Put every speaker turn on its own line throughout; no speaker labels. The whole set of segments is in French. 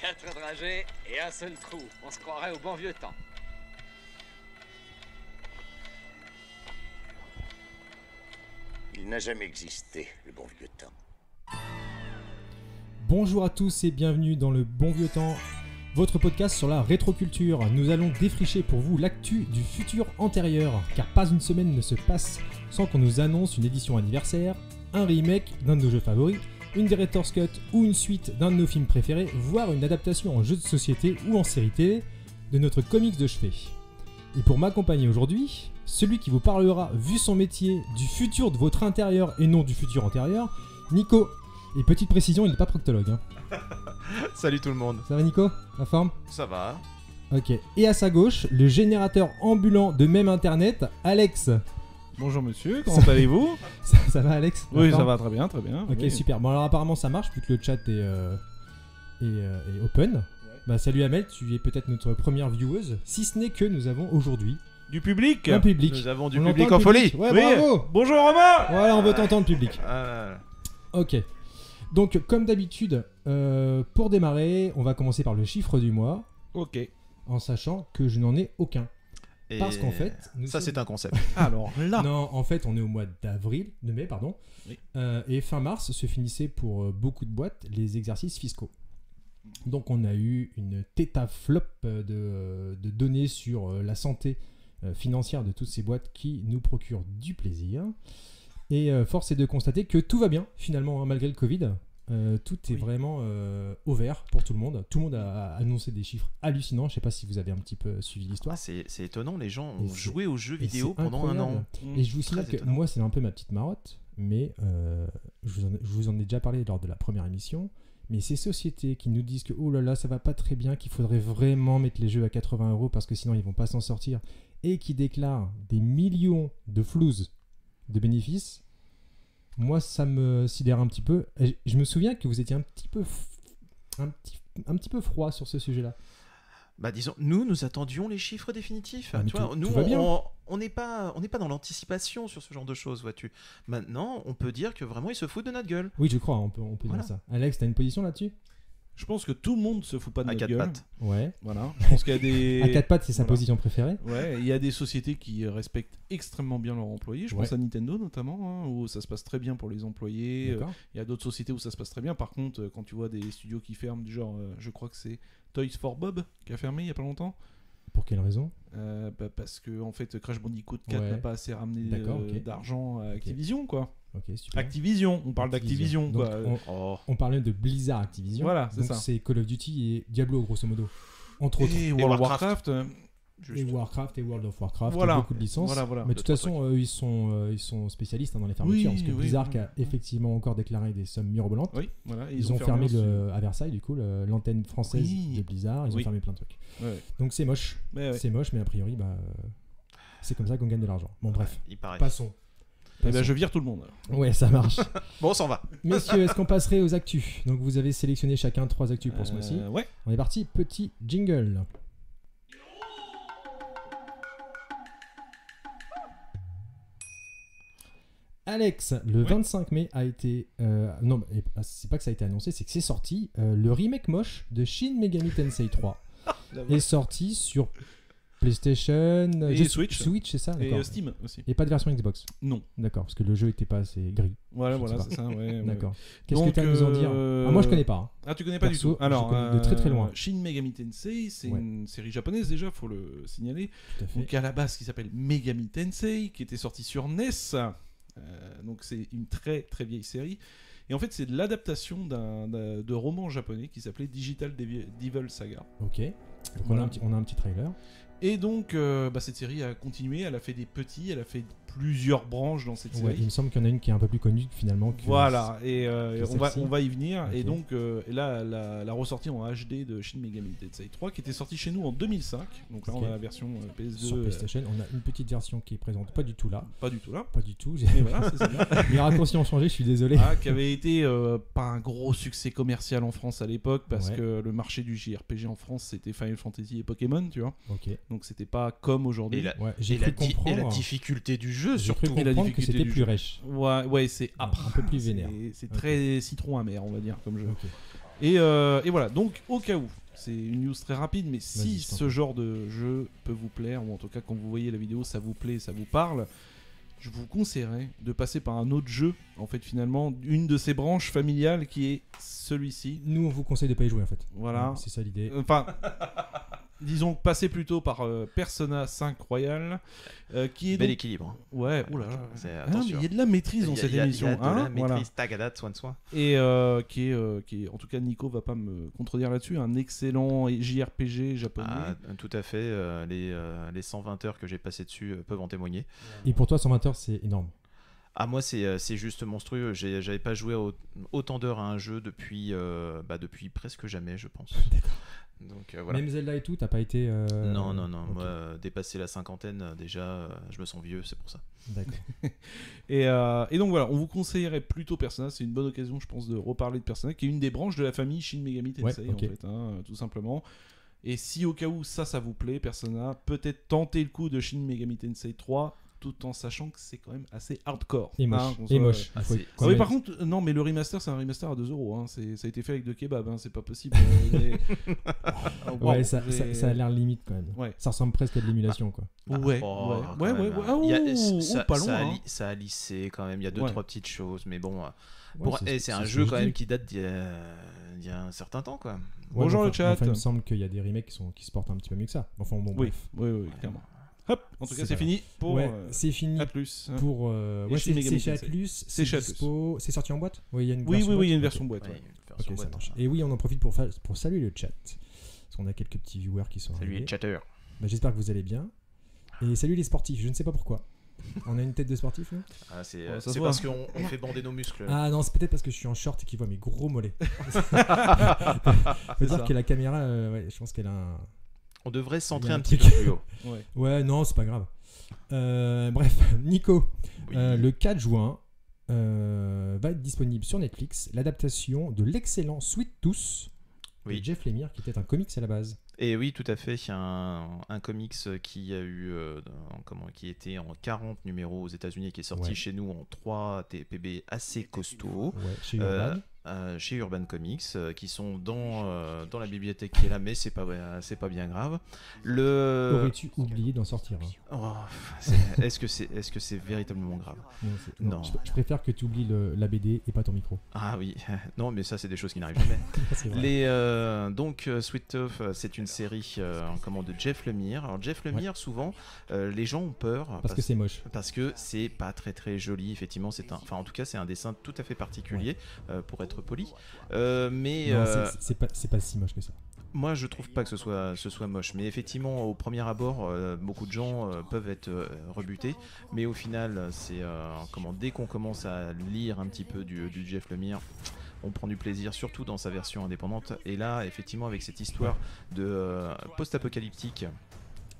Quatre dragées et un seul trou. On se croirait au bon vieux temps.
Il n'a jamais existé, le bon vieux temps.
Bonjour à tous et bienvenue dans le Bon Vieux Temps, votre podcast sur la rétroculture. Nous allons défricher pour vous l'actu du futur antérieur, car pas une semaine ne se passe sans qu'on nous annonce une édition anniversaire, un remake d'un de nos jeux favoris, une director's cut ou une suite d'un de nos films préférés, voire une adaptation en jeu de société ou en série télé de notre comics de chevet. Et pour m'accompagner aujourd'hui, celui qui vous parlera, vu son métier, du futur de votre intérieur et non du futur antérieur, Nico. Et petite précision, il n'est pas proctologue. hein.
Salut tout le monde.
Ça va Nico La forme
Ça va
Ok. Et à sa gauche, le générateur ambulant de même internet, Alex.
Bonjour monsieur, comment allez-vous
Ça, ça va Alex La
Oui, ça
forme
va très bien, très bien.
Ok,
oui.
super. Bon, alors apparemment ça marche, vu que le chat est, euh, est, euh, est open. Bah, salut Amel, tu es peut-être notre première vieweuse, si ce n'est que nous avons aujourd'hui
Du public
un public.
Nous avons du
On
public
entend
en
le
folie.
public. Ouais,
Oui.
bravo
Bonjour Romain
Voilà, on veut t'entendre public.
Ah,
Ok. Donc, comme d'habitude, euh, pour démarrer, on va commencer par le chiffre du mois,
Ok.
en sachant que je n'en ai aucun.
et
Parce qu'en fait, nous
ça
sommes-
c'est un concept.
Alors là,
Non, en fait, on est au mois d'avril, de mai, pardon.
Oui.
Euh, et fin mars se finissaient pour euh, beaucoup de boîtes les exercices fiscaux. Donc, on a eu une tête flop euh, de, de données sur euh, la santé euh, financière de toutes ces boîtes qui nous procurent du plaisir. Et euh, force est de constater que tout va bien, finalement, hein, malgré le Covid. Euh, tout est
Oui.
vraiment euh, au vert pour tout le monde. Tout le monde a a annoncé des chiffres hallucinants. Je ne sais pas si vous avez un petit peu suivi l'histoire.
Ah, c'est c'est étonnant, les gens
Et
ont
c'est-
joué aux jeux
Et
vidéo
c'est
pendant un
incroyable.
an.
Mm.
Et je vous signale
Très
que
étonnant.
moi, c'est un peu ma petite marotte, mais euh, je, vous en, je vous en ai déjà parlé lors de la première émission. Mais ces sociétés qui nous disent que oh là là, ça va pas très bien, qu'il faudrait vraiment mettre les jeux à 80 euros parce que sinon ils vont pas s'en sortir, et qui déclarent des millions de flouses de bénéfices, moi ça me sidère un petit peu. Et je- je me souviens que vous étiez un petit peu, f- un petit, un petit peu froid sur ce sujet-là.
Bah disons, nous nous attendions les chiffres définitifs.
Ah, mais
tu vois,
tout-
nous
tout va bien.
on on n'est pas on n'est pas dans l'anticipation sur ce genre de choses, vois-tu. Maintenant, on peut dire que vraiment ils se foutent de notre gueule.
Oui, je crois, on peut, on peut
Voilà.
dire ça. Alex, t'as une position là-dessus
je pense que tout le monde se fout pas de
à
notre
quatre
gueule.
pattes.
Ouais.
Voilà, je pense qu'il y a des...
À quatre pattes, c'est sa
Voilà.
position préférée.
Ouais, il y a des sociétés qui respectent extrêmement bien leurs employés. Je pense
Ouais.
à Nintendo notamment, hein, où ça se passe très bien pour les employés. Euh,
D'accord.
Il y a d'autres sociétés où ça se passe très bien. Par contre, euh, quand tu vois des studios qui ferment, du genre, euh, je crois que c'est Toys for Bob qui a fermé il y a pas longtemps.
Pour quelle raison
Euh, bah, parce que en fait Crash Bandicoot 4
Ouais.
n'a pas assez ramené
D'accord,
euh,
ok.
d'argent à Activision quoi.
Ok, super.
Activision, on parle d'Activision
Donc,
quoi.
on,
Oh.
on parlait de Blizzard Activision.
Voilà, c'est
Donc
ça.
c'est Call of Duty et Diablo, grosso modo. Entre autres.
Et
World
Eh, World of Warcraft, euh,
Et
juste.
Warcraft et World of Warcraft,
Voilà.
beaucoup de licences.
Voilà, voilà.
Mais de
Deux,
toute
trois
façon, eux, ils, sont, euh, ils sont spécialistes hein, dans les fermetures.
Oui,
parce que
oui,
Blizzard
oui.
a effectivement encore déclaré des sommes mirobolantes.
Oui, voilà, et
Ils, ont, fermé,
aussi.
le- à Versailles, du coup, le- l'antenne française
Oui.
de Blizzard. Ils ont
Oui.
fermé plein de trucs.
Ouais, ouais.
Donc c'est moche.
Mais ouais.
C'est moche, mais a priori, bah, euh, c'est comme ça qu'on gagne de l'argent. Bon, bref.
Il paraît.
Passons.
Ah, Eh ben,
Passons.
je vire tout le monde. alors.
Ouais, ça marche.
Bon, on s'en va.
Messieurs, est-ce qu'on passerait aux actus Donc vous avez sélectionné chacun trois actus pour ce
Euh,
mois-ci.
Ouais.
On est parti, petit jingle. Alex, le
Ouais.
25 mai a été... euh, non, mais c'est pas que ça a été annoncé, c'est que c'est sorti. euh, le remake moche de Shin Megami Tensei 3 est sorti sur PlayStation...
Et
je-
Switch.
Switch, c'est ça
Et
d'accord.
euh, Steam aussi.
Et pas de version Xbox
Non.
D'accord, parce que le jeu était pas assez gris.
Voilà,
Je
voilà,
sais
c'est ça. ouais, ouais.
D'accord. Qu'est-ce que
Donc,
tu as à nous en dire
euh,
Ah, Moi, je connais pas. hein.
Ah, tu connais pas
Perso,
du tout. Alors,
je connais de très, très loin.
euh, Shin Megami Tensei, c'est
Ouais.
une série japonaise déjà, faut le signaler.
Tout à fait.
Donc à la base qui s'appelle Megami Tensei, qui était sorti sur NES. Euh, donc c'est une très très vieille série. Et en fait c'est de l'adaptation d'un d'un- de roman japonais qui s'appelait Digital Devi- Devil Saga.
Ok. Donc on, a
Voilà.
un petit, on a un petit trailer.
Et donc euh, bah, cette série a continué, elle a fait des petits, elle a fait plusieurs branches dans cette
Ouais, il
série.
me semble qu'il y en a une qui est un peu plus connue finalement. que-
Voilà, et euh,
que
on, va,
celle-ci.
on va y venir. Et
Ok.
donc euh, et là, la, la ressortie en HD de Shin Megami Tensei 3 qui était sortie chez nous en 2005. Donc là,
Ok.
on a la version euh, PS2.
Sur
euh,
PlayStation, on a une petite version qui est présente, pas du tout là,
pas du tout là.
pas du tout.
Mais voilà, c'est ça.
Les raccourcis ont changé, je suis désolé.
Ah, qui avait été euh, pas un gros succès commercial en France à l'époque parce
Ouais.
que le marché du JRPG en France c'était Final Fantasy et Pokémon, tu vois.
Ok.
Donc c'était pas comme aujourd'hui.
Et la,
Ouais,
et
j'ai
la
cru
di- et la
comprendre.
difficulté du jeu
J'ai cru
surtout.
et la
comprendre que
difficulté
c'était
du
plus
jeu. Ah.
rêche.
Ouais, ouais, c'est
Un
âpre.
peu plus Ah, vénère.
C'est- C'est
Ok.
très citron amer, on va dire, comme jeu.
Ok.
Et, euh, et voilà, donc au cas où, c'est une news très rapide, mais
Vas-y,
si
je t'en
ce genre de jeu peut vous plaire, ou en tout cas quand vous voyez la vidéo, ça vous plaît, ça vous parle, je vous conseillerais de passer par un autre jeu, en fait finalement, une de ces branches familiales qui est celui-ci.
Nous, on vous conseille de pas y jouer en fait.
Voilà. Euh.
C'est ça l'idée.
Enfin, disons passer plutôt par euh, Persona 5 Royal, euh, qui est...
Bel
donc-
équilibre. hein.
Ouais, oula.
C'est-
Ah, mais
attention.
il y a de la maîtrise dans
Il y a-
cette
il y a- il y a
émission.
de
hein,
la maîtrise,
voilà.
tagada, de soin de soin.
et euh, qui, est, euh, qui est, en tout cas, Nico va pas me contredire là-dessus, un excellent JRPG japonais.
Ah, tout à fait. euh, les, euh, les 120 heures que j'ai passées dessus euh, peuvent en témoigner.
Et pour toi, 120 heures, c'est énorme.
Ah, moi, c'est euh, c'est juste monstrueux. J'ai- J'avais pas joué au- autant d'heures à un jeu depuis, euh, bah, depuis presque jamais, je pense. Donc euh, voilà.
Même Zelda et tout, t'as pas été. euh,
Non, non, non.
ok,
Moi, euh, dépasser la cinquantaine, euh, déjà, euh, je me sens vieux, c'est pour ça.
D'accord.
Et, euh, et donc voilà, on vous conseillerait plutôt Persona. C'est une bonne occasion, je pense, de reparler de Persona, qui est une des branches de la famille Shin Megami Tensei,
Ouais, ok.
en fait, hein, tout simplement. Et si au cas où ça, ça vous plaît, Persona, peut-être tenter le coup de Shin Megami Tensei 3, tout en sachant que c'est quand même assez hardcore.
Et moche.
hein, qu'on
et
soit-
moche.
Ah,
Il faut
c'est-
Ah
quand
oui,
même-
par contre, euh, non, mais le remaster, c'est un remaster à 2 euros. hein. C'est- Ça a été fait avec deux kebabs, hein, c'est pas possible. euh, mais- Ah, wow, Ah.
Ouais, ça,
c'est-
ça, ça a l'air limite quand même.
Ouais.
Ça ressemble presque à de l'émulation quoi.
Ouais, ouais,
Oh, quand
ouais,
même,
ouais,
hein.
ouais. Ah,
Il y a-
ouh,
ça-
ouh,
ça-
pas
ça a
loin. hein.
li- Ça a lissé quand même. Il y a deux,
Ouais.
trois petites choses. Mais bon, euh,
Ouais,
eh,
pour- et c'est un
ce
jeu
que
quand
je
même
dis.
qui date d'il y a- d'il y a un certain temps, quoi.
Ouais,
Bonjour
mais
le
enfin-
chat.
enfin, il me semble qu'il y a des remakes qui, sont, qui se portent un petit peu mieux que ça. Enfin bon.
Oui,
bref.
oui, oui, clairement. Hop, en tout cas,
C'est
c'est
pas
fini pour
Ouais,
euh,
c'est fini
Atlus. hein.
pour. euh,
Et
ouais,
Shin
c'est
Megami
c'est chez
Tensei.
Atlus. C'est
chez Atlus.
dispo- C'est sorti en boîte Oui, il y a une
Oui,
version
oui, oui, il y a une
boîte
version
Ok.
boîte.
Ouais,
ouais.
une version
Ok, ça
boîte,
marche.
hein.
Et oui, on en profite pour, fa- pour saluer le chat. Parce qu'on a quelques petits viewers qui sont
Salut
arrivés.
les chatters.
Bah, J'espère que vous allez bien. Et salut les sportifs, je ne sais pas pourquoi. On a une tête de sportif là
Ah, c'est
Oh,
euh,
ça se
c'est
voit.
parce qu'on on fait bander nos muscles.
hein. Ah non, c'est peut-être parce que je suis en short et qu'ils voient mes gros mollets. Faut
C'est
dire
ça.
que la caméra, euh, ouais, je pense qu'elle a un.
On devrait se
Il y
centrer
a
un
un
petit peu
truc.
plus haut.
Ouais, non, c'est pas grave. Euh, bref, Nico,
Oui.
euh, le 4 juin euh, va être disponible sur Netflix l'adaptation de l'excellent Sweet Tooth
Oui.
de Jeff Lemire, qui était un comics à la base.
Et oui, tout à fait. Il y a un, un comics qui a eu, euh, en- comment, qui était en 40 numéros aux États-Unis et qui est sorti
Ouais.
chez nous en 3 TPB assez costauds.
Ouais, chez
Euh,
Urban.
euh, chez Urban Comics, euh, qui sont dans, euh, dans la bibliothèque qui est là, mais c'est pas, euh, c'est pas bien grave. Le...
Aurais-tu oublié d'en sortir hein
Oh, c'est- Est-ce que c'est est -ce c'est véritablement grave
Non, c'est-
Non.
Je, je préfère que tu oublies le- la BD et pas ton micro.
Ah oui, non, mais ça, c'est des choses qui n'arrivent jamais.
C'est vrai.
Les, euh, donc euh, Sweet Tooth, euh, c'est une série euh, en commande de Jeff Lemire. Alors Jeff Lemire, souvent, euh, les gens ont peur
Parce que c'est moche.
parce que c'est pas très très joli. Effectivement, c'est un, enfin en tout cas, c'est un dessin tout à fait particulier euh, pour être poli. Euh, mais
Non,
euh,
c'est- c'est pas, c'est pas si moche que ça.
moi, je trouve pas que ce soit, ce soit moche. Mais effectivement, au premier abord, euh, beaucoup de gens euh, peuvent être euh, rebutés. Mais au final, c'est euh, comment dès qu'on commence à lire un petit peu du, du Jeff Lemire, on prend du plaisir, surtout dans sa version indépendante. Et là, effectivement, avec cette histoire de euh, post-apocalyptique,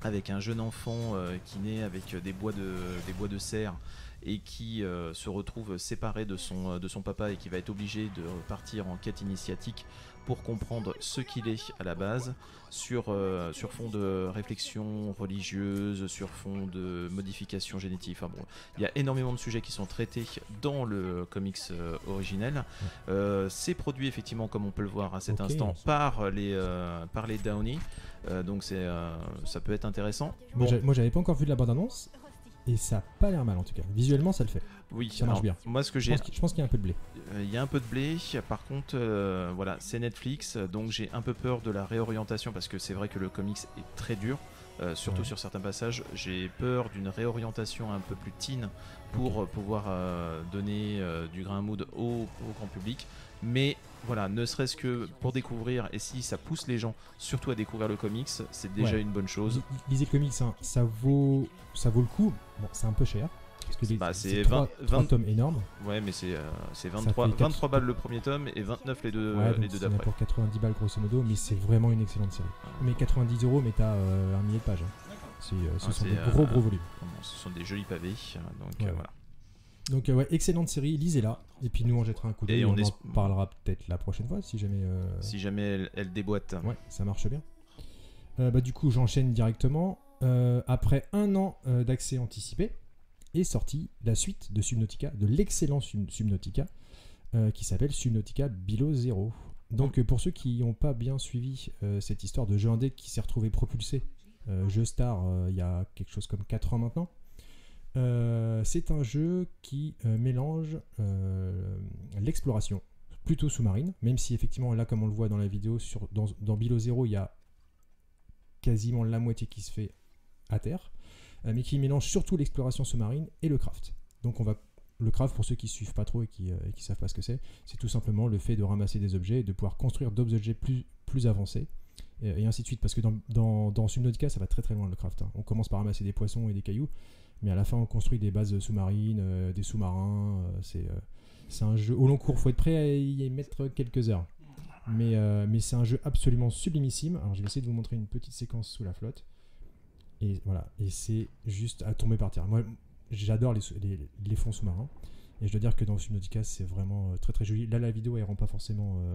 avec un jeune enfant euh, qui naît avec des bois de, des bois de serre et qui euh, se retrouve séparé de son, euh, de son papa et qui va être obligé de partir en quête initiatique pour comprendre ce qu'il est à la base, sur, euh, sur fond de réflexion religieuse, sur fond de modification génétique. Enfin bon, il y a énormément de sujets qui sont traités dans le comics euh, originel. Euh, C'est produit effectivement, comme on peut le voir à cet
Ok.
instant, par les, euh, par les Downey. Euh, donc c'est, euh, ça peut être intéressant.
Moi,
Bon.
j'a- Moi, j'avais pas encore vu de la bande-annonce. Et ça a pas l'air mal en tout cas. Visuellement, ça le fait.
Oui,
Ça marche bien.
Moi, ce que
Je
j'ai,
pense qu'il- je pense qu'il y a un peu de blé.
euh, il y a un peu de blé. Par contre, euh, voilà, c'est Netflix, donc j'ai un peu peur de la réorientation parce que c'est vrai que le comics est très dur. euh, surtout
Ouais.
sur certains passages, j'ai peur d'une réorientation un peu plus teen pour euh, pouvoir euh, donner euh, du grain à moudre au, au grand public. Mais voilà, ne serait-ce que pour découvrir, et si ça pousse les gens surtout à découvrir le comics, c'est déjà
Ouais.
une bonne chose.
Li- Lisez le comics, hein. ça, vaut, ça vaut le coup. Bon, c'est un peu cher. Parce que les-
Bah, c'est
c'est 3,
20 20
tomes énormes.
Ouais, mais c'est euh, c'est
fait
23,
quatre-
23 balles le premier tome et 29 les deux,
ouais,
les
donc
deux
c'est
d'après. Ah.
pour 90 balles grosso modo, mais c'est vraiment une excellente série. Mais 90 euros, mais t'as euh, un millier de pages. hein. C'est, euh, ce sont
Ah, c'est,
des
euh,
gros gros volumes.
Bon, ce sont des jolis pavés, euh, donc
Ouais.
euh, voilà.
Donc euh, ouais, excellente série, lisez-la. Et puis nous on jettera un coup d'œil.
Et
et
on
On,
esp-
en parlera peut-être la prochaine fois si jamais. euh,
Si jamais elle, elle déboîte.
Ouais, ça marche bien. Euh, bah, du coup, j'enchaîne directement. Euh, après un an euh, d'accès anticipé, est sortie la suite de Subnautica, de l'excellent Sub- Subnautica, euh, qui s'appelle Subnautica Below Zero. Donc euh, pour ceux qui n'ont pas bien suivi euh, cette histoire de jeu indé qui s'est retrouvé propulsé, euh, jeu star, euh, il y a quelque chose comme 4 ans maintenant, euh, c'est un jeu qui euh, mélange euh, l'exploration, plutôt sous-marine, même si effectivement là comme on le voit dans la vidéo, sur, dans, dans Below Zero, il y a quasiment la moitié qui se fait à terre, euh, mais qui mélange surtout l'exploration sous-marine et le craft. Donc on va... Le craft, pour ceux qui suivent pas trop et qui ne savent pas ce que c'est, c'est tout simplement le fait de ramasser des objets et de pouvoir construire d'autres objets plus, plus avancés, et, et ainsi de suite. Parce que dans, dans, dans Subnautica, ça va très très loin le craft. hein. On commence par ramasser des poissons et des cailloux, mais à la fin, on construit des bases sous-marines, euh, des sous-marins. euh, c'est euh, c'est un jeu au long cours, faut être prêt à y mettre quelques heures. Mais, euh, mais c'est un jeu absolument sublimissime. Alors, je vais essayer de vous montrer une petite séquence sous la flotte. Et voilà, et c'est juste à tomber par terre. Moi, j'adore les, sous- les, les fonds sous-marins. Et je dois dire que dans Subnautica, c'est vraiment euh, très très joli. Là, la vidéo, elle rend pas forcément. euh,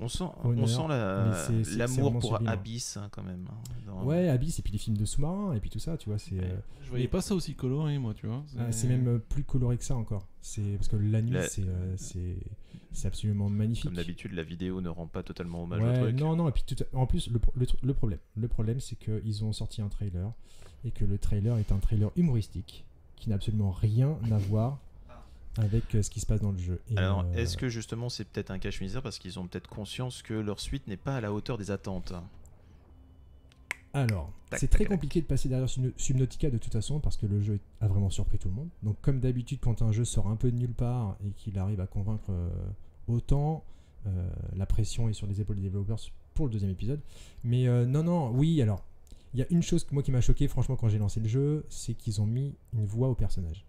On sent,
Honneur,
on sent la-
mais c'est- c'est- c'est
l'amour
vraiment
pour
sublime, hein.
Abyss hein, quand même. hein, dans-
Ouais, Abyss, et puis les films de sous-marins, et puis tout ça, tu vois. C'est euh,
Je voyais pas ça aussi coloré, moi, tu vois.
ah, c'est même euh, plus coloré que ça encore. C'est Parce que la nuit,
La-
c'est euh, c'est c'est absolument magnifique.
Comme d'habitude, la vidéo ne rend pas totalement hommage
Ouais,
au truc.
Non, non, et puis tout à- en plus, le, pro- le tr- le problème, le problème c'est qu'ils ont sorti un trailer et que le trailer est un trailer humoristique qui n'a absolument rien à voir avec euh, ce qui se passe dans le jeu. Et,
Alors,
euh,
est-ce que justement c'est peut-être un cache-misère parce qu'ils ont peut-être conscience que leur suite n'est pas à la hauteur des attentes
Euh, alors,
Tac,
c'est
tac,
très
tac.
compliqué de passer derrière Sub- Subnautica de toute façon parce que le jeu a vraiment surpris tout le monde. Donc, comme d'habitude, quand un jeu sort un peu de nulle part et qu'il arrive à convaincre euh, autant, euh, la pression est sur les épaules des développeurs pour le deuxième épisode. Mais euh, non, non, oui, alors, il y a une chose que moi qui m'a choqué, franchement, quand j'ai lancé le jeu, c'est qu'ils ont mis une voix au personnage.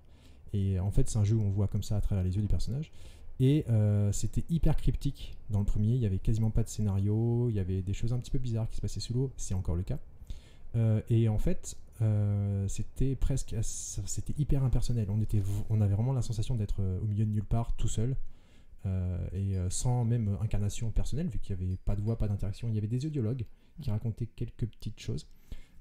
Et en fait, c'est un jeu où on voit comme ça à travers les yeux du personnage. Et euh, c'était hyper cryptique dans le premier, il y avait quasiment pas de scénario, il y avait des choses un petit peu bizarres qui se passaient sous l'eau, c'est encore le cas. Euh, et en fait, euh, c'était presque, c'était hyper impersonnel. On était, v- on avait vraiment la sensation d'être euh, au milieu de nulle part, tout seul, euh, et euh, sans même incarnation personnelle, vu qu'il n'y avait pas de voix, pas d'interaction. Il y avait des audiologues qui racontaient quelques petites choses.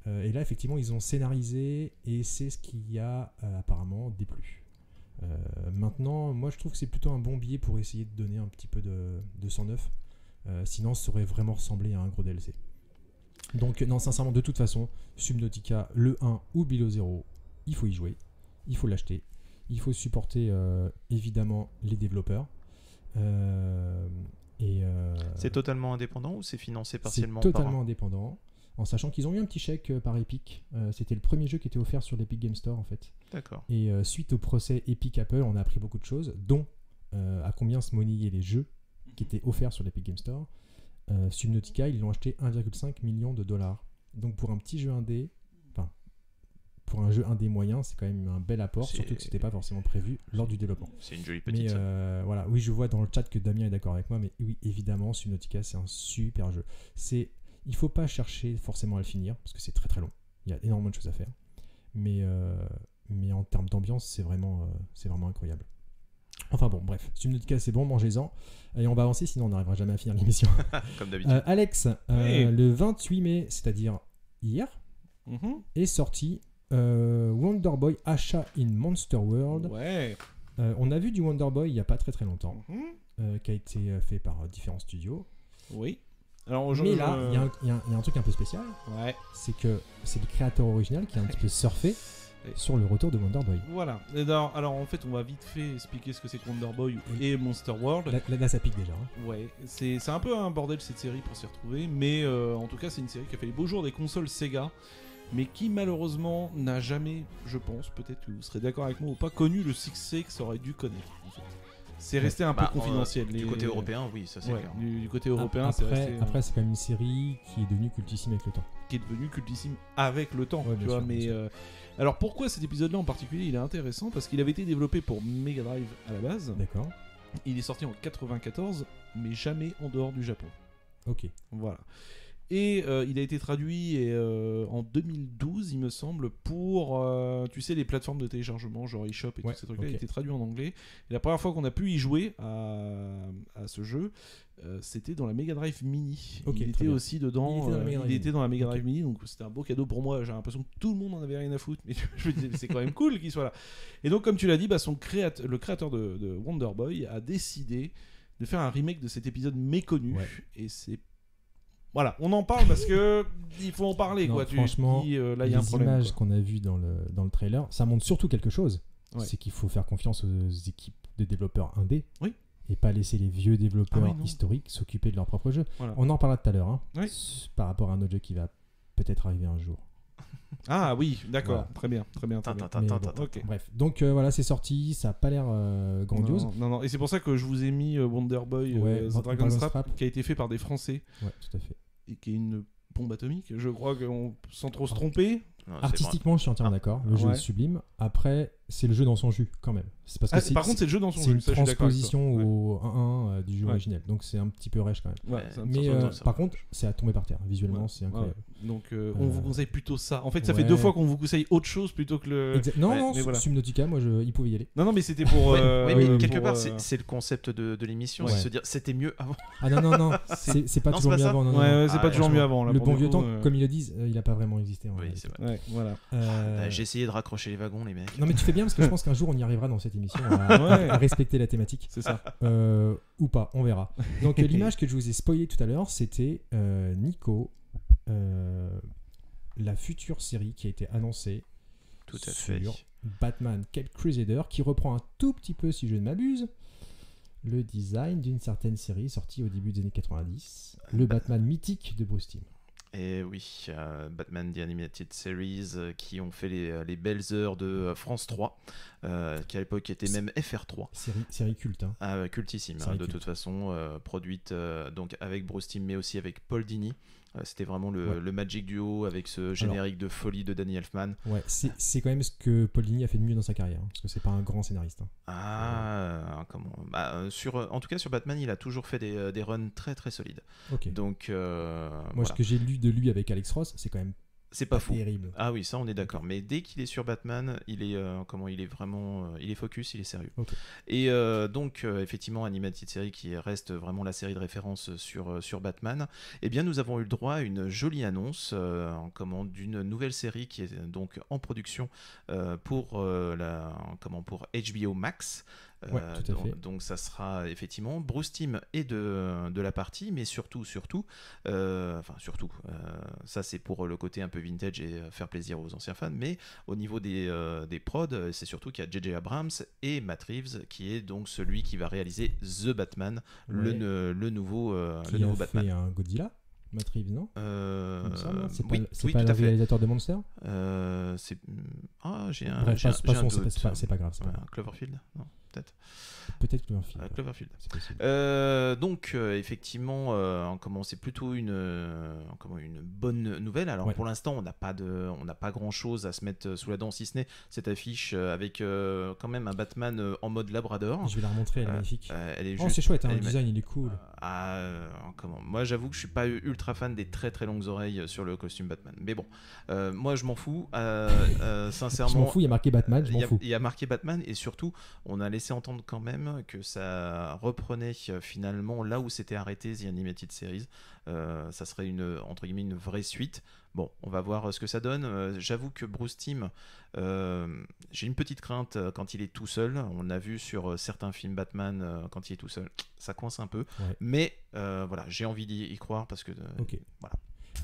Euh, et là, effectivement, ils ont scénarisé, et c'est ce qui a euh, apparemment déplu. Euh, maintenant, moi, je trouve que c'est plutôt un bon biais pour essayer de donner un petit peu de, de 109. Euh, sinon, ça aurait vraiment ressemblé à un gros DLC. Donc, non, sincèrement, de toute façon, Subnautica, le 1 ou Below 0, il faut y jouer, il faut l'acheter, il faut supporter euh, évidemment les développeurs. Euh, et euh,
C'est totalement indépendant ou c'est financé
c'est
partiellement par un-
totalement indépendant, en sachant qu'ils ont eu un petit chèque euh, par Epic. Euh, C'était le premier jeu qui était offert sur l'Epic Game Store en fait.
D'accord.
Et euh, suite au procès Epic Apple, on a appris beaucoup de choses, dont euh, à combien se monnayaient les jeux qui étaient offerts sur l'Epic Game Store. Euh, Subnautica, ils l'ont acheté 1,5 million de dollars. Donc pour un petit jeu indé, enfin pour un jeu indé moyen, c'est quand même un bel apport,
C'est-
surtout que c'était pas forcément prévu lors du développement.
C'est une jolie petite.
Mais
somme.
euh, voilà, oui, je vois dans le chat que Damien est d'accord avec moi, mais oui, évidemment, Subnautica, c'est un super jeu. C'est, il faut pas chercher forcément à le finir parce que c'est très très long. Il y a énormément de choses à faire, mais euh, mais en termes d'ambiance, c'est vraiment euh, c'est vraiment incroyable. Enfin bon, bref, Subnautica, c'est bon, mangez-en et on va avancer, sinon on n'arrivera jamais à finir l'émission.
Comme d'habitude.
Euh, Alex, euh,
Oui.
le 28 mai, c'est-à-dire hier,
Mhm.
est sorti. euh, Wonder Boy Achat in Monster World.
Ouais.
Euh, on a vu du Wonder Boy il y a pas très très longtemps
Mhm.
euh, qui a été euh, fait par euh, différents studios.
Oui. Alors
Mais
aujourd'hui. euh,
là, il y, a un- il y a un- il y a un truc un peu spécial,
Ouais.
c'est que c'est le créateur original qui a un petit peu surfé
Ouais.
sur le retour de Wonder Boy.
Voilà. Et alors, alors, en fait, on va vite fait expliquer ce que c'est que Wonder Boy et Monster World.
Là, là- là, ça pique déjà. hein.
Ouais, c'est c'est un peu un bordel cette série pour s'y retrouver, mais euh, en tout cas, c'est une série qui a fait les beaux jours des consoles Sega, mais qui malheureusement n'a jamais, je pense, peut-être que vous serez d'accord avec moi ou pas, connu le succès que ça aurait dû connaître. en fait. C'est resté un
Bah,
peu confidentiel.
euh,
les-
Du côté européen, oui, ça c'est
Ouais,
clair.
du, du côté européen, c'est resté,
après,
euh,
après, c'est quand même une série qui est devenue cultissime avec le temps.
qui est devenu cultissime avec le temps,
Ouais,
tu
bien
vois.
sûr, bien
mais
sûr.
euh, alors pourquoi cet épisode-là en particulier, il est intéressant parce qu'il avait été développé pour Mega Drive à la base.
D'accord.
Il est sorti en 94, mais jamais en dehors du Japon.
Ok.
Voilà. Et euh, il a été traduit et, euh, en 2012, il me semble, pour, euh, tu sais, les plateformes de téléchargement, genre eShop et
Ouais,
tous ces trucs-là. Il a
ok.
été traduit en anglais. Et la première fois qu'on a pu y jouer à, à ce jeu, euh, c'était dans la Mega Drive Mini.
Ok,
il
très
était
bien.
aussi dedans.
Il était dans la
euh,
Mega Drive
il était
Mini.
dans la Mega
Ok.
Drive Mini, donc c'était un beau cadeau pour moi. J'ai l'impression que tout le monde en avait rien à foutre, mais je me disais, mais c'est quand même cool qu'il soit là. Et donc, comme tu l'as dit, bah, son créate- le créateur de, de Wonder Boy a décidé de faire un remake de cet épisode méconnu.
Ouais.
Et c'est. Voilà, on en parle parce que il faut en parler,
Non,
quoi. Tu-
franchement,
tu dis, euh, là, il y a un
Les
problème.
images
quoi.
qu'on a vues dans le, dans le trailer, ça montre surtout quelque chose.
Ouais.
C'est qu'il faut faire confiance aux équipes de développeurs indé
Oui.
et pas laisser les vieux développeurs
Ah oui, non.
historiques s'occuper de leur propre jeu.
Voilà.
On en parlera tout à l'heure hein,
Oui.
s- par rapport à un autre jeu qui va peut-être arriver un jour.
Ah oui, d'accord,
Voilà.
très bien, très bien, très bien.
Tintin,
Mais
tintin,
bon.
tintin.
Ok.
Bref, donc euh, voilà, c'est sorti, ça a pas l'air euh, grandiose.
Non, non, non. Et c'est pour ça que je vous ai mis euh, Wonder Boy, euh,
Ouais,
The Dragon's
Dragon's
Trap,
Trap.
qui a été fait par des Français
Ouais, tout à fait.
et qui est une bombe atomique. Je crois qu'on sans trop se tromper.
Non, c'est
Artistiquement, je suis entièrement
Ah.
d'accord, le jeu
Ouais.
est sublime. Après, c'est le jeu dans son jus quand même. C'est parce que
Ah,
c'est
par contre, c'est le jeu dans son
c'est
jeu.
une
ça, je suis d'accord avec toi.
transposition
Ouais.
au 1-1 euh, du jeu
Ouais.
originel, donc c'est un petit peu rêche quand même.
Ouais, c'est un
Mais
petit
euh,
peu-
par contre, c'est à tomber par terre. Visuellement,
Ouais.
c'est incroyable.
Ouais. Donc euh, on
Euh,
vous conseille plutôt ça. En fait, ça fait
ouais.
deux fois qu'on vous conseille autre chose plutôt que le.
Exa- non,
ouais,
non,
mais
Sub-
voilà.
Subnautica, moi, je, il pouvait y aller.
Non, non, mais c'était pour.
Ouais,
euh,
oui, mais
euh,
quelque
pour,
part,
euh,
c'est c'est le concept de, de l'émission,
Ouais.
c'est se dire c'était mieux avant.
Ah non, non, non, c'est c'est pas
Non, c'est
toujours
pas
mieux
ça.
avant. non,
Ouais,
non, non.
ouais, c'est
Ah,
pas toujours
je
mieux avant. là,
le
pour
bon vieux
coup,
temps,
euh,
comme ils le disent, euh, il a pas vraiment existé. En
Oui,
réalité.
c'est vrai.
Ouais, voilà.
Euh,
bah,
Ah, J'ai essayé de raccrocher les wagons, les mecs.
Non, mais tu fais bien parce que je pense qu'un jour on y arrivera dans cette émission à,
Ouais.
à respecter la thématique.
C'est ça.
Euh, ou pas, on verra. Donc, euh, l'image que je vous ai spoilée tout à l'heure, c'était euh, Nico, euh, la future série qui a été annoncée
Tout à
sur
fait.
Batman Cat Crusader, qui reprend un tout petit peu, si je ne m'abuse, le design d'une certaine série sortie au début des années 90,
Ah.
le Batman mythique de Bruce Timm.
Et oui, euh, Batman The Animated Series euh, qui ont fait les, euh, les belles heures de euh, France 3, euh, qui à l'époque était même FR3.
Série, série culte, hein.
Ah, ouais, cultissime,
Série
hein, de
culte.
toute façon, euh, produite euh, donc avec Bruce Timm mais aussi avec Paul Dini. Euh, C'était vraiment le,
Ouais.
le magic duo avec ce générique de folie de Danny Elfman.
Ouais, c'est c'est quand même ce que Paulini a fait de mieux dans sa carrière, hein, parce que c'est pas un grand scénariste. hein.
Ah, comment bah, euh, sur, euh, En tout cas, sur Batman, il a toujours fait des, euh, des runs très très solides.
Ok.
Donc, euh,
Moi, ce
voilà.
que j'ai lu de lui avec Alex Ross, c'est quand même
c'est
pas,
pas fou.
terrible.
Ah oui, ça on est d'accord. Mais dès qu'il est sur Batman, il est euh, comment Il est vraiment, euh, il est focus, il est sérieux.
Ok.
Et euh, donc euh, effectivement, Animated Series qui reste vraiment la série de référence sur euh, sur Batman. Eh bien, nous avons eu le droit à une jolie annonce, euh, en comment d'une nouvelle série qui est euh, donc en production euh, pour euh, la comment pour HBO Max. Euh,
Ouais, tout à
donc,
fait.
donc ça sera effectivement Bruce Timm et de, de la partie, mais surtout, surtout, euh, enfin surtout, euh, ça c'est pour le côté un peu vintage et euh, faire plaisir aux anciens fans, mais au niveau des, euh, des prods, euh, c'est surtout qu'il y a JJ Abrams et Matt Reeves, qui est donc celui qui va réaliser The Batman, le,
Ouais.
ne- le nouveau, euh,
Qui
le nouveau
a
Batman.
fait un Godzilla, Matt Reeves, non
Euh,
Il me semble, hein. C'est pas,
oui,
le- c'est
oui,
pas
tout
le
à fait.
réalisateur de Monster
Euh, c'est- Ah, j'ai un.
Bref,
j'ai un-
passe-
j'ai un
passons, c'est pas-
doute.
c'est pas, c'est pas grave. c'est pas
Ouais,
grave.
Cloverfield Non, peut-être.
Peut-être que un film.
Euh, Cloverfield.
C'est possible.
Euh, donc euh, effectivement, euh, comment c'est plutôt une euh, comment une bonne nouvelle. Alors
Ouais.
pour l'instant, on n'a pas de, on n'a pas grand chose à se mettre euh, sous la dent si ce n'est cette affiche euh, avec euh, quand même un Batman euh, en mode Labrador.
Je vais la remontrer, elle est
euh,
magnifique.
Euh, elle est
oh,
juste.
c'est chouette, hein,
elle
le
est ma-
design, il est cool.
Ah, euh, comment Moi, j'avoue que je suis pas ultra fan des très très longues oreilles euh, sur le costume Batman. Mais bon, euh, moi je m'en fous. euh, euh,
je m'en
sincèrement,
fous, il y a marqué Batman, je
euh, il
m'en
y, a,
fous.
il y a marqué Batman et surtout, on a laissé entendre quand même que ça reprenait euh, finalement là où s'était arrêté The Animated Series. Euh, ça serait une entre guillemets une vraie suite. Bon, on va voir euh, ce que ça donne. Euh, J'avoue que Bruce Timm, euh, j'ai une petite crainte euh, quand il est tout seul. On l'a vu sur euh, certains films Batman euh, quand il est tout seul, ça coince un peu.
Ouais.
Mais euh, voilà, j'ai envie d'y y croire parce que euh,
Ok.
voilà.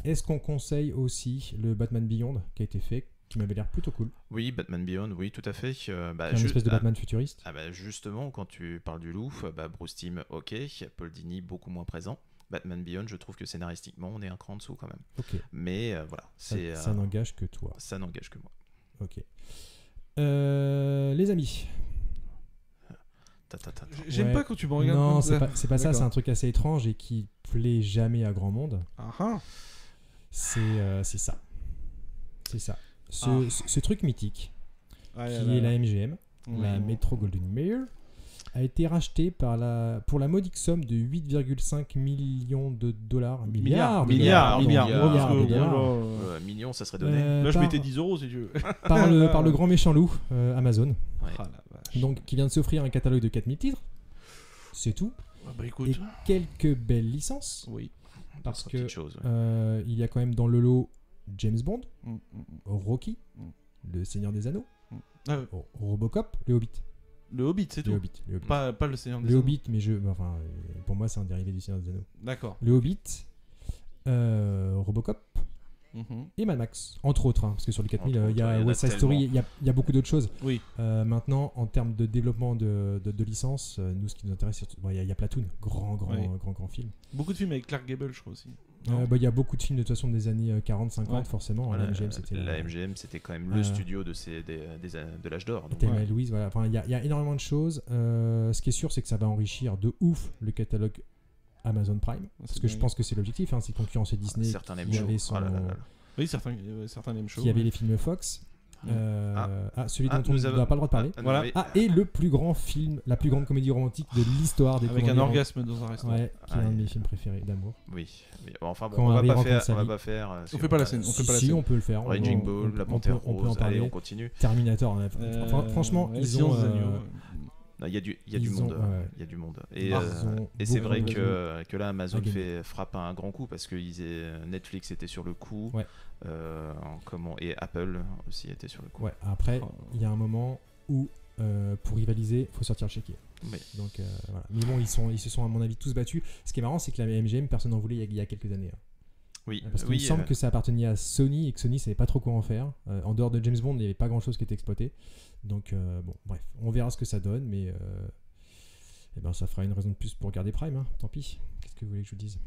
Est-ce qu'on conseille aussi le Batman Beyond qui a été fait, qui m'avait l'air plutôt cool
oui, Batman Beyond, oui, tout à fait. Euh, bah,
Un
Euh, je-
espèce de
ah,
Batman futuriste
Ah bah justement, quand tu parles du loup, bah Bruce Timm, ok, Paul Dini beaucoup moins présent. Batman Beyond, je trouve que scénaristiquement, on est un cran en dessous quand même.
Ok,
Mais euh, voilà,
ça,
c'est
ça
euh,
n'engage que toi.
ça n'engage que moi.
Ok. Euh, les amis.
Ta, ta, ta, ta.
J- J'aime
Ouais.
pas quand tu me regardes.
Non,
comme
c'est
ça.
pas, c'est pas ça,
D'accord.
c'est un truc assez étrange et qui plaît jamais à grand monde.
Ah, ah.
C'est euh, c'est ça. C'est ça. Ce,
Ah.
ce- ce truc mythique,
Ah,
qui
là, là,
est
là.
la MGM, la
Ouais.
Metro Golden Mayer, a été rachetée par la, pour la modique somme de 8,5 millions de dollars. Milliards de
milliards, milliards,
dollars, pardon,
milliards,
milliards de
parce que,
dollars,
oh là,
Euh, million, ça serait donné.
euh,
là, je
par-
mettais 10 euros si tu veux.
par le, par le grand méchant loup, euh, Amazon,
Ah, la vache.
donc, qui vient de s'offrir un catalogue de 4000 titres. C'est tout.
Ah, bah écoute,
Et quelques belles licences,
oui.
parce
Petite
que
chose, ouais.
euh, il y a quand même dans le lot James Bond,
Mm, mm, mm.
Rocky,
Mm.
Le Seigneur des Anneaux,
Ah,
Ro- Robocop, Le Hobbit.
le Hobbit, c'est
Le
tout.
Hobbit, le Hobbit.
Pas, pas le Seigneur des
Le
Anneaux.
Hobbit, mais je. Enfin, euh, pour moi, c'est un dérivé du Seigneur des Anneaux.
D'accord.
Le Hobbit, euh, Robocop
Mhm.
et Mad Max, entre autres, hein, parce que sur les 4000,
Entre
euh, il y
autres,
a
il y en a
West Side Story, il y a, il y a beaucoup d'autres choses.
Oui.
Euh, maintenant, en termes de développement de, de, de licence, euh, nous, ce qui nous intéresse, surtout, bon, il y, a- il y a Platoon, grand, grand,
Oui.
grand, grand, film.
Beaucoup de films avec Clark Gable, je crois aussi.
Euh, bah,
Non.
Il y a beaucoup de films de toute façon des années euh, 40, 50,
Ouais.
forcément.
Voilà,
la MGM, c'était.
la
euh,
MGM, c'était quand même le
euh,
studio de, ces, des- des- de l'âge d'or. donc,
Thelma
Ouais.
et Louise, voilà. Enfin, il y, a- il y a énormément de choses. Euh, ce qui est sûr, c'est que ça va enrichir de ouf le catalogue Amazon Prime. Parce
c'est
que je
dingue.
pense que c'est l'objectif, hein, c'est concurrencer Disney
certains l'aiment
qui
chaud.
avait son-
Ah là là là.
Oui, certains, euh, certains aiment chaud.
qui avait
ouais.
les films Fox.
Mm.
Euh,
Ah.
ah. celui
Ah,
dont on
nous
n'a
avons-
pas le droit de parler.
Ah, non,
Voilà.
mais-
Ah, et le plus grand film, la plus grande comédie romantique de l'histoire des
Avec un
comédies romantiques.
orgasme dans un restaurant.
Ouais, qui est
Ah,
un de
et-
mes films préférés d'amour.
Oui, mais enfin bon,
Quand
on va
Harry
pas
rencontre
faire.
sa
On va
vie.
pas faire. euh, si
fait pas la
va-
scène, On
si,
fait pas la
si,
scène.
on peut le faire. on-
Raging
on-
Ball,
on-
la
on
Panthère
peut- on peut
Rose,
en
allez, on
parler.
continue.
Terminator. on a- enfin,
Euh,
franchement,
ouais,
ils
Silence
ont.
des
euh,
agneaux, ouais.
Non, Il y a du, il y a du
Ils
monde.
ont- ouais.
Il y a du monde. Et,
ah, Ils
euh,
ont
et c'est
beaucoup
vrai
de
que, que là, Amazon
à gagner.
fait, frappe à un grand coup parce que ils aient- euh, Netflix était sur le coup.
Ouais.
euh, en comment, et Apple aussi était sur le coup.
Ouais, après,
Oh.
il y a un moment où, euh, pour rivaliser, faut sortir le chéquier.
Oui.
Donc, euh, voilà. Mais bon, ils, sont, ils se sont, à mon avis, tous battus. Ce qui est marrant, c'est que la MGM, personne n'en voulait il y a- il y, a quelques années. hein.
Oui,
Parce qu'il
oui,
me semble
euh,
que ça appartenait à Sony et que Sony savait pas trop quoi en faire. Euh, en dehors de James Bond, il n'y avait pas grand-chose qui était exploité. Donc, euh, bon, bref, on verra ce que ça donne, mais... euh, eh ben, ça fera une raison de plus pour garder Prime, hein. tant pis. Qu'est-ce que vous voulez que je vous dise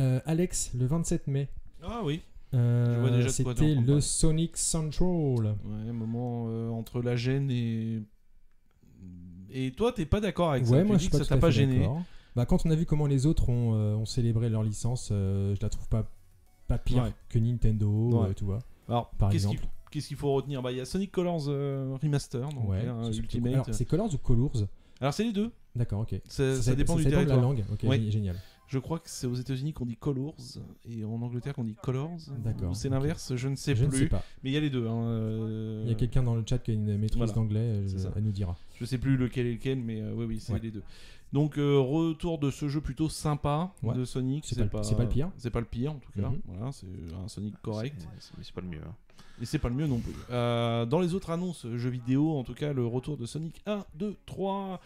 Euh, Alex, le 27 mai,
Ah oui.
euh,
vois déjà de quoi t'es en
c'était
train de
le
parler.
Sonic Central.
Ouais, moment euh, entre la gêne et. Et toi, t'es pas d'accord avec ça
Ouais, moi
tu dis
je suis
que Ah,
pas
ça
tout
t'a
à
pas
fait
gêné.
d'accord. Bah, quand on a vu comment les autres ont, euh, ont célébré leur licence, euh, je la trouve pas, pas pire
Ouais.
que Nintendo,
Ouais.
euh, tu vois,
Alors,
par
qu'est-ce qu'il
exemple.
qu'est-ce qu'il faut retenir Bah, Il y a Sonic Colors euh, Remaster, donc
Ouais,
hein,
c'est surtout-
Ultimate.
Alors, c'est Colors ou Colours
Alors, c'est les deux.
D'accord, ok.
Ça, Euh, ça dépend du
de la
territoire.
langue. Ok,
Ouais.
gé- génial.
Je crois que c'est aux États-Unis qu'on dit Colors et en Angleterre qu'on dit Colors.
D'accord,
Ou C'est
ok.
l'inverse, je ne sais
je
plus.
ne sais pas.
Mais il y a les deux. hein, euh,
Il y a quelqu'un dans le chat qui a une maîtrise
Voilà.
d'anglais, euh,
C'est ça.
elle nous dira.
Je sais plus lequel est lequel, mais euh, oui, oui, c'est
Ouais.
les deux. Donc, euh, retour de ce jeu plutôt sympa
Ouais.
de Sonic.
C'est pas le- c'est pas le pire.
C'est pas le pire, en tout cas.
Mhm.
Voilà, c'est un Sonic correct.
c'est- c'est- mais C'est pas le mieux. hein.
Et c'est pas le mieux non plus. Euh, dans les autres annonces jeux vidéo, en tout cas, le retour de Sonic 1, 2, 3.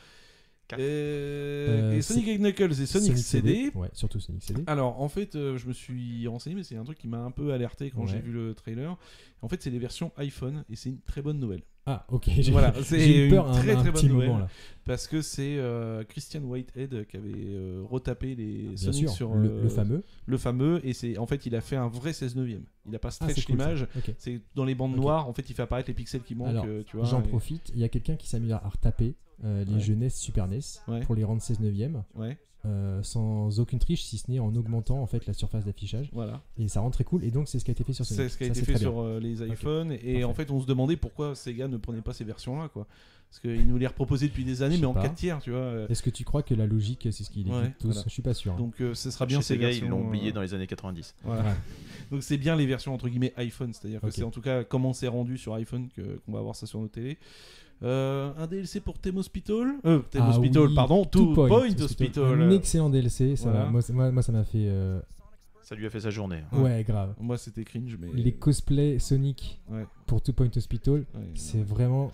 Quatre.
Et,
Euh,
et Sonic et Knuckles et Sonic, CD.
Ouais, surtout Sonic CD.
Alors, en fait, euh, je me suis renseigné, mais c'est un truc qui m'a un peu alerté quand
Ouais.
j'ai vu le trailer. En fait, c'est les versions iPhone et c'est une très bonne nouvelle.
Ah, ok, j'ai
Voilà, c'est
j'ai eu peur
une
à un,
très,
à un
très bonne
petit moment
nouvelle.
là.
Parce que c'est euh, Christian Whitehead qui avait euh, retapé les
Bien
Sonic
sûr,
sur
le,
euh,
le fameux.
le fameux, et c'est en fait il a fait un vrai 16 neuvième. Il a pas
Ah,
stretch
c'est cool, ça.
l'image.
Ok.
C'est dans les bandes
Ok.
noires, en fait, il fait apparaître les pixels qui manquent,
Alors,
euh, tu vois.
J'en
et-
profite, il y a quelqu'un qui s'amuse à retaper euh, les
Ouais.
jeux NES Super NES
Ouais.
pour les rendre 16 neuvième.
Ouais,
euh, sans aucune triche, si ce n'est en augmentant en fait la surface d'affichage.
voilà.
Et ça rend très cool. Et donc c'est ce qui a été fait sur Sonic.
C'est ce qui a
Ça,
été
c'est
fait
très bien.
sur euh, les iPhones, et en
Parfait.
fait, on se demandait pourquoi Sega ne prenait pas ces versions-là, quoi. Parce qu'ils nous les reproposaient depuis des années,
Je
mais
sais
en
pas.
4 tiers, tu vois. euh.
Est-ce que tu crois que la logique, c'est ce qu'ils
Ouais,
évitent tous
voilà.
Je suis pas sûr. hein.
Donc, euh, ce sera
Bien
bien
Chez ces gars, ils
versions,
l'ont oublié
euh,
dans les années 90.
voilà.
Ouais.
Donc c'est bien les versions entre guillemets iPhone, c'est-à-dire
Ok.
que c'est en tout cas comment c'est rendu sur iPhone que- qu'on va avoir ça sur nos télés. Euh, un DLC pour Theme Hospital, euh, Theme
Ah
Hospital,
oui,
pardon, Two Point, Hospital.
Un excellent DLC. Ça
Voilà.
m'a- moi, c'est- moi, moi, ça m'a fait. euh,
Ça lui a fait sa journée. hein.
Ouais.
Ouais.
grave.
Moi c'était cringe, mais
Les cosplays Sonic
Ouais.
pour Two Point Hospital,
ouais,
c'est vraiment.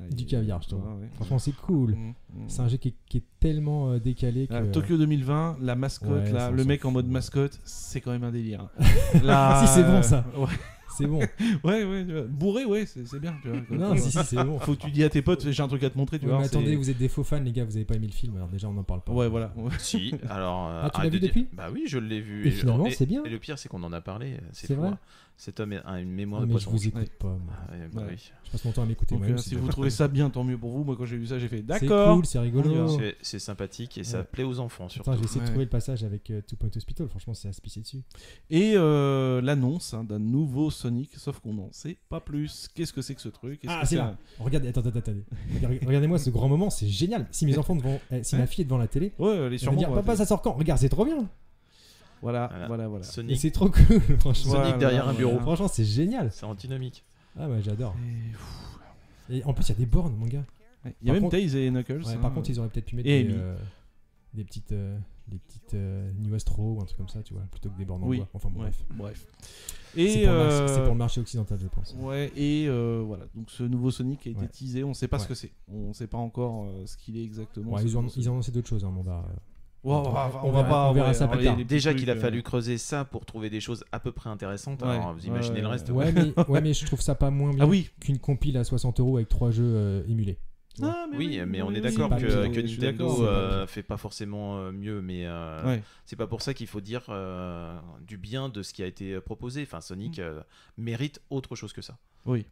ouais,
du
ouais,
caviar, je trouve.
ouais, ouais.
Franchement, c'est cool.
Mm, mm.
C'est un jeu qui est, qui est tellement euh, décalé que.
Ah, Tokyo 2020, la mascotte,
Ouais, ça,
là,
on
le
s'en
mec en mode
fout.
mascotte, c'est quand même un délire.
Si, c'est bon, ça.
Ouais,
C'est bon.
ouais, ouais, tu vois. bourré, ouais, c'est c'est bien. Tu vois, quoi.
non, si, si, c'est bon.
Faut que tu dis à tes potes, j'ai un truc à te montrer, tu
Ouais,
vois.
mais
c'est-
attendez, vous êtes des faux fans, les gars, vous avez pas aimé le film, alors déjà on en parle pas.
Ouais, voilà.
Si, alors. euh,
Ah, tu l'as
arrête
vu
de dire-
depuis
Bah oui, je l'ai vu.
Et finalement,
et-
c'est bien.
Et le pire, c'est qu'on en a parlé. C'est
C'est
fou,
vrai
hein. Cet homme a une
Ah,
mémoire de
mais je
poisson.
vous écoute
Ouais.
pas. moi.
Ah, ouais, bah
Ouais.
oui.
Je passe mon temps à m'écouter
Donc, euh,
moi-même.
si vous trouvez ça bien, tant mieux pour vous. Moi, quand j'ai vu ça, j'ai fait
C'est
d'accord.
cool, c'est rigolo.
On y va.
C'est- C'est sympathique et ça
Ouais.
plaît aux enfants surtout.
Putain, j'ai essayé de
Ouais.
trouver le passage avec euh, Two Point Hospital. Franchement, c'est à se pisser dessus.
Et euh, l'annonce hein, d'un nouveau Sonic, sauf qu'on n'en sait pas plus. Qu'est-ce que c'est que ce truc Est-ce
Ah,
que
c'est là. Regardez, attendez, attendez, attendez. Regardez- Regardez-moi ce grand moment, c'est génial. Si mes enfants devant, eh, si ma fille est devant la télé,
Ouais, elle est
elle va
sûrement. euh,
dire
droite.
papa ça sort quand Regarde, c'est trop bien.
Voilà,
Voilà.
voilà, voilà.
Et
Sonic,
c'est trop cool. Franchement,
Voilà,
Sonic derrière un
voilà.
bureau.
franchement, c'est génial.
C'est antinomique.
Ah ouais, j'adore.
Et, pff,
Et en plus, il y a des bornes, mon gars.
ouais. Il y a
Par
même
contre-
Tails et Knuckles.
Ouais,
hein.
par contre, ils auraient peut-être pu mettre
Et
des,
Amy.
euh, des petites. euh, des petites euh, New Astro ou un truc comme ça, tu vois, plutôt que des bornes en
Oui.
bois. Enfin bon,
Ouais,
bref.
bref.
C'est
Et
pour, le mar- c'est
euh,
pour le marché occidental, je pense.
Ouais, et euh, voilà. Donc ce nouveau Sonic a été
Ouais.
teasé. On ne sait pas
Ouais.
ce que c'est. On ne sait pas encore euh, ce qu'il est exactement.
Ouais,
ce
ils, ont,
nouveau
ils
Sonic.
ont annoncé d'autres choses, hein, mais on va, euh,
Ouais, on va,
on verra-
pas-
on verra
ouais,
ça plus
les-
tard.
les petits
Déjà qu'il a
trucs,
fallu
euh,
creuser ça pour trouver des choses à peu près intéressantes.
Ouais,
Alors, vous imaginez
ouais,
le reste.
Ouais, mais, ouais, mais je trouve ça pas moins bien
Ah oui.
qu'une compile à 60 euros avec trois jeux euh, émulés. Ouais.
Ah,
Oui, mais on est
oui,
d'accord
oui,
que,
oui,
que
je suis d'accord.
Nintendo
c'est
euh,
pas
fait pas forcément euh, mieux, mais euh,
Ouais.
c'est pas pour ça qu'il faut dire euh, du bien de ce qui a été euh, proposé. Enfin, Sonic euh, mérite autre chose que ça.
Oui.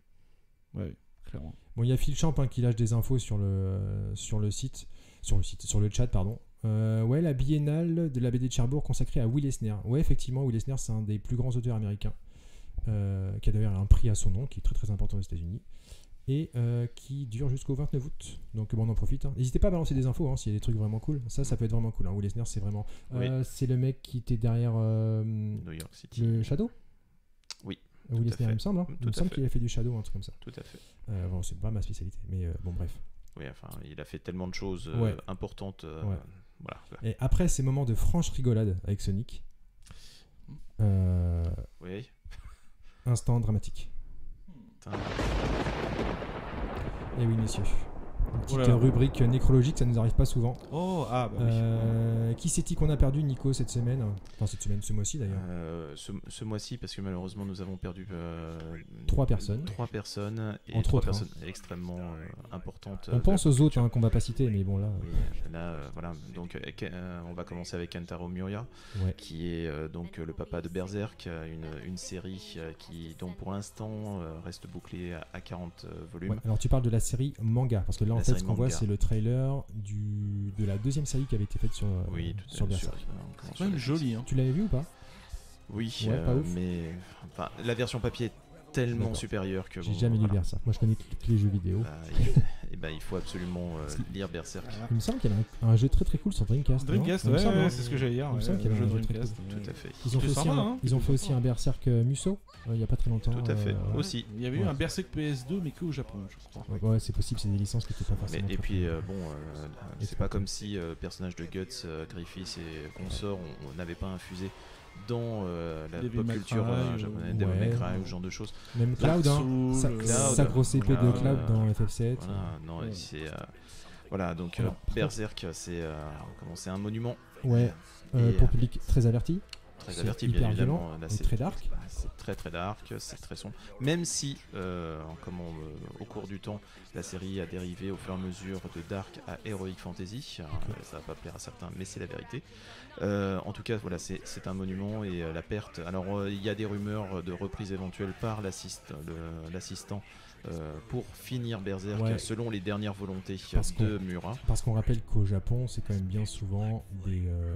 Ouais, clairement.
Bon, il y a Phil Champ hein, qui lâche des infos sur le, euh, sur le site, sur le site, sur le chat, pardon. Euh, ouais, la biennale de la BD de Cherbourg consacrée à Will Eisner. Ouais, effectivement, Will Eisner, c'est un des plus grands auteurs américains, euh, qui a d'ailleurs un prix à son nom, qui est très très important aux États-Unis, et euh, qui dure jusqu'au 29 août. Donc bon, on en profite. hein. N'hésitez pas à balancer des infos hein, s'il y a des trucs vraiment cool. Ça, ça peut être vraiment cool. hein. Will Eisner, c'est vraiment.
Oui.
Euh, c'est le mec qui était derrière euh,
New York City,
le Shadow
Oui,
Euh, Will
tout à
Eisner,
fait.
il me semble. hein.
Tout
il me
à
semble
fait.
qu'il a fait du Shadow, un truc comme ça.
tout à fait.
Euh, bon, c'est pas ma spécialité, mais euh, bon, bref.
Oui, enfin, il a fait tellement de choses euh,
Ouais.
importantes. euh,
Ouais.
Voilà.
Et après ces moments de franche rigolade avec Sonic, euh,
Oui.
instant dramatique.
Putain.
Et Eh oui, messieurs. Une petite
Oh
euh,
là là.
rubrique nécrologique, ça nous arrive pas souvent.
Oh, ah, bah oui.
Euh, qui c'est-il qu'on a perdu, Nico, cette semaine Enfin, cette semaine, ce mois-ci d'ailleurs.
Euh, ce ce mois-ci, parce que malheureusement, nous avons perdu euh,
Trois personnes.
Trois personnes et
Entre
trois
autres, hein.
personnes extrêmement euh, importantes.
On
euh,
pense aux autres hein, qu'on va pas citer, mais bon, là.
Oui, là, euh, voilà. Donc, euh, Ke- euh, on va commencer avec Kentaro Muria,
Ouais.
qui est euh, donc euh, le papa de Berserk, euh, une, une série euh, qui, donc pour l'instant, euh, reste bouclée à, à 40 euh, volumes.
Ouais, Alors, tu parles de la série manga, parce que là, en
La
fait,
série
ce qu'on voit,
manga.
c'est le trailer du... de la deuxième série qui avait été faite sur, euh,
Oui, tout à
sur
fait.
Berserk.
sur- euh, comment
C'est
sur
quand même
la-
joli. Hein.
Tu l'avais vu ou pas
Oui,
Ouais,
euh,
pas ouf.
mais enfin, la version papier est tellement
D'accord.
supérieure que.
J'ai
bon,
jamais lu
voilà.
Berserk. Moi, je connais tous les jeux vidéo.
Bah, il, et ben, il faut absolument euh, lire Berserk.
Il me semble qu'il y avait un, un jeu très très cool sur Dreamcast. non
Dreamcast,
Il me
ouais,
semble,
ouais,
hein.
c'est ce que j'allais dire.
Il me
ouais,
semble qu'il y
le
avait
jeu
un truc
Dreamcast.
Tout à fait.
Ils ont, fait
C'était
aussi,
sympa,
un,
hein,
ils ont
c'était
fait aussi
sympa.
un Berserk euh, Musso euh, il n'y a pas très longtemps.
Tout à fait.
euh,
Aussi.
Il y avait eu
Ouais.
un Berserk PS2, mais que au Japon, je crois.
ouais, ouais, c'est possible, c'est des licences qui n'étaient pas
Mais-
forcément.
et
très-
puis euh, bon, euh,
Et
c'est
puis-
pas comme si euh, personnages de Guts, euh, Griffiths et consorts, on- on n'avait pas infusé dans euh, la
Devil
pop
May
culture
Cry,
euh,
ou-
japonaise, Devil May
Ouais.
Cry ou ce genre de choses.
Même Cloud,
Dark
hein,
Souls,
sa,
euh,
Cloud,
sa grosse épée de
Cloud,
Cloud
euh,
dans FF7.
Voilà, non, et
Ouais.
c'est euh, voilà donc
Alors,
euh,
par contre-
Berserk, c'est euh, comment c'est un monument
Ouais, euh,
Et,
pour
euh,
public très averti.
très
C'est
averti,
hyper
bien évidemment. Là,
et
c'est
très dark.
Bah, C'est très très dark, c'est très sombre. Même si, euh, comment, euh, au cours du temps, la série a dérivé au fur et à mesure de dark à heroic fantasy, euh, ça va pas plaire à certains, mais c'est la vérité. Euh, en tout cas, voilà, c'est c'est un monument et euh, la perte. Alors, euh, il y a des rumeurs de reprise éventuelle par l'assist- le- l'assistant. euh, pour finir Berserk
Ouais.
selon les dernières volontés
Parce qu'on-
de Murat.
Parce qu'on rappelle qu'au Japon, c'est quand même bien souvent des, euh,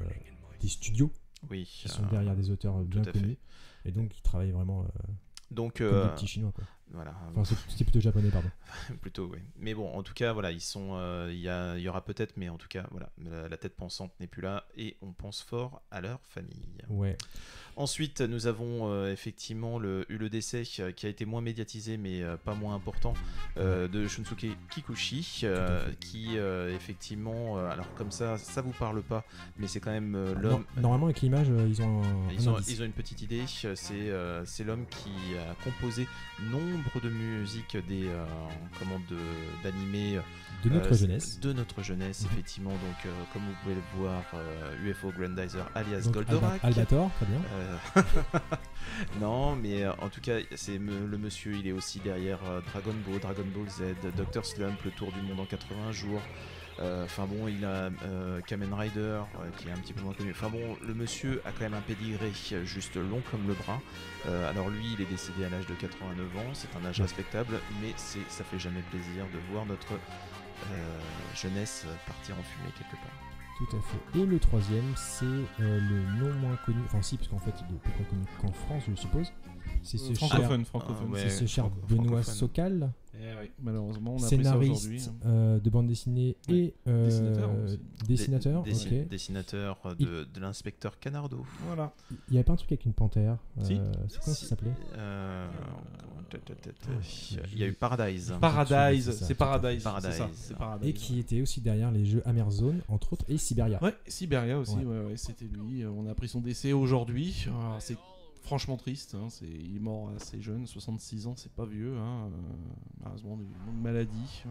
des studios
Oui.
qui sont
euh,
derrière des auteurs bien
tout à fait.
connus. Et donc, ils travaillent vraiment euh,
donc
comme
euh,
des petits chinois. Quoi.
voilà.
Enfin, c'est c'est plutôt japonais, pardon.
plutôt oui mais bon en tout cas voilà ils sont euh, il y a- il y, aura peut-être mais en tout cas voilà la, la tête pensante n'est plus là et on pense fort à leur famille
Ouais.
ensuite nous avons euh, effectivement le, eu le décès euh, qui a été moins médiatisé mais euh, pas moins important euh, de Shunsuke Kikuchi euh, qui euh, effectivement euh, alors comme ça ça vous parle pas mais c'est quand même euh, l'homme
Ah, Non- normalement, avec l'image, euh, ils ont un.
ils
un
ont,
indice.
ils ont une petite idée, euh, c'est euh, c'est l'homme qui a composé nombre de musiques des euh, comment, de- d'animés
De notre
euh,
jeunesse.
De notre jeunesse,
Mhm.
effectivement. Donc, euh, comme vous pouvez le voir, euh, UFO Grandizer alias
Donc, Alba-
Goldorak.
Albator, très bien.
Euh, non, mais euh, en tout cas, c'est me- le monsieur, il est aussi derrière euh, Dragon Ball, Dragon Ball Z, Dr. Slump, Le Tour du Monde en 80 jours. Euh, Enfin bon, il a euh, Kamen Rider euh, qui est un petit peu moins connu. Enfin bon, le monsieur a quand même un pédigré euh, juste long comme le bras. Euh, alors lui, il est décédé à l'âge de 89 ans, c'est un âge respectable, mais c'est- ça fait jamais plaisir de voir notre euh, jeunesse partir en fumée quelque part.
Tout à fait. Et le troisième, c'est euh, le non moins connu, enfin si, parce qu'en fait, il est peu connu qu'en France, je suppose. C'est ce cher,
Euh, Francophone, francophone.
Ah, ouais.
c'est ce cher
franco-
Benoît
francophone.
Socal,
Eh oui, malheureusement, on a appris ça aujourd'hui. hein.
Scénariste euh, de bande dessinée et euh,
Dessinateur hein, aussi.
dessinateur,
Des- dessi-
ok.
Dessinateur de, de l'inspecteur Canardo.
Voilà.
Il n'y avait pas un truc avec une panthère.
Si. Ah,
euh, c'est comment ça s'appelait Ah,
Euh,
je-
Il y a eu Paradise.
Paradise,
c'est ça,
c'est Paradise.
tout à fait.
C'est ça,
Paradise.
c'est Paradise.
Et qui était aussi derrière les jeux Amerzone, entre autres, et Siberia.
Ouais, Siberia aussi,
Ouais.
ouais, ouais, c'était lui. Euh, On a appris son décès aujourd'hui. Alors, C'est franchement triste. hein, c'est- Il est mort assez jeune, 66 ans, c'est pas vieux. Hein. euh, Malheureusement, une longue maladie. euh.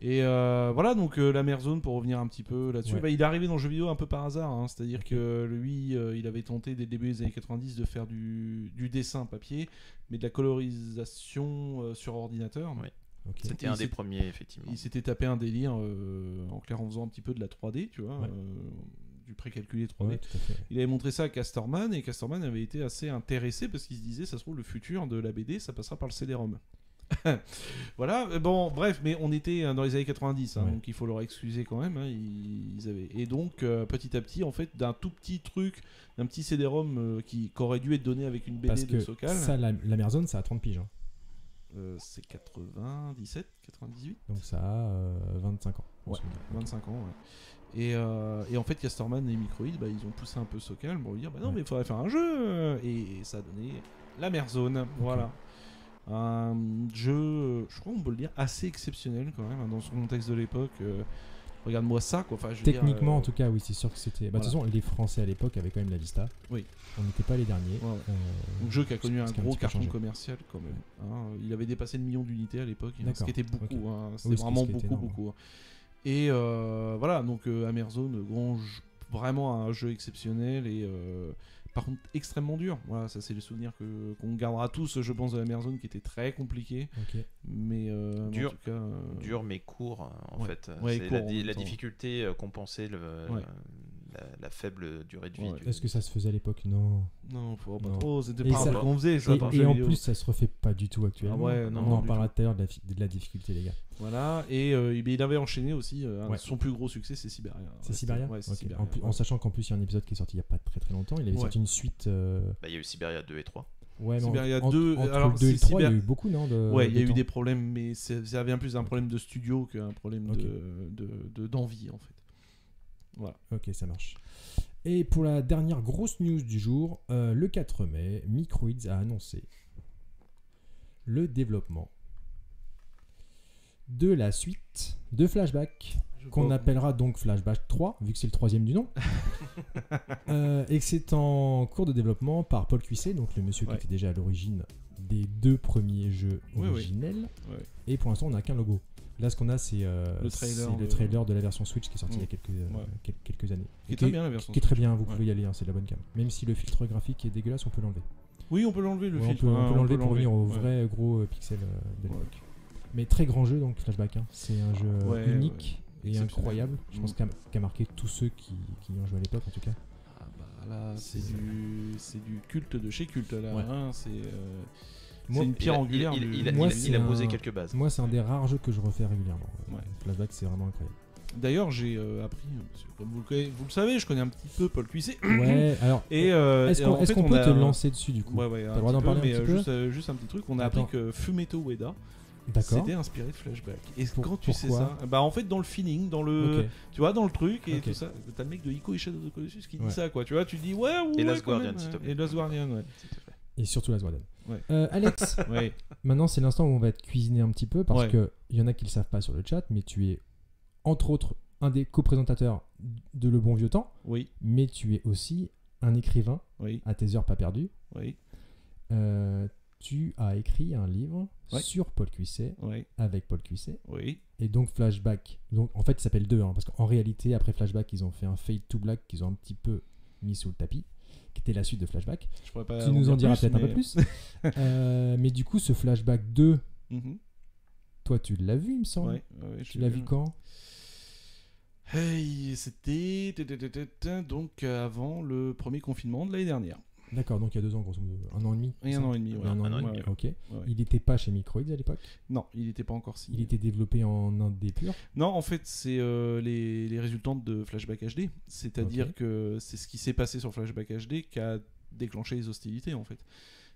Et euh, voilà, donc euh, la mère zone, pour revenir un petit peu là-dessus,
Ouais.
bah, il est arrivé dans le jeu vidéo un peu par hasard. hein, C'est-à-dire que lui, euh, il avait tenté dès le début des années 90 de faire du, du dessin papier, mais de la colorisation euh, sur ordinateur.
Ouais.
ok.
C'était
Il
un des
s'est-
premiers, effectivement.
Il s'était tapé un délire euh, en clair en faisant un petit peu de la 3D, tu vois,
Ouais.
euh, du précalculé 3D.
Ouais, tout à fait.
Il avait montré ça à Casterman et Casterman avait été assez intéressé parce qu'il se disait ça se trouve le futur de la BD ça passera par le CD-ROM. voilà, euh, bon, bref, mais on était euh, dans les années 90, hein,
Ouais.
donc il faut leur excuser quand même. hein, ils ils avaient... Et donc, euh, petit à petit, en fait, d'un tout petit truc, d'un petit CD-ROM euh, qui qu'aurait dû être donné avec une BD
Parce
de
que
Sokal,
ça, la, l'Amerzone, ça a 30 piges. hein.
euh, c'est 97, 98
Donc ça a euh, 25 ans. en
Ouais.
ce moment.
25 ans, ouais. Et, euh, et en fait, Casterman et Microïd, bah, ils ont poussé un peu Sokal pour lui dire Bah non,
Ouais.
mais il faudrait faire un jeu Et, ça a donné la Merzone. Voilà. Un jeu, euh, je crois qu'on peut le dire, assez exceptionnel quand même, hein, dans son contexte de l'époque. euh, Regarde-moi ça, quoi. Enfin, je veux dire,
Techniquement,
euh,
en tout cas, oui, c'est sûr que c'était. Bah, De toute façon, les Français à l'époque avaient quand même la Vista.
Oui.
On n'était pas les derniers.
Ouais, ouais.
Euh,
Un jeu qui a connu
ce
un
qui a un
gros
petit peu
carton
changé.
commercial quand même. hein. Il avait dépassé le million d'unités à l'époque, hein, ce
D'accord,
qui était beaucoup.
ok.
hein.
Oui,
C'était
ce qui-
vraiment
ce qui était
beaucoup,
énorme.
beaucoup. hein. Et euh, voilà, donc euh, Amerzone, grand jeu- vraiment un jeu exceptionnel et euh, par contre extrêmement dur. Voilà, ça c'est le souvenir que qu'on gardera tous, je pense, de Amerzone qui était très compliqué,
ok.
mais euh,
Dur.
en tout cas, euh,
Dur mais court, en
Ouais.
fait.
Ouais,
C'est
court,
la,
en
di-
même
la
temps.
difficulté euh, compensait le,
Ouais.
la, la faible durée de vie.
Ouais.
du-
Est-ce que ça se faisait à l'époque Non.
Non, faut pas
Non.
trop. C'était
Et
pas un
ça-
truc qu'on faisait. ça,
Et,
par
et
jeu
en
vidéo.
plus, ça se refait pas du tout actuellement.
Ah ouais, non,
On
non,
en
du Ah,
parlera tout à l'heure de, la fi- de la difficulté, les gars.
Voilà, et euh, il il avait enchaîné aussi. euh, un-
Ouais.
Son plus gros succès, c'est Sibéria.
C'est Siberia
Ouais, c'est
Ok.
Siberia.
En, plus- en sachant qu'en plus, il y a un épisode qui est sorti il y a pas très très longtemps. Il avait
Ouais.
sorti une suite. euh,
Bah, il y a eu Siberia 2 et 3.
Ouais, mais en-
Siberia
entre-
2,
entre
alors,
le 2 et le
c'est
3, il y a
Siber-
eu beaucoup, non de,
Ouais, il y a
de
eu
euh, temps
des problèmes, mais c'est- ça vient plus d'un problème de studio qu'un problème
Ok.
de- de- de- d'envie, en fait.
Ok, ça marche. Et pour la dernière grosse news du jour, euh, le 4 mai, Microids a annoncé le développement de la suite de Flashback, qu'on appellera donc Flashback 3, vu que c'est le troisième du nom, Euh, et que c'est en cours de développement par Paul Cuisset, donc le monsieur
Ouais.
qui était déjà à l'origine des deux premiers jeux
Oui, oui.
originels.
Ouais.
Et pour l'instant, on n'a qu'un logo. Là, ce qu'on a, c'est euh,
Le trailer
c'est
de-
le trailer de la version Switch qui est sortie
Mm.
il y a quelques, euh,
Ouais.
quel- quelques années.
Qui est
Et
très bien la version.
qui est très bien, vous
Ouais.
pouvez y aller, hein, c'est de la bonne cam. Même si le filtre graphique est dégueulasse, on peut l'enlever.
Oui, on peut l'enlever le
Ouais, on
filtre.
peut, on
hein,
peut l'enlever pour revenir au
ouais.
vrai gros euh, pixel euh, de
Ouais.
l'époque. Mais très grand jeu, donc Flashback. hein. C'est un jeu euh,
Ouais,
unique
ouais.
et
Exceptionnel.
incroyable. Je pense
Mm.
qu'a qu'a marqué tous ceux qui, qui y ont joué à l'époque, en tout cas.
Ah bah là, c'est du, c'est du culte de chez culte là.
Ouais.
hein, c'est euh,
Moi-
c'est une
Il
pierre
a, il,
angulaire.
il-
du-
il a-
Moi,
il a- il a
c'est
posé
un-
quelques bases.
Moi, c'est un des rares jeux que je refais régulièrement.
Ouais.
Flashback, c'est vraiment incroyable.
D'ailleurs, j'ai euh, appris, parce que comme vous le, connaissez- vous le savez, je connais un petit peu Paul Cuisset.
ouais, alors.
Et euh,
Est-ce
et
qu'on
en
est-ce
fait,
qu'on
on
peut
a-
te lancer dessus, du coup
Ouais, ouais, un
le droit
petit
d'en
peu,
parler un
mais
petit
euh,
peu
juste, euh, juste un petit truc. On a
Attends.
appris que Fumeto Ueda
D'accord.
c'était inspiré de Flashback. Et
Pour-
quand tu sais
pourquoi
ça, bah en fait dans le feeling, dans le,
Ok.
tu vois, dans le truc et
Ok.
tout ça. T'as le mec de Ico et Shadow of the Colossus qui
Ouais.
dit ça, quoi. Tu vois, tu dis ouais, ouais.
Et Last
quand même,
Guardian, s'il te
ouais.
plaît.
Et Last Guardian, ouais.
Et surtout la Zwarden.
Ouais.
Euh, Alex,
ouais.
Maintenant, c'est l'instant où on va te cuisiner un petit peu parce
Ouais.
que qu'il y en a qui le savent pas sur le chat, mais tu es entre autres un des co-présentateurs de Le Bon Vieux Temps,
Oui,
mais tu es aussi un écrivain
oui,
à tes heures pas perdues.
oui,
Euh, tu as écrit un livre
Ouais.
sur Paul Cuisset
oui,
avec Paul Cuisset
oui.
et donc Flashback. Donc en fait, il s'appelle deux hein, parce qu'en réalité, après Flashback, ils ont fait un Fade to Black qu'ils ont un petit peu mis sous le tapis, qui était la suite de Flashback.
Je pourrais pas.
tu nous en diras
dire
peut-être un peu
mais-
plus. Euh, mais du coup, ce Flashback 2,
Mhm.
toi, tu l'as vu, il me semble.
Ouais, ouais, je
Tu l'as
sais
vu
bien.
quand
Hey, c'était tatatatata, donc euh, avant le premier confinement de l'année dernière.
D'accord, donc il y a deux ans, grosso modo. Un an et demi
Et
c'est
un
ça
an et demi. ouais.
Un an
un
et
an
demi,
Ouais,
ok.
ouais, ouais.
Il n'était pas chez Microids à l'époque.
Non, il n'était pas encore signé.
Il était développé en indé pur.
Non, en fait, c'est euh, les, les résultantes de Flashback HD. C'est-à-dire
Ok.
que c'est ce qui s'est passé sur Flashback HD qui a déclenché les hostilités, en fait.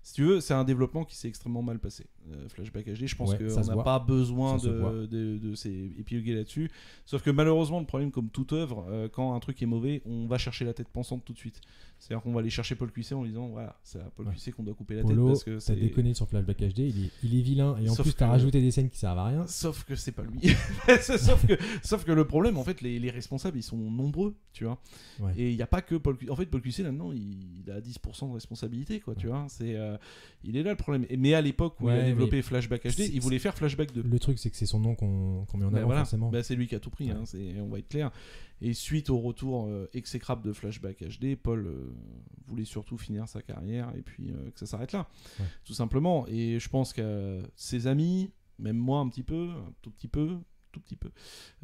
si tu veux, c'est un développement qui s'est extrêmement mal passé. Euh, Flashback HD, je pense
Ouais, ça
qu'on
se
n'a
voit.
pas besoin
Ça se voit.
de, de, de s'épiloguer là-dessus. Sauf que malheureusement, le problème, comme toute œuvre, euh, quand un truc est mauvais, on va chercher la tête pensante tout de suite. C'est-à-dire qu'on va aller chercher Paul Cuisset en lui disant voilà, c'est à Paul
Ouais.
Cuisset qu'on doit couper la
Polo,
tête parce que
t'as
c'est.
déconné sur Flashback HD, il est, il est vilain, et en
Sauf
plus t'as
que-
rajouté des scènes qui servent à rien.
Sauf que c'est pas lui. sauf, que, sauf que le problème, en fait, les, les responsables, ils sont nombreux, tu vois.
Ouais.
Et il n'y a pas que Paul Cuisset. En fait, Paul Cuisset, là-dedans, il, il a 10% de responsabilité, quoi, tu vois. C'est, euh, il est là le problème. Et- mais à l'époque où il
Ouais,
a
mais-
développé Flashback HD,
C'est-
il voulait faire Flashback 2.
Le truc, c'est que c'est son nom qu'on qu'on met en
Bah
avant,
voilà.
forcément.
Bah, c'est lui qui a tout pris,
Ouais.
hein, c'est- on va être clair. Et suite au retour euh, exécrable de Flashback HD, Paul euh, voulait surtout finir sa carrière et puis euh, que ça s'arrête là,
Ouais.
tout simplement. Et je pense que euh, ses amis, même moi un petit peu, un tout petit peu, tout petit peu,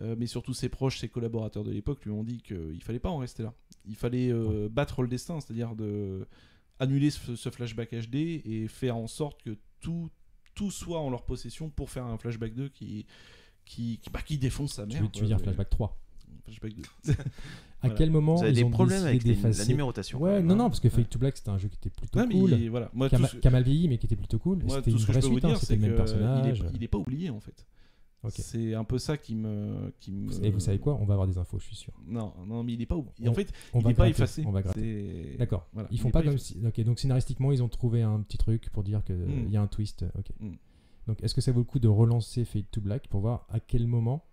euh, mais surtout ses proches, ses collaborateurs de l'époque lui ont dit qu'il fallait pas en rester là. Il fallait euh, battre le destin, c'est-à-dire de annuler ce, ce flashback HD et faire en sorte que tout tout soit en leur possession pour faire un flashback 2 qui qui, qui, bah, qui défonce sa
tu
mère.
veux, tu veux
quoi,
dire
mais-
Flashback 3.
Flashback 2.
À
Voilà.
quel moment
Vous avez
ils
des
ont
problèmes
décidé
avec les- la
d'effacer
numérotation. quand
Ouais,
même,
non,
hein.
non, parce que Fake to Black, c'était un jeu qui était plutôt
Non, mais
cool.
il- voilà. Moi,
qui a
tout
ma-
ce-
qui a mal vieilli mais qui était plutôt cool.
moi,
c'était
tout
une
ce que je
vraie
peux vous
suite, hein,
dire,
c'était
c'est
le
que
même
euh,
personnage.
il, est, il est pas oublié en fait.
Ok.
C'est un peu ça qui me, qui me.
Et vous savez quoi On va avoir des infos, je suis sûr.
Non, non, mais il est pas oublié. En
On-
fait,
On
il
va
est pas
gratter,
effacé.
On va gratter.
C'est-
D'accord.
Voilà,
Ils
il
font
est
pas,
pas
comme si. Ok, donc scénaristiquement, ils ont trouvé un petit truc pour dire qu'il
Mm.
y a un twist. Ok.
Mm.
Donc, est-ce que ça vaut le coup de relancer Fade to Black pour voir à quel moment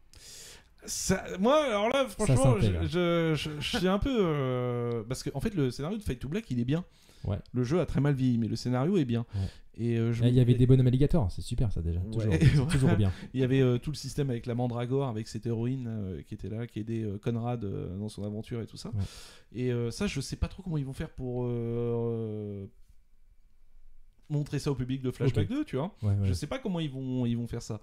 Ça- moi, alors là, franchement,
s'intègre.
je, je, je- je suis un peu. euh, parce que, en fait, le scénario de Fight to Black, il est bien.
Ouais.
Le jeu a très mal vieilli, mais le scénario est bien.
Ouais.
Et euh, je
Là, Eh, Il y
me-
avait des bonhommes alligators, c'est super ça déjà.
Ouais.
Toujours,
Et
c'est
voilà.
toujours bien.
Il y avait euh, tout le système avec la mandragore, avec cette héroïne euh, qui était là, qui aidait euh, Conrad euh, dans son aventure et tout ça.
Ouais.
Et euh, ça, je sais pas trop comment ils vont faire pour euh, euh, montrer ça au public de Flashback 2, tu vois.
Ouais, ouais.
Je sais pas comment ils vont, ils vont faire ça.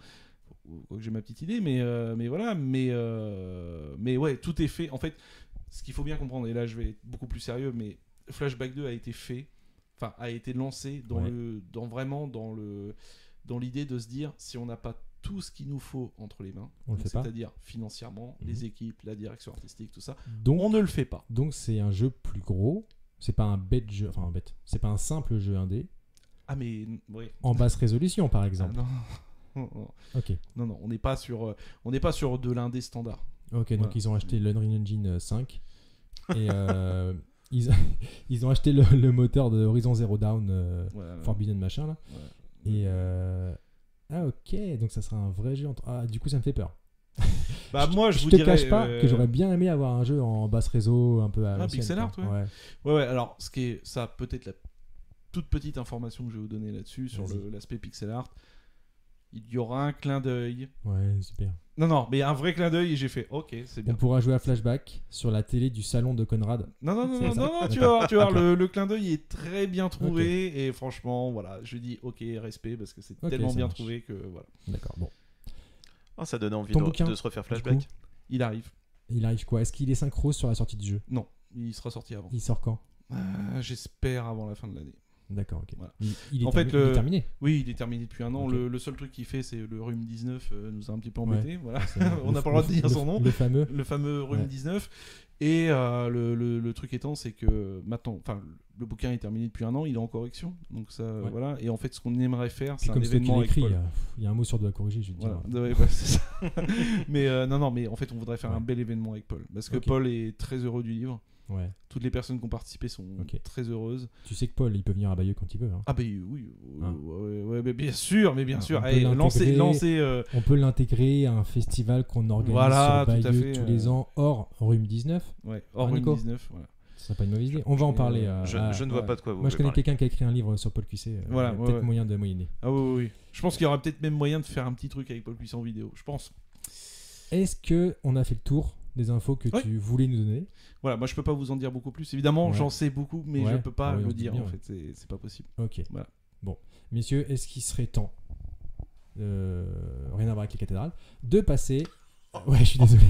Quoique j'ai ma petite idée, mais, euh, mais voilà. Mais, euh, mais ouais, tout est fait. En fait, ce qu'il faut bien comprendre, et là je vais être beaucoup plus sérieux, mais Flashback 2 a été fait, enfin, a été lancé dans,
Ouais.
le, dans vraiment dans le dans l'idée de se dire si on n'a pas tout ce qu'il nous faut entre les mains,
On le
donc
fait pas.
c'est-à-dire financièrement,
Mhm.
les équipes, la direction artistique, tout ça, on
Donc,
ne le fait pas.
donc c'est un jeu plus gros. C'est pas un bête jeu, enfin un bête. C'est pas un simple jeu indé
Ah, mais oui.
en basse résolution par
Ah,
exemple.
non. non,
ok.
non, non, on n'est pas sur, euh, on n'est pas sur de l'indé standard.
Ok, donc
Voilà.
ils ont acheté l'Unreal Engine euh, 5 et euh, ils, ils ont acheté le, le moteur de Horizon Zero Dawn euh,
Voilà.
Forbidden machin là.
Ouais.
Et euh, ah ok, donc ça sera un vrai jeu. entre- Ah, du coup ça me fait peur.
Bah moi je,
Je
vous
te
dirais,
cache pas
euh,
que j'aurais bien aimé avoir un jeu en basse réseau, un peu à
Ah,
l'ancienne,
pixel art,
quoi.
ouais. Ouais ouais, alors ce qui est ça peut-être la toute petite information que je vais vous donner là-dessus sur
Vas-y.
le- l'aspect pixel art. Il y aura un clin d'œil.
ouais, ouais, super.
Non non, mais un vrai clin d'œil et j'ai fait OK, c'est
On
bien.
pourra jouer à Flashback sur la télé du salon de Conrad.
Non non non
C'est
non,
ça.
non, non, tu vas
D'accord.
voir, tu vas voir, le, le clin d'œil est très bien trouvé et franchement voilà, je dis OK, respect parce que c'est
Ok,
tellement
ça
bien
marche.
trouvé que voilà,
D'accord. Bon,
Ah, ça donne envie
Ton
de,
bouquin,
de se refaire
du
flashback.
coup,
il arrive.
il arrive quoi Est-ce qu'il est synchro sur la sortie du jeu
Non, il sera sorti avant.
Il sort quand
Ah, J'espère avant la fin de l'année.
D'accord, ok.
Voilà.
Il, il est
En fait, euh,
termi- il est
le-
terminé.
Oui, il est terminé depuis un an.
Ok.
Le, le seul truc qu'il fait, c'est le rhume 19, euh, nous a un petit peu embêtés. Voilà.
C'est vrai.
On
Le-
n'a pas le droit de
le-
dire
le-
son nom.
Le fameux.
Le fameux rhume
Ouais.
19. Et euh, le, le- le truc étant, c'est que maintenant, enfin, le bouquin est terminé depuis un an, il est en correction. Donc ça,
Ouais.
voilà. Et en fait, ce qu'on aimerait faire,
Puis
c'est un
comme c'est toi
événement
qui
avec
l'écris,
Paul.
euh, pff, il y a un mot sur deux à corriger, je vais te dire.
Voilà. Ouais, bah, c'est ça. mais euh, non, non, mais en fait, on voudrait faire
Ouais.
un bel événement avec Paul. Parce que
Ok.
Paul est très heureux du livre.
Ouais.
Toutes les personnes qui ont participé sont
Ok.
très heureuses.
Tu sais que Paul, il peut venir à Bayeux quand il veut. hein.
Ah, ben oui, euh,
Hein.
ouais, ouais, mais bien sûr, mais bien
On
sûr.
peut
Eh, lancez,
l'intégrer.
lancez, euh,
On peut l'intégrer à un festival qu'on organise
Voilà,
sur
tout à
Bayeux
fait,
tous
euh.
les ans, hors Rhume 19.
Ouais, hors
Ah, Nico.
19, voilà.
Ce serait pas une mauvaise idée. On va en
Et,
parler.
euh,
euh,
Je,
à-
je ne
ouais.
vois pas de quoi vous
Moi, je
voulez
connais
parler.
quelqu'un qui a écrit un livre sur Paul Cuisset. euh,
Voilà,
il y a
ouais,
peut-être
ouais.
moyen de moyenner.
Ah oui, oui, oui. Je pense qu'il y aura peut-être même moyen de faire un petit truc avec Paul Cuisson vidéo, je pense.
Est-ce que on a fait le tour des infos que
Ouais.
tu voulais nous donner
Voilà, moi je peux pas vous en dire beaucoup plus. Évidemment,
Ouais.
j'en sais beaucoup, mais
Ouais.
je peux pas
Ah oui, on
le
dit
dire
bien,
en
ouais.
fait, c'est- c'est pas possible.
Ok.
Voilà.
Bon, messieurs, est-ce qu'il serait temps, euh, rien à voir avec les cathédrales, de passer. Ouais, je suis désolé.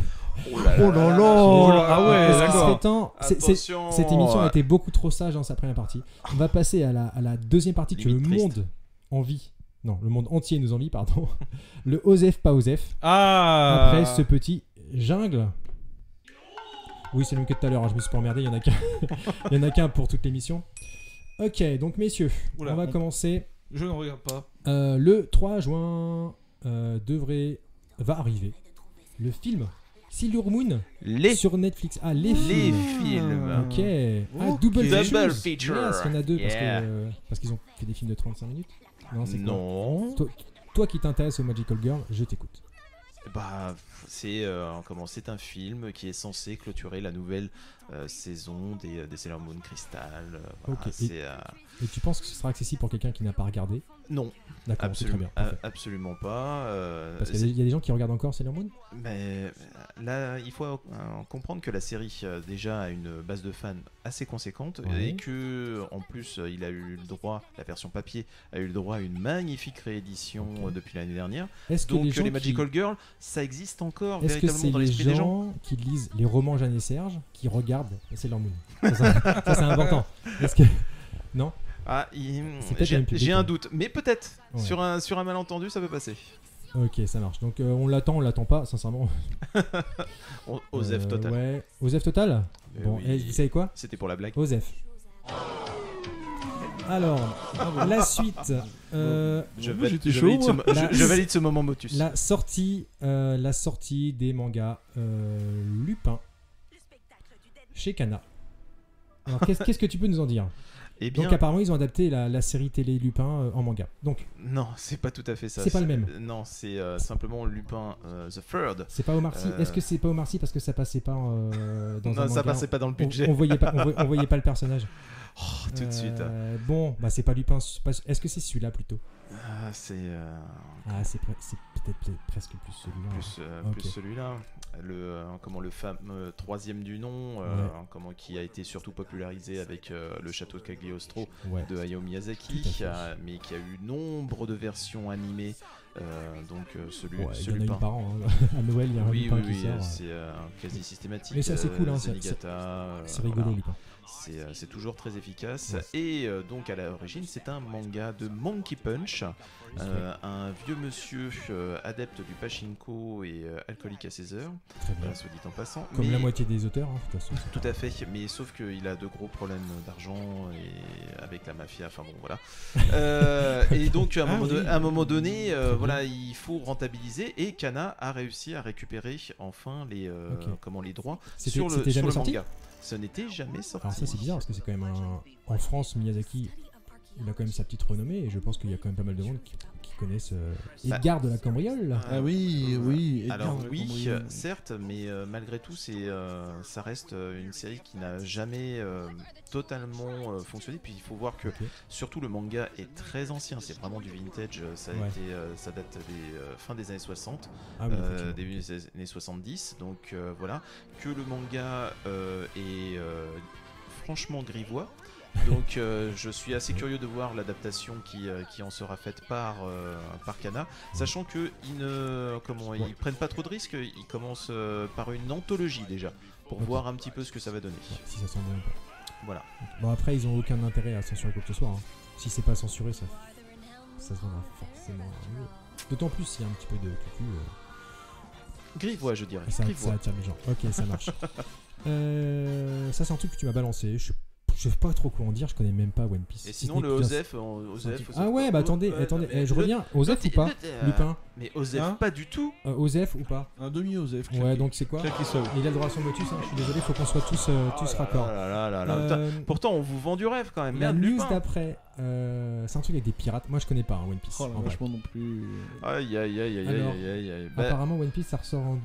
Oh là
Oh là là
Oh
Ah ouais,
Est-ce qu'il
d'accord.
serait temps C'est- c'est- Cette émission a été beaucoup trop sage dans sa première partie. On va passer à la, à la deuxième partie que le
Limite triste.
monde envie. Non, le monde entier nous envie, pardon. Le Osef pas Osef.
Ah
Après ce petit jungle. Oui, c'est le même que tout à l'heure, hein, je me suis pas emmerdé, il y en a qu'un. il y en a qu'un pour toute l'émission. Ok, donc messieurs,
Oula,
on va
on-
commencer.
Je ne regarde pas.
Euh, le 3 juin euh, devrait va arriver le film Silver Moon
Les,
sur Netflix. Ah les,
les
films.
films.
Ok. Ah,
Ok.
double,
Double
feature.
feature.
Yes, il y en a deux parce que,
Yeah.
euh, parce qu'ils ont fait des films de 35 minutes. Non, c'est quoi
Non.
Toi, toi qui t'intéresses au Magical Girl, je t'écoute.
Bah, c'est euh, comment C'est un film qui est censé clôturer la nouvelle euh, saison des, des Sailor Moon Crystal. euh, voilà,
Ok. Et-
c'est, euh,
Et tu penses que ce sera accessible pour quelqu'un qui n'a pas regardé
non,
D'accord, Ah, c'est très
absolument,
bien. parfait.
a- absolument pas. ah, euh,
Parce qu'il y a des- il y a des gens qui regardent encore Sailor Moon
Mais là, il faut euh, comprendre que la série euh, déjà a une base de fans assez conséquente
Ouais.
et que en plus euh, il a eu le droit, la version papier a eu le droit à une magnifique réédition
Ok.
euh, depuis l'année dernière.
Est-ce que
Donc
les
les,
gens qui-
Magical Girls, ça existe encore
Est-ce que
véritablement
c'est
dans
les
l'esprit des gens.
gens qui lisent les romans Jeanne et Serge qui regardent Sailor Moon Ça, ça- ça, c'est important. Est-ce que
Ah, il-
C'est peut-être le
j'ai
même public,
j'ai
hein.
un doute, mais peut-être
Ouais.
sur un sur un malentendu ça peut passer.
Ok, ça marche. Donc euh, on l'attend, on l'attend pas, sincèrement.
O- Osef
Euh,
total.
Ouais. Osef total.
Euh,
bon,
oui.
et vous savez quoi
C'était pour la blague.
Osef. Alors, la suite. euh,
Je,
Bon,
valide-
j'étais
je
chaud,
valide ce
moi.
mo-
La-
je- je valide ce moment motus.
la sortie, euh, la sortie des mangas euh, Lupin chez Kana. Alors qu'est-ce qu'est-ce que tu peux nous en dire
Eh
Donc
bien,
apparemment ils ont adapté la, la série télé Lupin euh, en manga. Donc
Non, c'est pas tout à fait ça.
C'est pas le même.
Non, c'est euh, simplement Lupin euh, the Third.
C'est pas Omar Sy.
Euh.
Est-ce que c'est pas Omar Sy parce que ça passait pas euh, dans un
non, ça
manga
passait pas dans le
On-
budget.
On, voyait pas, on, voy- on voyait pas le personnage.
Oh, tout de suite.
Euh, Bon, bah c'est pas Lupin. c'est pas- Est-ce que c'est celui-là plutôt
Ah, c'est euh,
Ah, c'est pre- c'est peut-être pl- presque plus celui-là.
plus, euh,
Ah, Ok.
plus celui-là. Le euh, comment le fameux troisième du nom, euh, comment qui a été surtout popularisé avec euh, le château de Cagliostro
Ouais.
de Hayao Miyazaki,
Tout à fait.
euh, mais qui a eu nombre de versions animées. euh, donc euh, celui,
Ouais, il y
ce
en a
Lupin.
une par an. hein. À Noël, il y a un
Oui,
Lupin
oui,
qui
oui,
sort.
euh,
ouais.
c'est euh, quasi systématique.
Mais c'est assez cool, hein, c'est-
Zenigata, euh,
C'est rigolo,
voilà.
Lupin.
C'est euh, c'est toujours très efficace. Et euh, donc à l'origine, c'est un manga de Monkey Punch, euh, un vieux monsieur euh, adepte du pachinko et euh, alcoolique à 16 heures,
Très bien.
euh, soit dit en passant.
Comme
mais,
la moitié des auteurs, hein, de toute façon.
Tout à fait, mais sauf qu'il a de gros problèmes d'argent et avec la mafia, enfin bon voilà. Euh, et donc à un
Ah
moment,
oui.
don- à un moment donné, euh,
Très bien.
voilà, il faut rentabiliser et Kana a réussi à récupérer enfin les, euh,
Ok.
comment, les droits
C'était-
sur le,
c'était
sur
jamais
le
sorti
manga. Ce n'était jamais sorti.
Alors ça c'est bizarre parce que c'est quand même un... en France Miyazaki il a quand même sa petite renommée et je pense qu'il y a quand même pas mal de monde qui, qui connaissent euh,
Bah-
Edgar de la cambriole.
Ah
oui, oui. Edgar
Alors
de
oui,
Cambrion.
euh, certes, mais euh, malgré tout, c'est, euh, ça reste euh, une série qui n'a jamais euh, totalement euh, fonctionné. Puis il faut voir que
Ok.
surtout le manga est très ancien, c'est vraiment du vintage, euh, ça, a
Ouais.
été, euh, ça date des euh, fin des années 60,
Ah oui,
euh,
effectivement.
début des années 70. Donc euh, voilà, que le manga euh, est euh, franchement grivois. Donc euh, je suis assez curieux de voir l'adaptation qui, euh, qui en sera faite par, euh, par Kana, sachant que ils ne comment, ils
Ouais.
prennent pas trop de risques, ils commencent euh, par une anthologie déjà, pour
Ok.
voir un petit peu ce que ça va donner.
Si ça sent bien ou pas.
Voilà.
Bon après ils ont aucun intérêt à censurer quoi que ce soit. hein. Si c'est pas censuré ça, ça se vendra forcément mieux. D'autant plus s'il y a un petit peu de cucu, euh,
Grivois je dirais.
Ah, ça, ça
Grivois.
attire les gens. Ok ça marche. Euh, ça c'est un truc que tu m'as balancé. Je, je sais pas trop quoi en dire, je connais même pas One Piece.
Et
Si
sinon
ce n'est
le
qu'un-
Osef, euh, Osef, Osef,
Ah ouais
oh,
bah
oh,
attendez,
euh,
attendez,
mais
eh, je
le-
reviens. Osef
le-
ou pas
le- euh,
Lupin
Mais Osef
Hein
pas du tout
Euh, Osef ou pas
Un demi-Osef.
Ouais, donc c'est quoi Oh
Claque les sabots.
Il a le droit à son motus, hein, je suis désolé, faut qu'on soit tous, euh, tous raccords.
Ah là là là là.
Euh,
Pourtant on vous vend du rêve quand même.
la
Merde,
news
Lupin.
d'après, euh, c'est un truc avec des pirates. Moi je connais pas hein, One Piece.
Oh là,
en vrai.
franchement non plus.
Aïe aïe aïe aïe aïe
Alors,
aïe aïe aïe. Bah,
Apparemment, One Piece ça ressort en,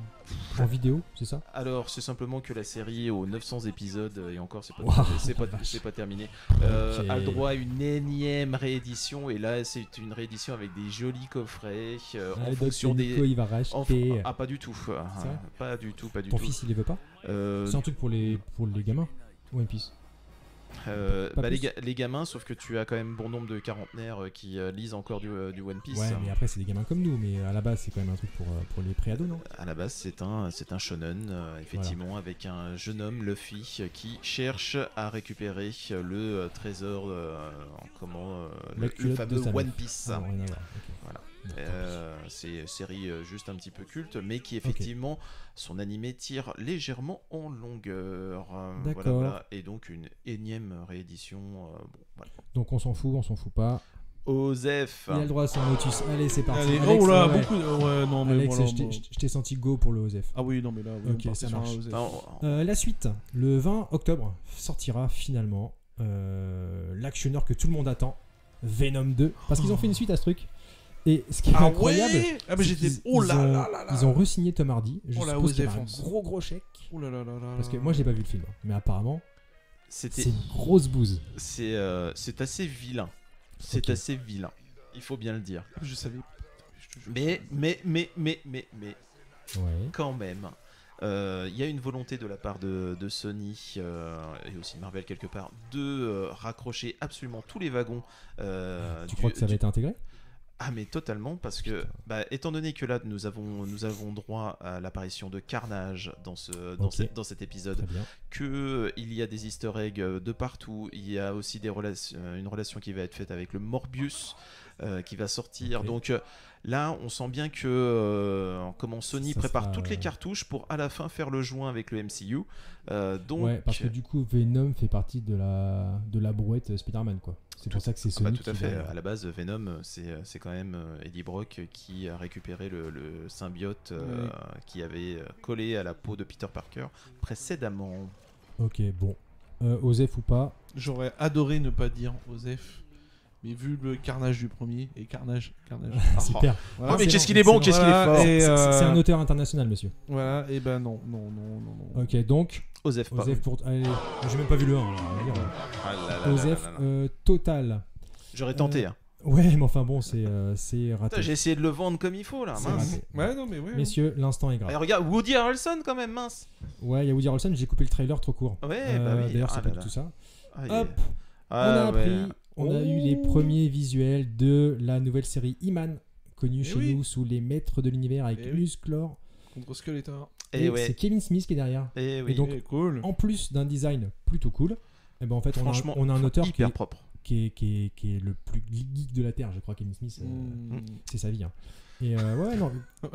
en vidéo, c'est ça
Alors, c'est simplement que la série aux 900 épisodes, et encore, c'est pas,
Waouh,
c'est pas,
la vache.
c'est pas terminé, euh,
Ok.
a le droit à une énième réédition. Et là, c'est une réédition avec des jolis coffrets euh,
Ah,
en
donc,
fonction
Nico,
des.
il va
en-
racheter.
Ah, pas du tout. Ah,
C'est vrai
pas du tout, pas du
Ton
tout.
fils il les veut pas
Euh,
C'est un truc pour les, pour les gamins One Piece.
euh,
pas
bah, les,
plus.
ga- les gamins, sauf que tu as quand même bon nombre de quarantenaires euh, qui euh, lisent encore du, euh, du One Piece.
Ouais, mais après c'est des gamins comme nous, mais à la base c'est quand même un truc pour, euh, pour les préados, non
À la base, c'est un, c'est un shonen, euh, effectivement, avec un jeune homme, Luffy, euh, qui cherche à récupérer euh, le euh, trésor, euh, en comment, euh,
La
le, le
culotte de
fameux
sa mère.
One Piece.
Ah, non, rien à voir, ok.
Voilà. Euh, c'est une série euh, juste un petit peu culte, mais qui effectivement, son animé tire légèrement en longueur. Euh, voilà,
D'accord.
voilà. Et donc une énième réédition. euh, bon, voilà.
Donc on s'en fout, on s'en fout pas.
Osef.
Il a le droit à son notice. Allez, c'est parti.
Allez,
Alex,
oh là,
ouais.
beaucoup de... Ouais, non, mais
Alex,
voilà,
je t'ai-
bon.
je je t'ai senti go pour le OSEF.
Ah oui, non, mais là, oui,
Ok,
on part
ça
sur un
marche.
OSEF.
Enfin, on-
Euh, la suite, le 20 octobre, sortira finalement euh, l'actionneur que tout le monde attend, Venom 2, parce qu'ils ont fait une suite à ce truc. Et ce qui est
Ah
incroyable,
ouais Ah, mais
c'est
j'étais.
qu'ils-
Oh
ils
là
ont,
là là là
ils ont re-signé Tom Hardy. Je
Oh la
suppose
hausse
qu'il y aura un
défense.
gros gros chèque.
Oh là là là là.
Parce que
là
moi
là.
j'ai pas vu le film, hein. mais apparemment c'est
C'était
une grosse bouse.
c'est euh, c'est assez vilain. C'est
Ok.
assez vilain. Il faut bien le dire.
Je savais. Je te jure.
Mais mais mais mais mais mais
Ouais.
quand même. euh, Il y a une volonté de la part de, de Sony euh, et aussi de Marvel quelque part de euh, raccrocher absolument tous les wagons. euh,
tu
du-
crois que ça va
du-
être intégré
Ah mais totalement parce que bah, étant donné que là nous avons nous avons droit à l'apparition de Carnage dans ce dans,
Ok.
cet- dans cet épisode
Très bien.
que euh, il y a des Easter eggs euh, de partout. Il y a aussi des relations, euh, une relation qui va être faite avec le Morbius euh, qui va sortir.
Ok.
Donc euh, là, on sent bien que euh, comment Sony
Ça
prépare
sera,
toutes les
euh,
cartouches pour à la fin faire le joint avec le MCU. Euh, donc
ouais, parce que du coup Venom fait partie de la de la brouette euh, Spider-Man quoi. C'est pour ça que c'est
Ah bah,
Sony
tout à
qui
fait.
va-
À la base, Venom, euh, c'est euh, c'est quand même euh, Eddie Brock qui a récupéré le, le symbiote euh,
Ouais.
qui avait euh, collé à la peau de Peter Parker précédemment.
Ok, bon. Euh, Osef ou pas
J'aurais adoré ne pas dire Osef. Mais vu le carnage du premier. Et carnage. Carnage.
Super.
Voilà.
Ah, mais
c'est
qu'est-ce
bon,
qu'il est bon,
c'est
qu'est-ce qu'il est
Voilà,
fort.
et,
C'est c'est
euh,
un auteur international, monsieur.
Voilà, et ben non, non, non, non. non.
Ok, donc,
Osef pas.
Osef pour. Allez, j'ai même pas vu le 1. alors, on va dire, euh,
Ah là là là
Osef
là là.
euh, total.
J'aurais tenté. hein.
Ouais, mais enfin bon, c'est euh, c'est
Putain,
raté.
J'ai essayé de le vendre comme il faut là,
C'est
mince.
raté.
Ouais, non, Ah, mais ouais. hein,
Messieurs, l'instant est
Eh,
grave.
regarde, Woody Harrelson quand même, mince.
Ouais, il y a Woody Harrelson, j'ai coupé le trailer trop court.
Ouais,
Euh,
bah oui.
D'ailleurs,
ah
c'est pas
là
du
là.
tout ça.
Ah, il est-
Hop,
Ah,
on a
ouais.
appris, on a eu les premiers visuels de la nouvelle série Iman, connue
Eh
chez
oui.
nous sous les maîtres de l'univers avec
Eh oui.
Musclor.
Contre Skeletor.
Eh
et
ouais,
c'est Kevin Smith qui est derrière.
eh oui.
et donc- Euh,
Eh, cool.
En plus d'un design plutôt cool, eh ben en fait, on a,
franchement,
on a un auteur qui
hyper
est,
propre.
qui est, qui est- qui est le plus geek de la Terre, je crois, Kevin Smith. euh,
Mm.
C'est sa vie. hein. Et euh, ouais, non,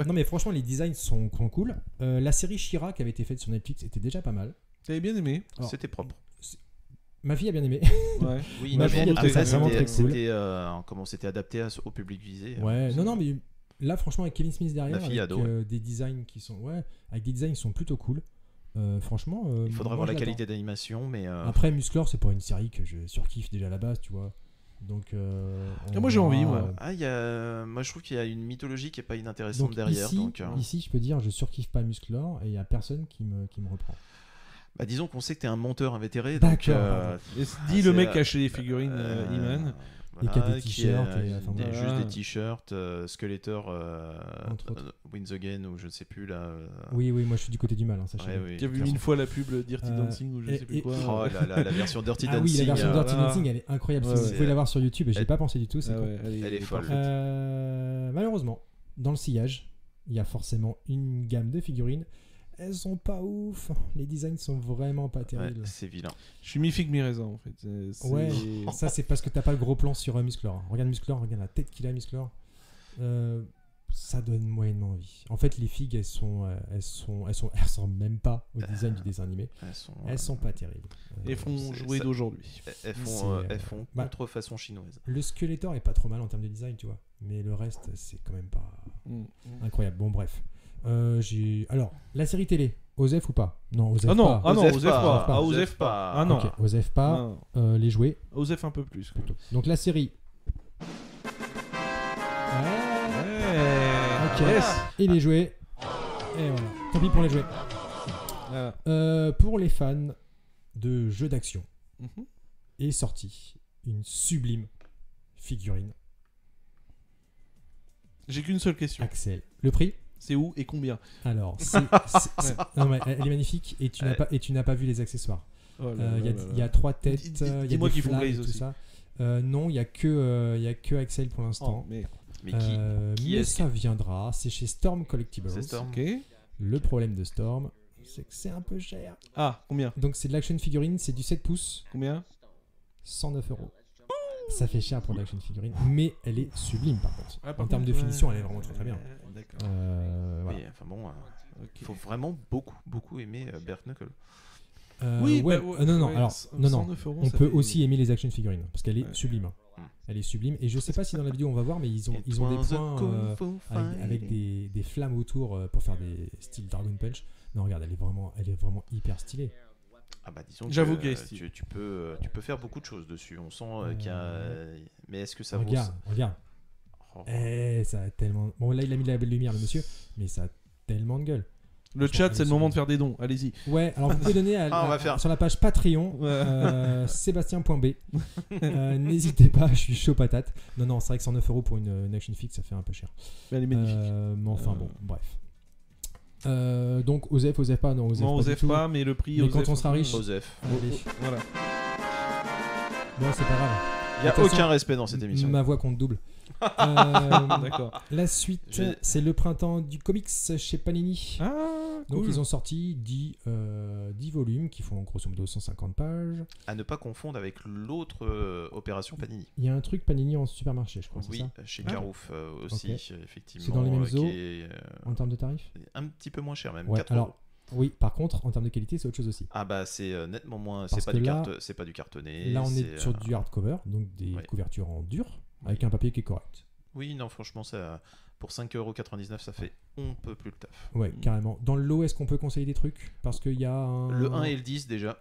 non, mais franchement, les designs sont, sont cool. Euh, la série Shira qui avait été faite sur Netflix était déjà pas mal.
T'avais bien aimé.
Alors,
C'était propre.
Ma fille a bien aimé.
Ouais.
Oui,
ma
mais
fille a trouvé
après,
ça vraiment
c'était-
très cool.
c'était euh, comment c'était adapté à- au public visé.
ouais,
euh,
non, non, mais là, franchement, avec Kevin Smith derrière,
Ma fille
avec,
ado, ouais.
euh, des designs qui sont, ouais, avec des designs qui sont plutôt cool. Euh, franchement, euh,
Il faudra
moi,
voir la
je l'attends.
qualité d'animation, mais euh,
Après, Musclor, c'est pas une série que je surkiffe déjà à la base, tu vois. Donc, euh,
Ah, moi, j'ai
verra,
envie, moi.
euh,
ah, il y a- moi je trouve qu'il y a une mythologie qui est pas inintéressante
Donc
derrière.
ici,
donc, euh,
ici, je peux dire, je surkiffe pas Musclor et il y a personne qui me, qui me reprend.
bah, disons qu'on sait que t'es un menteur invétéré.
D'accord,
donc, euh,
Et c- Dis
Ah,
le
c'est
mec
la-
qui a acheté les figurines
Euh,
euh, He-Man.
voilà,
qui a des
qui
t-shirts
a
et, enfin,
des-
voilà.
juste des t-shirts, euh, Skeletor, euh,
Entre autres.
euh, Wins Again ou je ne sais plus là. euh,
Oui, oui, moi je suis du côté du mal, hein, sachez-le.
ouais, oui,
Qui a vu
clairement.
mille fois la pub le Dirty
Euh,
Dancing ou je
et-
sais plus
et-
quoi. hein.
Oh là là, la version Dirty
Ah oui,
Dancing.
la version
euh,
Dirty
voilà.
Dancing, elle est incroyable.
Ouais,
si vous
ouais.
pouvez la voir sur YouTube, j'y ai
Elle-
pas pensé du tout. C'est
Ah
con.
ouais, elle,
Elle est folle.
parfaite.
Euh, malheureusement, dans le sillage, il y a forcément une gamme de figurines. Elles sont pas ouf. Les designs sont vraiment pas
ouais,
terribles.
c'est vilain.
Je suis mi figue mi raisin en fait. C'est- c'est-
Ouais.
Oh,
Ça, c'est parce que t'as pas le gros plan sur euh, Musclor. hein. Regarde Musclor, regarde la tête qu'il a, Musclor. Euh, ça donne moyennement envie. En fait, les figues, elles sont, euh, elles sont, elles sont, elles ressemblent même pas au design du dessin animé.
Elles sont, euh,
Elles sont pas terribles. Euh,
Ah. Et font
C'est-
jouer
ça-
d'aujourd'hui.
elles
c'est,
font, euh, elles
euh,
font
bah-
contrefaçon chinoise.
Le Skeletor est pas trop mal en termes de design, tu vois. Mais le reste, c'est quand même pas
Mm.
incroyable. Bon, bref. Euh, j'ai... Alors, la série télé, Osef ou pas Non, Osef
Ah non,
pas.
ah non,
Osef
Osef
pas.
pas. Ah
Osef
Osef
pas.
pas. Ah non.
Ok, Osef pas.
Non.
Euh, les jouets,
Osef un peu plus. quoi.
plutôt. Donc, la série. Ouais.
Ouais.
Ok. Et les jouets. Et voilà. Tant pis pour les jouets.
Voilà.
Euh, pour les fans de jeux d'action,
Mhm.
est sortie une sublime figurine.
J'ai qu'une seule question.
Axel. Le prix
C'est où et combien
Alors, c'est- c'est- c'est- non, mais elle est magnifique et tu n'as
Ouais.
pas et tu n'as pas vu les accessoires.
Oh là
Euh,
là
Il y a-
là là.
il y, a trois têtes,
Dis- dis-
euh, il y a
dis-moi
des
qu'ils font
flags et
Blaze
tout
aussi.
ça. Euh, non, il y a que euh, il y a que Axel pour
Oh,
l'instant.
mais-
Mais qui
Euh,
qui
mais
est-ce
ça viendra. C'est chez Storm Collectibles.
C'est Storm.
Ok.
Le problème de Storm, c'est que c'est un peu cher.
Ah, combien
Donc c'est de l'action figurine, c'est du 7 pouces,
Combien
109 euros. Ça fait cher pour l'action figurine, mais elle est sublime par contre.
Ah,
en termes de finition, elle est vraiment très très bien.
D'accord.
Euh, voilà.
Mais, enfin bon, euh,
ok.
faut vraiment beaucoup, beaucoup aimer euh, Bert Knuckle.
Euh,
Oui,
ouais,
bah, ouais,
euh, non, non,
ouais,
alors,
c-
non, non,
109 euros,
on
ça
peut
fait-
aussi aimer les action figurines parce qu'elle est
Ouais.
sublime. hein.
Mm.
Elle est sublime. Et je sais pas si dans la vidéo on va voir, mais ils ont,
It
ils ont des
was a
points
kung
euh,
fu
avec, avec
fighting.
des, des flammes autour euh, pour faire des styles Dragon Punch. Non, regarde, elle est vraiment, elle est vraiment hyper stylée.
Ah bah disons
J'avoue
que
que
euh,
Steve.
tu, tu peux, euh, tu peux faire beaucoup de choses dessus. On sent euh, qu'il y a.
Euh,
Mais est-ce que ça vaut
regarde,
ça
regarde.
Oh.
Eh, ça a tellement. Bon, là, il a mis de la belle lumière, le monsieur, mais ça a tellement de gueule.
Le chat, c'est le
Allez-y.
moment de faire des dons. Allez-y.
Ouais, alors vous pouvez donner à-
Ah, on va
à-
faire.
sur la page Patreon,
Ouais.
euh, sébastien.b. Euh, N'hésitez pas, je suis chaud patate. Non, non, c'est vrai que 109 euros pour une, une action fixe, ça fait un peu cher.
Elle est magnifique.
Euh, mais enfin,
Euh.
bon, bref. Euh, donc, Osef, Osef pas, non, Euh, Osef
non,
pas. du
Osef
tout.
pas, mais le prix.
Mais
Osef-
quand on sera riche.
Joseph.
Oh,
Allez.
Voilà.
Bon, c'est pas grave.
Il n'y a
Attention,
aucun respect dans cette émission.
Ma voix compte double. Euh,
D'accord.
la suite,
Je-
c'est le printemps du comics chez Panini.
Ah,
Donc
cool.
ils ont sorti 10, euh, 10 volumes qui font grosso modo 150 pages.
À ne pas confondre avec l'autre euh, opération Panini.
Il y a un truc Panini en supermarché, je crois,
Oui,
Oh, c'est ça
chez
Ah.
Carouf euh, aussi, euh, effectivement.
C'est dans les mêmes
euh, qui
eaux.
est, euh,
En termes de tarifs
un petit peu moins cher, même.
Ouais,
4
alors-
euros.
Oui, par contre, en termes de qualité, c'est autre chose aussi.
Ah bah c'est euh, nettement moins.
Parce
C'est pas,
que
du
là-
carte- c'est pas du cartonné.
Là, on est,
c'est,
sur
euh,
du hardcover, donc des
ouais.
couvertures en dur, avec un papier qui est correct.
Oui, non, franchement, ça, pour 5,99€, ça fait on peut plus le taf.
Ouais,
Mm.
carrément. Dans le lot, est-ce qu'on peut conseiller des trucs Parce qu'il y a un...
Le 1 et le 10 déjà.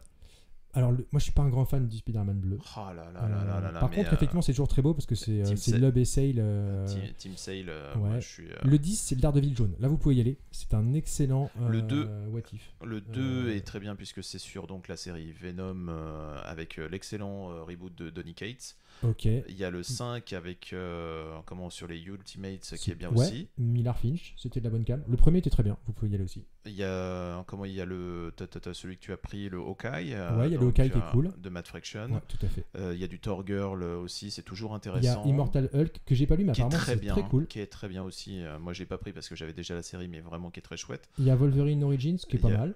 Alors, le- moi, je suis pas un grand fan du Spider-Man bleu.
Oh là là
Euh,
là là là là.
par
mais,
contre,
euh,
effectivement, c'est toujours très beau parce que c'est euh,
Team
c'est
Sa-
Lub et Sale. euh,
Team, Team Sale, euh,
ouais.
moi, je suis. euh,
Le 10, c'est le Daredevil jaune. Là, vous pouvez y aller. C'est un excellent
Le
euh,
deux.
what if.
Le 2
Euh,
est très bien puisque c'est sur donc, la série Venom euh, avec euh, l'excellent euh, reboot de Donny Cates.
Ok.
Il y a le 5 avec euh, comment sur les Ultimates qui
C'est-
est bien
ouais,
aussi.
Millard Finch, c'était de la bonne cam. Le premier était très bien, vous pouvez y aller aussi.
Il y a comment il y a le t'as- t'as- t'as celui que tu as pris le Hawkeye. euh,
Ouais, il y a le
donc,
Hawkeye qui est
euh,
cool.
de Matt Fraction.
Ouais, tout à fait.
Euh, il y a du Thor Girl euh, aussi, c'est toujours
Il y
intéressant.
a Immortal Hulk que j'ai pas lu, mais
qui est
apparemment
très
c'est
bien,
très cool.
qui est très bien aussi. Euh, moi, j'ai pas pris parce que j'avais déjà la série, mais vraiment qui est très chouette.
Il y a Wolverine Origins qui est pas
Il y a-
mal.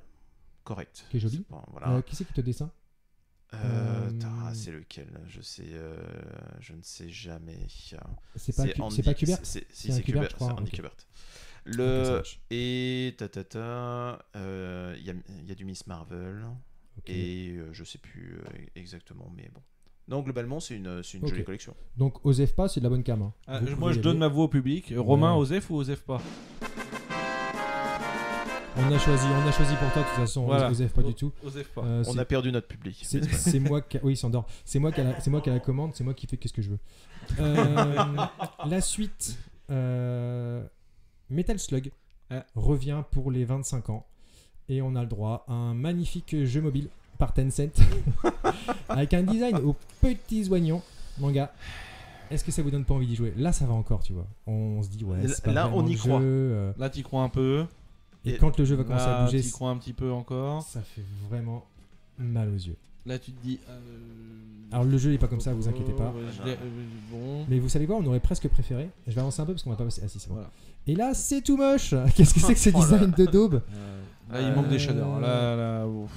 Correct.
Qui est joli.
C'est pas- voilà.
Euh, qui c'est qui te dessine
Euh,
Euh,
tain, c'est lequel Je sais, euh, je ne sais jamais.
C'est pas, Cu-
Andy-
c'est pas Kubert
c'est- euh, si,
C'est un
c'est
Kubert,
Kubert,
je crois,
c'est Andy
ok.
Kubert.
Ok, ça
Le
marche.
et ta ta ta, euh, il y, a, il y a du Miss Marvel
Ok.
et euh, je sais plus euh, exactement, mais bon. Non, globalement, c'est une, c'est une
Ok.
jolie collection.
Donc Osef pas, c'est de la bonne cam. hein.
Ah,
Vous
moi,
pouvez y
je donne
aller.
ma voix au public. Romain,
Ouais.
Osef ou Osef pas
On a choisi, on a choisi pour toi de toute façon.
Voilà.
Osef pas
Oh.
du tout.
Osef pas.
Euh,
On
c'est-
a perdu notre public.
c'est- C'est moi qui, a- oui, il s'endort. C'est moi qui, a la- c'est moi qui a la commande, c'est moi qui fais qu'est-ce que je veux. Euh, la suite, euh, Metal Slug euh,
Ah.
revient pour les 25 ans et on a le droit à un magnifique jeu mobile par Tencent avec un design aux petits oignons manga. Est-ce que ça vous donne pas envie d'y jouer Là, ça va encore, tu vois. On se dit ouais. c'est pas
Là,
vraiment
on y
le
croit.
jeu, euh,
Là, t'y crois un peu.
et,
Et
quand le jeu va commencer à
Là,
bouger,
t'y crois un petit peu encore.
ça fait vraiment mal aux yeux.
Là, tu te dis. euh, Oh,
Alors le jeu n'est pas comme ça, vous inquiétez pas.
euh, bon.
Mais vous savez quoi, on aurait presque préféré. Je vais avancer un peu parce qu'on va pas passer. Ah si, c'est bon.
Voilà.
Et là, c'est tout moche. Qu'est-ce que c'est que ce
Oh là
design de daube
Euh, là,
Euh,
il manque des shaders. Là, là, ouf.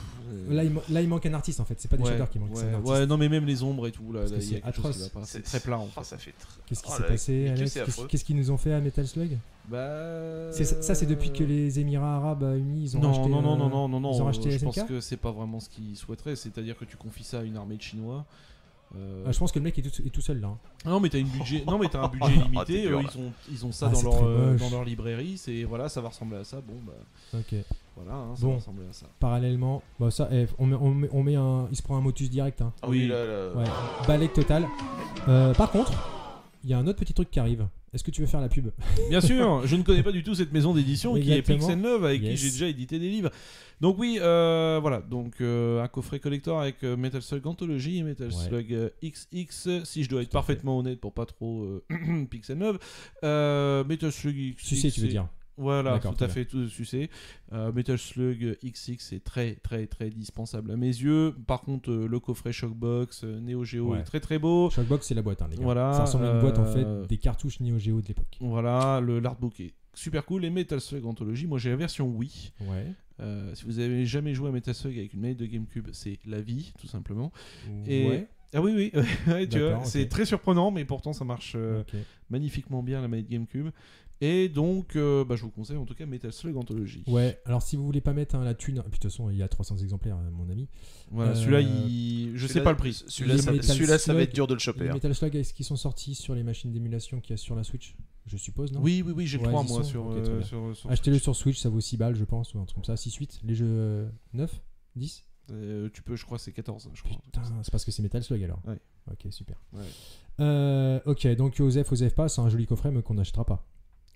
là il, man- là, il manque un artiste en fait. C'est pas des
Ouais,
shaders qui manquent.
ouais,
c'est un artiste.
ouais, non, mais même les ombres et tout. Là,
Parce
là,
que
il y a
c'est
quelque chose qui
atroce.
va pas. C'est très plat. en fait.
Oh, ça fait tr-
Qu'est-ce qui
oh
s'est
là,
passé,
mais que
Alex
c'est
Qu'est-ce
affreux.
qu'est-ce qu'ils nous ont fait à Metal Slug
Bah,
C'est ça, ça, c'est depuis que les Émirats Arabes Unis ils ont
non,
racheté.
non, non,
euh,
non, non, non, non,
Ils ont racheté
je
SNK.
pense que c'est pas vraiment ce qu'ils souhaiteraient. C'est-à-dire que tu confies ça à une armée de Chinois. Euh,
Ah, je pense que le mec est tout, est tout seul là. hein.
Ah Non, mais t'as une budget. Non, mais t'as un budget
Ah,
limité.
t'es dur,
euh,
là.
ils ont, ils ont ça
Ah,
dans
c'est
leur,
très
euh,
moche.
dans leur librairie. C'est voilà, ça va ressembler à ça. Bon, bah
Ok.
voilà, hein, ça
Bon.
va ressembler à ça.
Parallèlement, bah ça, eh, on, met, on, met, on met un, il se prend un motus direct. Hein.
Ah oui,
Oui.
là, là.
Ouais. Balèque total. Euh, par contre, il y a un autre petit truc qui arrive. Est-ce que tu veux faire la pub
Bien sûr, je ne connais pas du tout cette maison d'édition qui est
Exactement.
Pix Love avec
Yes.
qui j'ai déjà édité des livres. Donc oui, euh, voilà, donc euh, un coffret collector avec euh, Metal Slug Anthology et Metal
Ouais.
Slug euh, XX, si je dois être
Tout à fait.
parfaitement honnête pour pas trop euh, Pix Love. Metal Slug XX.
Tu sais, tu veux
et-
dire.
Voilà,
D'accord,
tout à
très
fait, tout sucé. Euh, Metal Slug XX est très, très, très dispensable à mes yeux. Par contre, euh, le coffret Shockbox, euh, Neo Geo
Ouais.
est très, très beau.
Shockbox, c'est la boîte, hein, les gars.
Voilà,
ça ressemble à une boîte en fait
euh,
des cartouches Neo Geo de l'époque.
Voilà, le l'artbook est super cool. Et Metal Slug Anthology, moi j'ai la version Wii.
Ouais.
Euh, si vous avez jamais joué à Metal Slug avec une manette de GameCube, c'est la vie, tout simplement. Et Ah oui, oui, ouais, tu vois,
D'accord, ok.
c'est très surprenant, mais pourtant ça marche euh,
Ok.
magnifiquement bien la manette GameCube. Et donc, euh, bah, je vous conseille en tout cas Metal Slug Anthology.
Ouais, alors si vous voulez pas mettre hein, la thune, puis de toute façon il y a 300 exemplaires, hein, mon ami.
Voilà,
Euh,
celui-là, il... je sais
Celui-là-
pas le prix.
Celui-là,
Les
ça,
Metal
celui-là, ça va
Slug,
être dur de le choper.
Les
hein.
Metal Slug, est-ce qu'ils sont sortis sur les machines d'émulation qu'il y a sur la Switch Je suppose, non
Oui, oui, oui, j'ai le
Ouais,
3
ils y
moi
sont.
sur.
Ok,
euh,
très bien.
sur- sur-
Achetez-le sur Switch, ça vaut 6 balles, je pense, ou un truc comme ça. 6, 8. Les jeux euh, 9 10
Euh, tu peux, je crois, c'est 14. Je crois.
Putain, c'est parce que c'est Metal Slug alors.
Ouais.
Ok, super.
Ouais.
Euh, ok, donc Osef, Osef pas, c'est un joli coffret, mais qu'on n'achètera pas.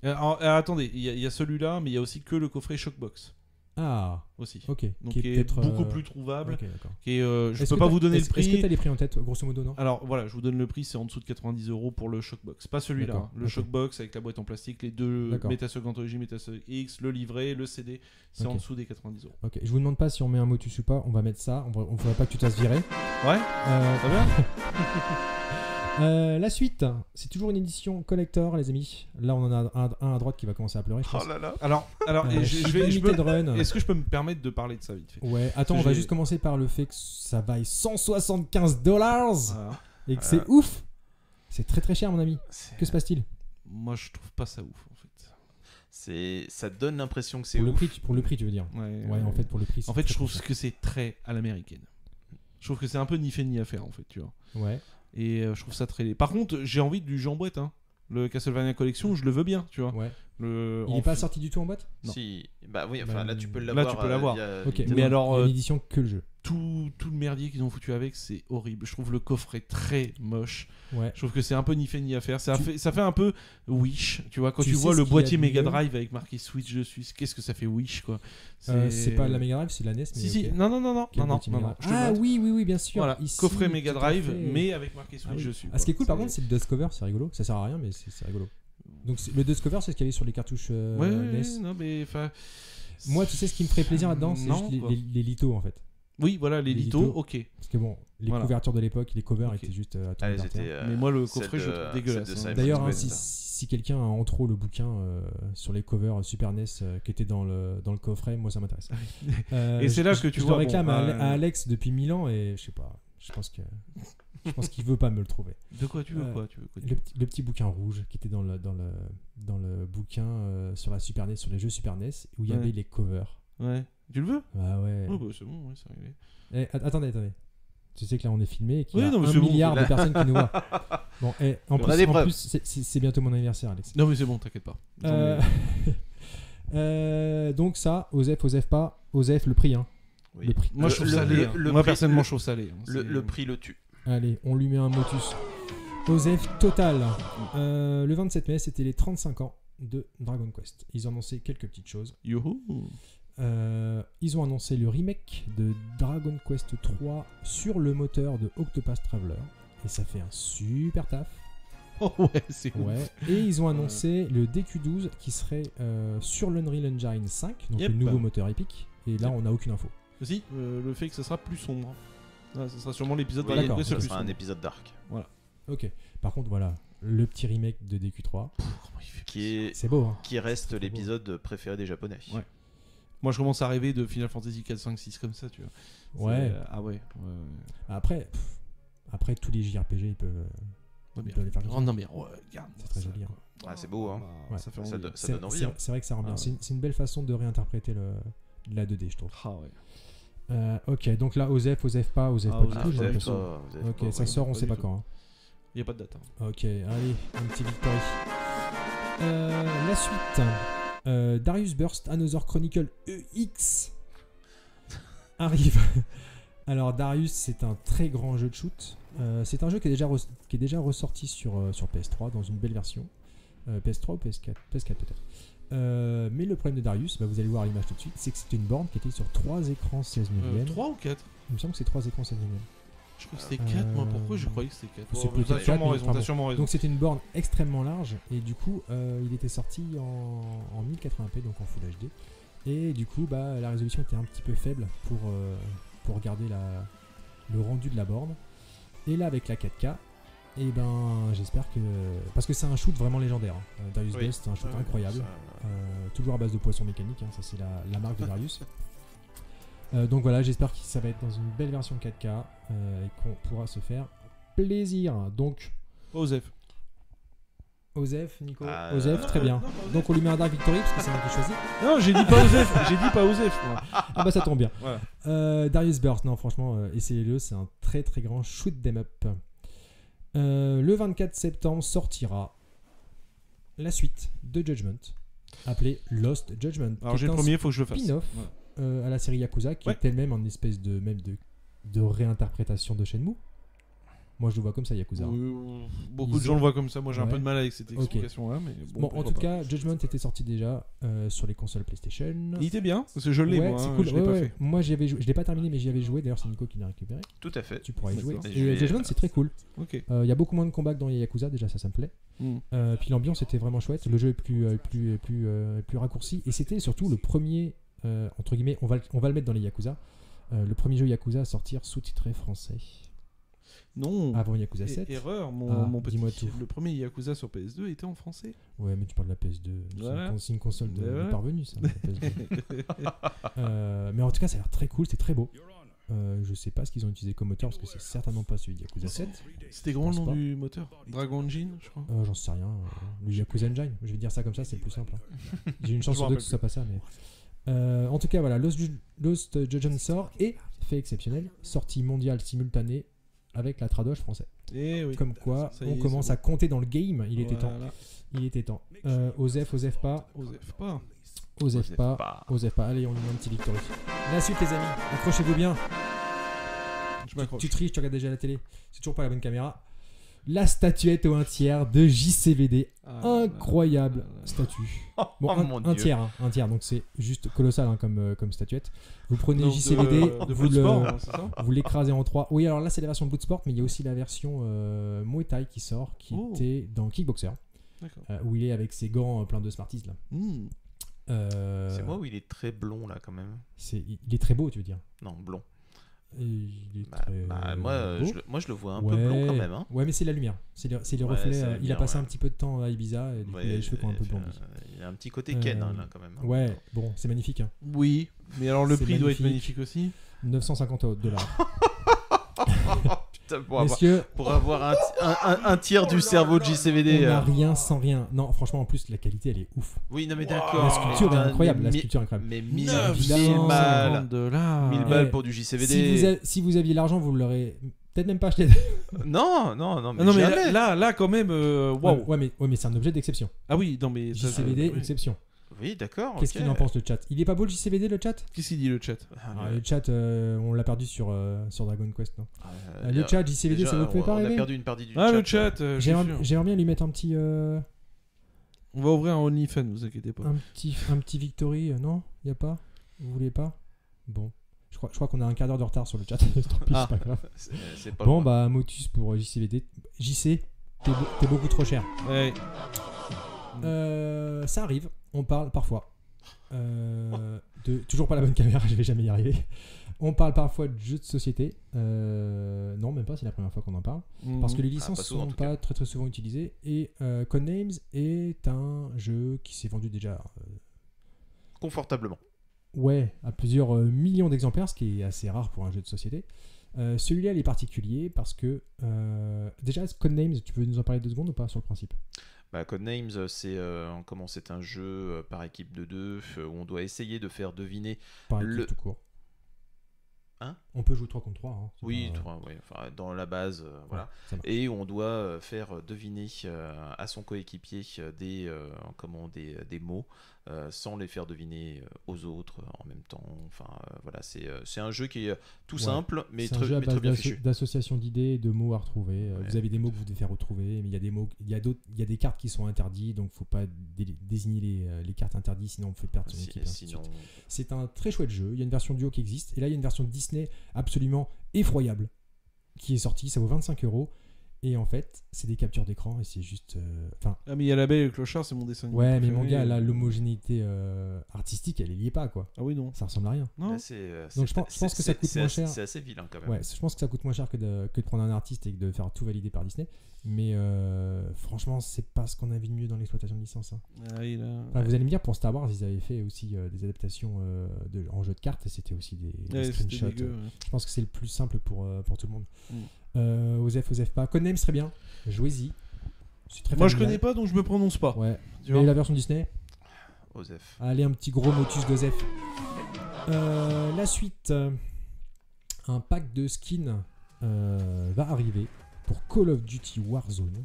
Euh, alors, alors, attendez, il y a, il y a celui-là, mais il y a aussi que le coffret Shockbox
Ah,
aussi.
ok.
Donc,
qui
qui
est
est,
peut-être,
beaucoup
euh,
plus trouvable.
ok, d'accord.
Qui est, euh, je
Est-ce
peux
que
pas
t'as-
vous donner le
est-ce- Est-ce que
prix.
t'as les prix en tête, grosso modo, non
Alors voilà, je vous donne le prix, c'est en dessous de 90 euros pour le Shockbox. Pas celui-là,
D'accord,
hein. le
ok.
Shockbox avec la boîte en plastique, les deux
D'accord.
Metasug Anthology, Metasug X, le livret, le CD, c'est en
Ok.
dessous des 90 euros.
Ok, je vous demande pas si on met un motus ou pas, on va mettre ça, on va, on voudrait pas que tu te fasses virer.
Ouais,
Euh,
ça va
euh, la suite, c'est toujours une édition collector, les amis. Là, on en a un, un à droite qui va commencer à pleurer, je pense.
Oh là là.
Alors, alors
Euh,
et je, je vais, je
Limited
peux-
Run.
est-ce que je peux me permettre de parler de ça vite fait
Ouais, attends, on va
J'ai-
juste commencer par le fait que ça vaille 175 dollars
Ah,
et
Euh.
que c'est ouf. C'est très très cher, mon ami.
C'est-
Que se passe-t-il
Moi je trouve pas ça ouf en fait.
C'est, ça donne l'impression que c'est
Pour le
ouf.
prix, tu- pour le prix, tu veux dire
Ouais,
Ouais, en fait, pour le prix. c'est
Euh, En fait,
très,
je trouve
très
que c'est très à l'américaine. Je trouve que c'est un peu ni fait ni à faire en fait, tu vois.
cher. Ouais.
Et euh, je trouve ça très. laid. Par contre, j'ai envie du jambouette, hein. Le Castlevania Collection, je le veux bien, tu vois.
Ouais.
Le,
Il
Hein en
est pas
fi-
sorti du tout en boîte
Non.
Si, bah oui, enfin
Bah,
là tu peux
là,
l'avoir.
tu peux
euh,
l'avoir.
via
Ok.
Nintendo.
Mais alors,
Il y a
euh,
une édition que le jeu.
tout, tout le merdier qu'ils ont foutu avec, c'est horrible. Je trouve le coffre est très moche.
Ouais.
Je trouve que c'est un peu ni fait ni à faire. Ça,
Tu-
fait, ça fait un peu Wish, tu vois. Quand
Tu
tu,
sais
vois
ce
le
qu'il y a
boîtier
de
Mega
mieux
Drive avec marqué Switch dessus, c'est- qu'est-ce que ça fait Wish, quoi
Euh, C'est pas la Mega Drive, c'est la NES. mais
Si, si,
ok.
non, non, non, non,
Quel
non, non,
petit
non,
Mega
non, je
Drive.
te
Ah
le montre.
oui, oui, oui, bien sûr.
Voilà,
Ici,
coffret
tout
Mega
à
Drive,
fait.
mais avec marqué Switch
Ah oui.
dessus.
Ah, ce qui est
quoi.
cool par contre, c'est le dust cover, c'est rigolo. Ça sert à rien, mais c'est c'est rigolo. Donc c'est- le dust cover, c'est ce qu'il y avait sur les cartouches euh,
Ouais,
NES.
ouais, non, mais enfin.
Moi, tu sais ce qui me ferait plaisir là-dedans, c'est
Non,
juste les,
quoi.
les- les lithos en fait.
Oui, voilà, les
Les
lithos,
lithos.
ok.
Euh,
Parce que bon, les
Voilà.
couvertures de l'époque, les covers
Ok.
étaient juste euh, à
Ah,
tomber
elles
par
étaient,
terre.
euh,
Mais moi, le
celles
coffret, je
de-
le trouve
celles de
dégueulasse, hein.
Simon
D'ailleurs, hein,
West.
si, si quelqu'un a en trop le bouquin euh, sur les covers Super NES euh, qui était dans le, dans le coffret, moi ça m'intéresse. Euh,
Ah Et c'est là
je-
que tu
je
vois,
le réclame
bon,
à,
euh,
à Alex depuis mille ans et je sais pas, je pense que je pense qu'il veut pas me le trouver.
De quoi tu veux,
Euh,
quoi, tu veux, quoi, tu
Le, petit- le petit bouquin rouge qui était dans le dans le dans le bouquin euh, sur la Super NES, sur les jeux Super NES où il y
Ouais.
avait les covers.
veux. Ouais. Tu le veux
Ah ouais.
Ouais, bah, c'est bon, ouais, c'est réglé.
Eh, att- attendez, attendez. Tu sais que là on est filmé et qu'il y
Oui,
a
non, mais
un
c'est bon,
milliard
c'est-
de personnes qui nous voient. Bon, eh, en
On a des
plus, en
preuves.
plus, c'est- c'est c'est bientôt mon anniversaire, Alex.
Non, mais c'est bon, t'inquiète pas. J'en ai-
Euh, euh, donc ça, Osef, Osef pas, Osef le prix. Hein.
Oui.
le prix.
Moi, je trouve
le-
ça laid.
le-
hein.
le
Moi,
prix-
personnellement,
le-
je trouve ça laid. hein.
Le,
C'est-
le prix le tue.
Allez, on lui met un motus. Osef total. Euh, le 27 mai, c'était les 35 ans de Dragon Quest. Ils ont annoncé quelques petites choses.
Youhou
Euh, ils ont annoncé le remake de Dragon Quest 3 sur le moteur de Octopath Traveler. Et ça fait un super taf.
Oh, ouais, c'est ouf.
Ouais. Et ils ont annoncé le DQ12 qui serait euh, sur l'Unreal Engine 5, donc
Yep.
le nouveau moteur Epic. Et là, on n'a aucune info.
Si, euh, le fait que ça sera plus sombre. Ah, ça sera sûrement l'épisode
Oui,
de
d'accord,
Dragon Quest
ok.
le
Ce
plus
sera un
sombre.
épisode d'arc
Ok. Par contre, voilà, le petit remake de DQ3,
qui est
c'est beau. Hein
qui reste l'épisode préféré des japonais.
Ouais. Moi, je commence à rêver de Final Fantasy 4, 5, 6 comme ça, tu vois. C'est-
ouais.
euh, Ah, ouais. ouais, ouais.
Après, pff, après tous les JRPG, ils peuvent.
Ouais, mais-
Ils peuvent les faire comme
Oh, non, mais regarde.
C'est très joli, hein.
Ah, c'est beau, hein.
Ouais.
Ça fait
Ça
envie.
donne-
Ah, C'est-
donne envie,
c'est-
hein.
C'est vrai que ça rend bien.
Ah
C'est une- C'est une belle façon de réinterpréter le, la 2D, je trouve.
Ah, ouais.
Euh, ok, donc là, Osef, Osef pas, Osef
Ah,
pas du
Osef
Ah,
tout.
vous
j'ai
pas,
avez
l'impression.
pas- vous avez
Ok,
pas-
ça sort, on
pas
sait
du
pas
tout.
quand. hein.
Il n'y a pas de date. hein.
Ok, allez, un petit victory. Euh, la suite. Euh, Darius Burst Another Chronicle EX arrive. Alors, Darius, c'est un très grand jeu de shoot. Euh, c'est un jeu qui est déjà, res- qui est déjà ressorti sur, euh, sur PS3 dans une belle version. Euh, PS3 ou PS4 PS4 peut-être. Euh, mais le problème de Darius, bah, vous allez voir l'image tout de suite, c'est que c'était une borne qui était sur trois écrans 16
Euh,
neuvième.
3 ou 4
Il me semble que c'est trois écrans 16 neuvième.
Je crois que c'était 4, moi.
Euh,
Pourquoi je croyais que c'était 4
c'est peut-être
T'as
quatre,
sûrement
mais
raison,
enfin
t'as
bon.
sûrement raison.
Donc c'était une borne extrêmement large et du coup euh, il était sorti en, en 1080p donc en Full HD et du coup bah, la résolution était un petit peu faible pour, euh, pour regarder la, le rendu de la borne et là avec la 4K et ben j'espère que parce que c'est un shoot vraiment légendaire hein. Euh, Darius
Oui.
Best c'est un shoot
Ah, ouais,
incroyable
ça-
euh, toujours à base de poisson mécanique, hein, ça c'est la, la marque de Darius. Euh, donc voilà, j'espère que ça va être dans une belle version 4K euh, et qu'on pourra se faire plaisir. Donc,
Osef.
Osef, Nico.
Ah,
Osef, très bien. Donc, on lui met un Dark Victory parce que c'est moi qui choisis.
Non, j'ai dit pas Osef, j'ai dit pas Osef. moi.
Ah bah ça tombe bien.
Voilà.
Euh, Darius Burst, non franchement, euh, essayez-le, c'est un très très grand shoot them up. Euh, le 24 septembre sortira la suite de Judgment, appelée Lost Judgment.
Alors
qui
j'ai
est
le
un
premier, faut que je le fasse.
spin-off
Voilà.
euh, à la série Yakuza, qui
Ouais.
est elle-même une espèce de, même de, de réinterprétation de Shenmue. Moi je le vois comme ça Yakuza.
Oui, beaucoup
Ils
de gens
ont-
le voient comme ça. Moi, j'ai un
Ouais.
peu de mal avec cette
Ok.
explication-là, mais bon.
Bon, en
pourquoi
tout
pas.
cas, Judgment était sorti déjà euh, sur les consoles PlayStation.
il était bien. Parce que je l'ai,
Ouais,
moi.
c'est
hein,
cool.
Je l'ai
ouais,
pas
ouais.
fait.
Moi j'y avais joué, je l'ai pas terminé, mais j'y avais joué. D'ailleurs, c'est Nico qui l'a récupéré.
Euh,
Tout à fait.
Tu pourras y jouer.
D'accord.
Et
Je vais-
Judgment, c'est très cool.
Ok.
Euh, Il y a beaucoup moins de combats que dans les Yakuza, déjà ça, ça me plaît.
Hmm.
Euh, puis l'ambiance était vraiment chouette, le jeu est plus, euh, plus, est plus, euh, est plus raccourci, et c'était surtout le premier, euh, entre guillemets, on va, le- on va le mettre dans les Yakuza, euh, le premier jeu Yakuza à sortir sous-titré français,
Non.
avant Yakuza
Eh,
7.
Erreur, mon,
Ah,
mon petit.
dis-moi tout.
Le premier Yakuza sur PS2 était en français.
Ouais, mais tu parles de la PS2, c'est
Ouais.
une con- c'est une console de,
Ouais.
de parvenus, ça, la PS2. Euh, mais en tout cas, ça a l'air très cool, c'est très beau. Euh, je sais pas ce qu'ils ont utilisé comme moteur, parce que c'est certainement pas celui de Yakuza 7.
C'était grand le
pense
nom
pas.
du moteur. Dragon Engine, je crois.
Euh, J'en sais rien. euh, le Yakuza Engine, je vais dire ça comme ça, c'est le plus simple. hein. J'ai une chance
Je
sur
m'en
deux
rappelle
que ce soit pas ça, mais. Euh, en tout cas, voilà, Lost, Ju- Lost Judgment sort et, fait exceptionnel, sortie mondiale simultanée avec la tradoche française.
Eh oui.
Comme quoi,
ça y
on
est,
commence
c'est
à compter dans le game, il était temps.
Voilà.
Il était temps. Euh, Osef, Osef pas,
Osef pas.
Osef pas,
pas.
Osef pas. Allez, on lui met un petit victory. La suite, les amis, accrochez-vous bien.
Je m'accroche.
Tu triches, tu regardes déjà la télé. C'est toujours pas la bonne caméra. La statuette au 1 tiers de JCVD
Ah,
Incroyable
Ah, là, là.
statue.
Oh,
Bon, un,
mon
un
dieu.
tiers, hein, un tiers, donc c'est juste colossal hein, comme, euh, comme statuette. Vous prenez
Non, de-
JCVD,
de
vous, le-
Bloodsport, hein, c'est ça
vous l'écrasez en trois. Oui, alors là c'est la version Bloodsport, mais il y a aussi la version euh, Muay Thai qui sort, qui
Oh.
était dans Kickboxer,
D'accord.
euh, où il est avec ses gants euh, pleins de Smarties là.
Hmm.
Euh,
C'est moi ou il est très blond là quand même
c'est- Il est très beau, tu veux dire.
Non, blond.
Il est
Bah,
très
bah, moi, euh,
beau.
je, le- moi, je le vois un
Ouais.
peu blond quand même. Hein.
Ouais, mais c'est la lumière, c'est les, c'est les
Ouais,
reflets.
c'est la
euh, il a
lumière,
passé
ouais.
un petit peu de temps à Ibiza, et du coup, il a les
Ouais,
cheveux qui ont un peu
c'est-
blondis.
Il a un petit côté Ken hein,
Euh,
là quand même. hein.
Ouais, bon, c'est magnifique. hein.
Oui, mais alors le
C'est
prix doit être
magnifique.
magnifique aussi.
950 dollars.
Putain, pour, avoir,
Messieurs,
pour avoir un, ti- un, un- un tiers du cerveau de JCVD.
on
euh.
a rien sans rien. Non, franchement, en plus, la qualité, elle est ouf.
Oui, non mais d'accord.
la sculpture est
Oh, Mais-
incroyable. La
mais-
sculpture est incroyable.
Mais 1000
évidemment.
balles.
950 dollars.
1000
Eh,
balles pour du
Si vous,
JCVD.
a- si vous aviez l'argent, vous l'aurez peut-être même pas acheté.
Non, non, non, mais,
Ah non mais
jamais.
là, là, là, quand même, euh, waouh.
Ouais, mais, ouais, mais c'est un objet d'exception.
Ah oui, non mais ça,
JCVD,
euh, oui.
exception.
Oui, d'accord.
Qu'est-ce
ok.
qu'il en pense, le chat Il est pas beau, le JCVD, le chat
Qu'est-ce qu'il dit le chat
Ah,
Ah, Le chat, euh, on l'a perdu sur, euh, sur Dragon Quest, non
euh,
Euh, Le chat, JCVD,
déjà,
ça vous
on-
fait pas
On a
rêver
perdu euh, une partie du
Ah le
chat.
chat. euh, je suis
J'aimerais
sûr.
j'aimerais bien lui mettre un petit, euh,
On va ouvrir un OnlyFans, vous inquiétez pas.
un petit, un petit victory, euh, non Y a pas Vous voulez pas Bon, je crois, je crois qu'on a un quart d'heure de retard sur le chat. Tant pis,
Ah.
c'est pas grave.
C'est- c'est pas
Bon
loin.
bah Motus pour euh, JCVD. JC, t'es be- t'es beaucoup trop cher.
Ouais.
Euh, ça arrive, on parle parfois. euh, de, toujours pas la bonne caméra, je vais jamais y arriver. On parle parfois de jeux de société. Euh, non, même pas, c'est la première fois qu'on en parle.
Hmm.
Parce que les licences
Ah, pas souvent, en
sont
tout cas.
pas très très souvent utilisées. Et euh, Codenames est un jeu qui s'est vendu déjà euh,
Confortablement.
Ouais, à plusieurs euh, millions d'exemplaires, ce qui est assez rare pour un jeu de société. Euh, Celui-là, il est particulier parce que. euh, déjà, Codenames, tu peux nous en parler deux secondes ou pas sur le principe
Bah, Codenames, euh, c'est euh, comment c'est un jeu euh, par équipe de deux euh, où on doit essayer de faire deviner.
Par équipe
Le-
tout court.
Hein
On peut jouer 3 contre 3. Hein, c'est
Oui,
pas-
trois, ouais, enfin, dans la base, euh, voilà.
ça marche.
Et on doit euh, faire deviner euh, à son coéquipier euh, des, euh, comment, des, des mots euh, sans les faire deviner euh, aux autres euh, en même temps. Enfin, euh, voilà, c'est euh, c'est un jeu qui est euh, tout
Ouais.
simple, mais,
C'est un
très-
jeu à
mais très
base
bien
d'asso-
fichu.
d'associations d'idées et de mots à retrouver. Euh,
Ouais.
Vous avez des mots que vous devez faire retrouver, mais il y a des mots, il y a d'autres, il y a des cartes qui sont interdites, donc faut pas dé- désigner les, euh, les cartes interdites, sinon on fait perdre son
Si-
équipe. hein, et ainsi de
sinon,
suite. C'est un très chouette jeu. Il y a une version duo qui existe. Et là, il y a une version Disney absolument effroyable qui est sortie. Ça vaut 25 euros. Et en fait, c'est des captures d'écran. Et c'est juste. euh, Enfin,
Ah mais il y a l'abeille et le clochard, c'est mon dessin. animé
ouais, mais
préféré.
mon gars, là, l'homogénéité euh, artistique, elle est liée pas, quoi.
Ah oui non.
Ça ressemble à rien.
Non.
là, c'est, euh,
Donc,
c'est-
je pense- je pense que
c'est-
ça coûte
c'est
moins
assez-
cher.
C'est assez vilain quand même.
Ouais, je pense que ça coûte moins cher que de, que de prendre un artiste et que de faire tout valider par Disney. Mais euh, franchement, c'est pas ce qu'on a vu de mieux dans l'exploitation de licence. hein.
Ah, il a-
Enfin, Vous allez me dire, pour Star Wars, ils avaient fait aussi euh, des adaptations euh, de, en jeu de cartes et c'était aussi des, des
Ouais, c'était
screenshots.
dégueu, ouais.
Je pense que c'est le plus simple pour, euh, pour tout le monde.
Mm.
Euh, Osef, Osef pas. Codename serait bien. Jouez-y. C'est très
Moi je connais
familial.
pas donc je me prononce pas.
Ouais.
tu
Mais
vois.
la version Disney
Osef.
Allez, un petit gros motus d'Ozef. Euh, la suite. euh, Un pack de skins euh, va arriver pour Call of Duty Warzone.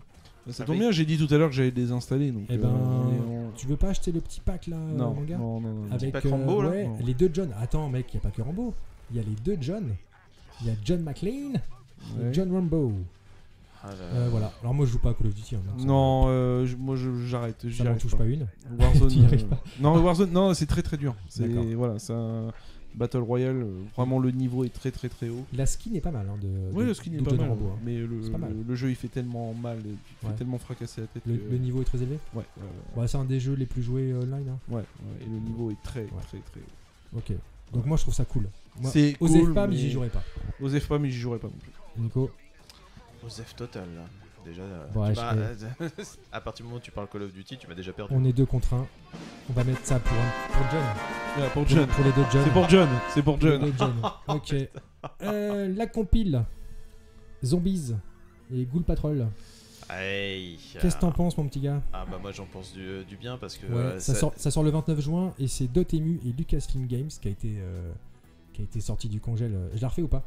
Ça
Ah
tombe
oui.
bien, j'ai dit tout à l'heure que j'allais les installer. Donc,
Eh
euh,
ben,
on-
tu veux pas acheter le petit pack là,
non,
mon gars
non, non, non.
Avec euh,
pack Rambo, là
ouais,
Non.
les deux John. Attends, mec, il a pas que Rambo. Il y a les deux John. Il y a John McLean
Ouais.
et Ah, John Rambo.
Ah
Euh, voilà. Alors moi, je joue pas à Call of Duty. hein, donc ça-
Non, euh, je- moi je- j'arrête.
ça
J'y
m'en
arrive
touche
pas.
pas une.
Warzone.
Tu y arrives
euh,
pas.
Non, Warzone, non, c'est très très dur. C'est
D'accord.
voilà, c'est un battle royale. euh, Vraiment, le niveau est très très très haut.
La skin est pas mal. hein, de,
Oui,
de-
le skin
de
est pas
John
mal,
Rambo, hein.
mais le,
C'est pas mal.
le- le jeu il fait tellement mal, il fait
Ouais.
tellement fracasser la tête.
Le,
que-
le niveau est très élevé.
ouais, ouais,
Bah, c'est un des jeux les plus joués euh, online. hein.
ouais, ouais, ouais, et le niveau est très
Ouais.
très très. haut.
Ok. Donc moi, je trouve ça cool. Moi,
C'est
Osef
cool,
pas, mais
mais-
j'y jouerai pas.
Osef pas, mais j'y jouerai pas non plus.
Nico,
Osef total, là. Déjà, euh,
Ouais, je
tu vas- à partir du moment où tu parles Call of Duty, tu m'as déjà perdu.
on est deux contre un. On va mettre ça pour, un- pour John.
Ah, pour
Pour-
John.
Pour les deux John.
C'est pour John. C'est pour
Les
John.
deux John. Ok. Euh, la compile. Zombies et Ghoul Patrol.
Aïe.
Qu'est-ce que t'en penses, mon petit gars
Ah bah moi j'en pense du, du bien parce que
Ouais,
euh,
ça,
ça-
sort, ça sort le 29 juin et c'est Dotemu et Lucasfilm Games qui a été, euh, qui a été sorti du congèle. Je la refais ou pas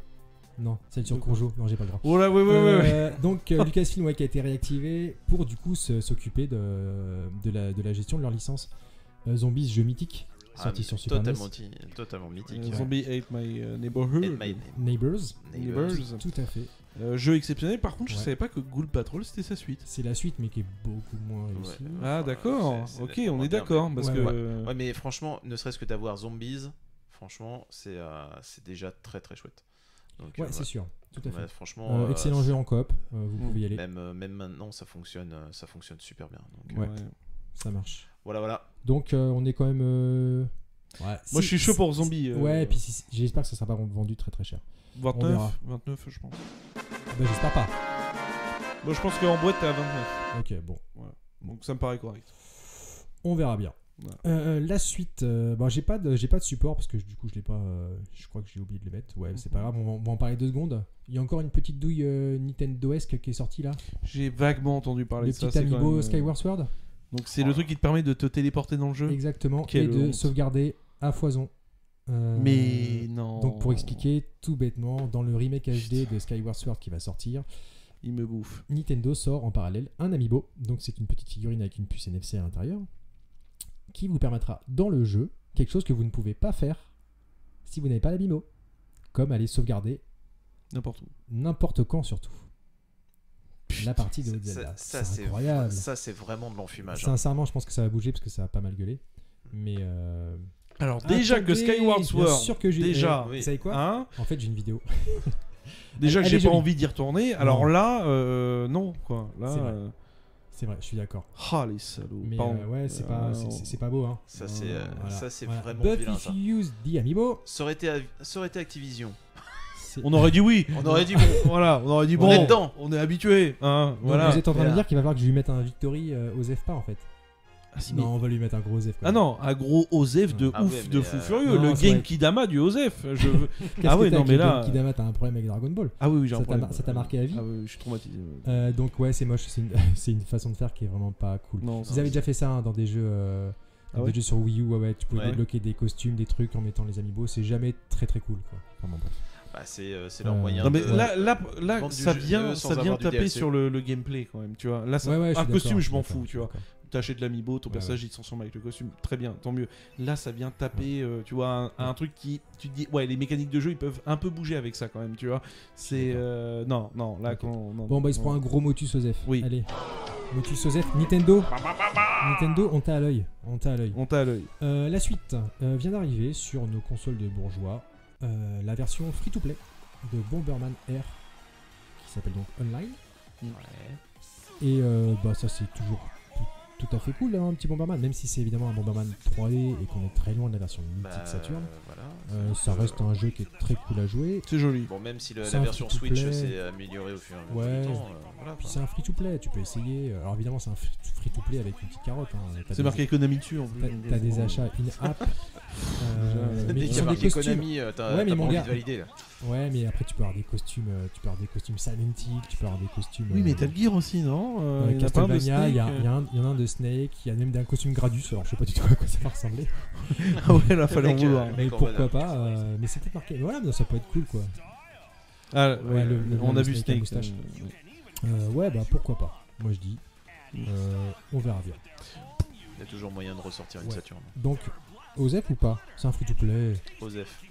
Non, celle sur
De quoi
Conjo. Non, j'ai pas le droit.
Oh là, ouais, ouais, ouais, ouais.
Euh, Donc euh, Lucasfilm ouais, qui a été réactivé pour du coup se- s'occuper de, de, la, de la gestion de leur licence. Euh, Zombies, jeu mythique,
ah,
sorti
mais
sur Super E NES.
totalement, ti- totalement mythique.
Euh, Zombie Hate My euh, Neighborhood.
And my name-
Neighbors,
neighbors.
Neighbors.
tout à fait.
Euh, jeu exceptionnel. Par contre, je
Ouais.
savais pas que Ghoul Patrol c'était sa suite.
C'est la suite mais qui est beaucoup moins
Ouais.
réussie.
Ah
Voilà,
d'accord.
c'est- c'est
Ok,
nettement
on
moins
est
bien,
d'accord parce
Ouais,
que.
ouais.
euh,
mais- Ouais mais franchement, ne serait-ce que d'avoir Zombies, franchement c'est euh, c'est déjà très très chouette. Donc,
Ouais,
euh,
c'est sûr, tout à
ouais,
fait.
franchement,
Euh,
euh,
excellent jeu en coop, euh, vous
Mm.
pouvez y aller,
Même, euh, même maintenant, ça fonctionne, euh, ça fonctionne super bien. Donc, euh,
Ouais. ça marche.
Voilà, voilà.
Donc euh, on est quand même... euh, ouais,
Moi,
si-
je suis chaud
si-
pour Zombie. euh,
Ouais, et puis si- j'espère que ça sera pas vendu très très cher. on
29,
verra.
29, je pense.
Ah bah, j'espère pas.
Moi, je pense qu'en boîte, t'es à 29.
Ok, bon,
Donc, ça me paraît correct.
on verra bien.
Ouais.
Euh, la suite, euh, bon, j'ai pas de j'ai pas de support parce que du coup je l'ai pas, euh, je crois que j'ai oublié de le mettre. Ouais, c'est
Mhm.
pas grave, on va, on va en parler deux secondes. Il y a encore une petite douille euh, Nintendoesque qui est sortie là,
J'ai vaguement entendu parler
le
de ça.
petit
c'est quand
amiibo
même, euh,
Skyward Sword,
Donc, c'est le truc qui te permet de te téléporter dans le jeu.
exactement,
Mhm. Quelle
et de
honte.
sauvegarder à foison. Euh,
Mais non.
Donc pour expliquer tout bêtement, dans le remake HD de Skyward Sword qui va sortir,
Il me bouffe.
Nintendo sort en parallèle un amiibo, donc c'est une petite figurine avec une puce NFC à l'intérieur, qui vous permettra dans le jeu quelque chose que vous ne pouvez pas faire si vous n'avez pas l'amiibo, comme aller sauvegarder
N'importe où.
n'importe quand surtout.
Putain,
La partie de
ça-
Zelda,
ça- ça,
c'est
c'est
incroyable.
Ça, c'est vraiment de l'enfumage. hein.
Sincèrement, je pense que ça va bouger parce que ça a pas mal gueulé.
Hmm.
Mais euh,
Alors, déjà que
attendez,
Skyward
bien
Sword.
sûr que j'ai-
déjà,
eh,
oui.
Vous savez quoi
Hein
En fait, j'ai une vidéo.
déjà
Elle-
que
elle
j'ai
est
pas
jolie.
envie d'y retourner. Alors
Non.
là, euh, non, quoi. Là,
C'est vrai.
euh,
C'est vrai, je suis d'accord.
ah, les salauds.
Mais
Pardon.
euh, ouais, c'est
Euh,
pas, c'est- c'est- c'est pas beau. Hein.
Ça, c'est euh,
Voilà,
ça, c'est
voilà.
vraiment
But
vilain,
if
ça.
you use the amiibo,
Ça aurait, été, Av- ça aurait été Activision.
c'est-
On aurait dit oui.
On aurait dit bon.
voilà, on aurait dit
On
bon.
est dedans.
On est habitué. Hein,
Donc,
voilà.
vous êtes en train de
Voilà.
dire qu'il va falloir que je lui mette un victory euh, aux FPA en fait.
Ah, si, mais-
Non, on va lui mettre un gros F.
Ah non, un gros Osef de
Ah
ouf,
ouais, mais
de fou
euh,
furieux,
non,
le
c'est vrai.
Genkidama du Osef. Je... veux-
ah
Ah ouais, non, mais là-
Kidama, t'as un problème avec Dragon Ball.
ah oui, oui, j'ai
Ça
un
t'a
problème.
mar- ça t'a marqué à vie
Ah oui, je suis traumatisé.
Euh, donc ouais, c'est moche, c'est une, c'est une façon de faire qui est vraiment pas cool.
Non,
Ils avaient déjà fait ça hein, dans des jeux, euh, dans
Ah
des
ouais
jeux sur Wii U. Ouais, ouais, tu pouvais
Ouais.
débloquer des costumes, des trucs en mettant les amiibo. C'est jamais très très cool. Quoi. Enfin, bon, bref.
Bah, c'est euh, c'est leur
Euh,
moyen.
Non mais
de-
là, là, là,
vendre du
ça
jeu-
vient,
euh, sans
ça vient
avoir du
taper
DLC.
sur le, le gameplay quand même, tu vois. Là, ça-
Ouais, ouais, je
un
suis
costume,
d'accord,
je m'en fous,
suis d'accord,
tu vois.
je suis
T'achètes de l'amiibo, ton
Ouais,
personnage il s'en sort avec le costume, très bien, tant mieux. Là, ça vient taper, euh, tu vois, un, un truc qui, tu te dis, ouais, les mécaniques de jeu, ils peuvent un peu bouger avec ça quand même, tu vois. C'est,
D'accord.
euh, non, non, là,
Ok.
quand, non,
d'accord. Bon, bah il se
non.
prend un gros motus aux F.
Oui.
Allez. Motus aux F. Nintendo. Nintendo, on t'a à l'œil. On t'a à l'œil.
on t'a à l'œil.
Euh, la suite euh, vient d'arriver sur nos consoles de bourgeois, euh, la version free-to-play de Bomberman Air, qui s'appelle donc Online. Et euh, bah, ça c'est toujours tout, tout à fait cool, hein, un petit Bomberman, même si c'est évidemment un Bomberman 3D et qu'on est très loin de la version mythique
Bah,
Saturn.
voilà.
Euh, ça reste un jeu qui est très cool à jouer.
C'est joli.
Bon, même si le-
C'est
la
un
version
free-to-play.
Switch s'est améliorée au fur et à mesure
Ouais.
du temps, euh, voilà,
Puis
quoi.
c'est un free-to-play, tu peux essayer. euh, Alors évidemment c'est un free- free-to-play avec une petite carotte. hein. T'as
C'est
des-
marqué économie dessus en plus.
T'as
donc,
t'as des
bon.
achats in-app. euh,
Déjà,
mais qui
Dès qu'il y
sont
a
des
marqué
costumes.
Konami, euh, t'as
Ouais, mais
t'as pas
mon
envie
gars-
de valider là.
Ouais, mais après, tu peux avoir des costumes, euh, tu peux avoir des costumes Silent Hill, tu peux avoir des costumes.
Oui,
euh,
Metal Gear aussi, non Euh,
euh,
il y en a pas un de
Castlevania, il y, a-
Snake
il y a un- il y en a un de Snake, il y en a même d'un costume Gradus, alors je sais pas du tout à quoi ça va ressembler.
Ah ouais, là, fallait en
Mec, euh,
vouloir.
Mais
Mec en
pourquoi
mode-
pas euh, Mais c'est peut-être marqué. Mais voilà, mais ça peut être cool quoi.
Ah,
ouais,
ouais,
le- le-
on
le
a vu
Snake à
Snake.
moustache.
euh, ouais.
Euh, ouais, bah pourquoi pas. Moi je dis.
Mm.
Euh, on verra bien.
Il y a toujours moyen de ressortir une hein.
Ouais.
Saturne.
Donc, Osef ou pas C'est un free to play.
Osef.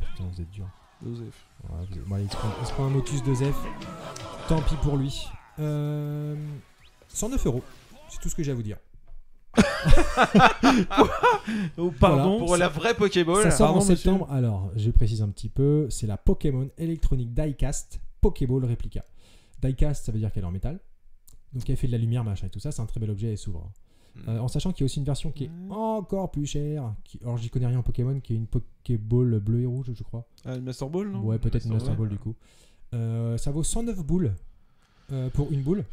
Putain, vous êtes dur.
Joseph.
Ouais, vous- bon, allez, il, se prend, il se prend un motus de Zef. Tant pis pour lui. Euh, 109 euros. C'est tout ce que j'ai à vous dire.
Oh, pardon.
Pour la vraie Pokéball.
Ça sort
pardon,
en septembre. Alors, je précise un petit peu. C'est la Pokémon Electronic Diecast Pokéball Replica. Diecast, ça veut dire qu'elle est en métal. Donc, elle fait de la lumière, machin et tout ça. C'est un très bel objet, elle est souverain.
Mm.
Euh, en sachant qu'il y a aussi une version qui est
Mm.
encore plus chère. Qui, alors, j'y connais rien en Pokémon, qui est une Pokéball bleue et rouge, je crois.
Ah, le Master Ball, non
ouais, peut-être une Master
Master
Ball
Ball.
du coup. Euh, ça vaut 109 boules euh, pour une boule.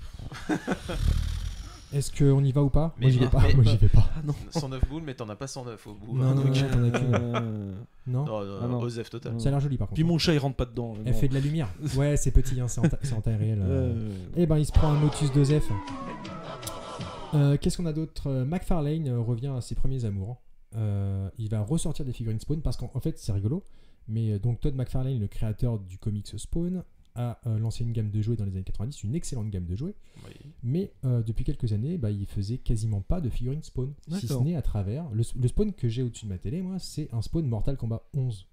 Est-ce qu'on y va ou pas Moi,
Mais
j'y vais
bien-
pas.
mais-
Moi, j'y vais pas.
Ah non.
109 boules, mais t'en as pas 109 au bout.
Non, non,
hein, Donc,
non, t'en as qu'une.
Euh,
Non,
non,
Ah, non.
Osef total.
Ça a l'air joli par contre.
Puis mon chat, il rentre pas dedans. là,
Elle
non.
fait de la lumière. Ouais, c'est petit, hein, c'est en, ta- c'est en taille réelle. euh.
Euh,
Eh ben, il se prend un Motus 2F. Euh, Qu'est-ce qu'on a d'autre Euh, McFarlane euh, revient à ses premiers amours. Euh, il va ressortir des figurines Spawn parce qu'en en fait, c'est rigolo. Mais euh, donc, Todd McFarlane, le créateur du comics Spawn, a euh, lancé une gamme de jouets dans les années 90, une excellente gamme de jouets.
Oui.
Mais euh, depuis quelques années, bah, il faisait quasiment pas de figurines Spawn. Si ce
D'accord.
n'est à travers. Le, le Spawn que j'ai au-dessus de ma télé, moi, c'est un Spawn Mortal Kombat 11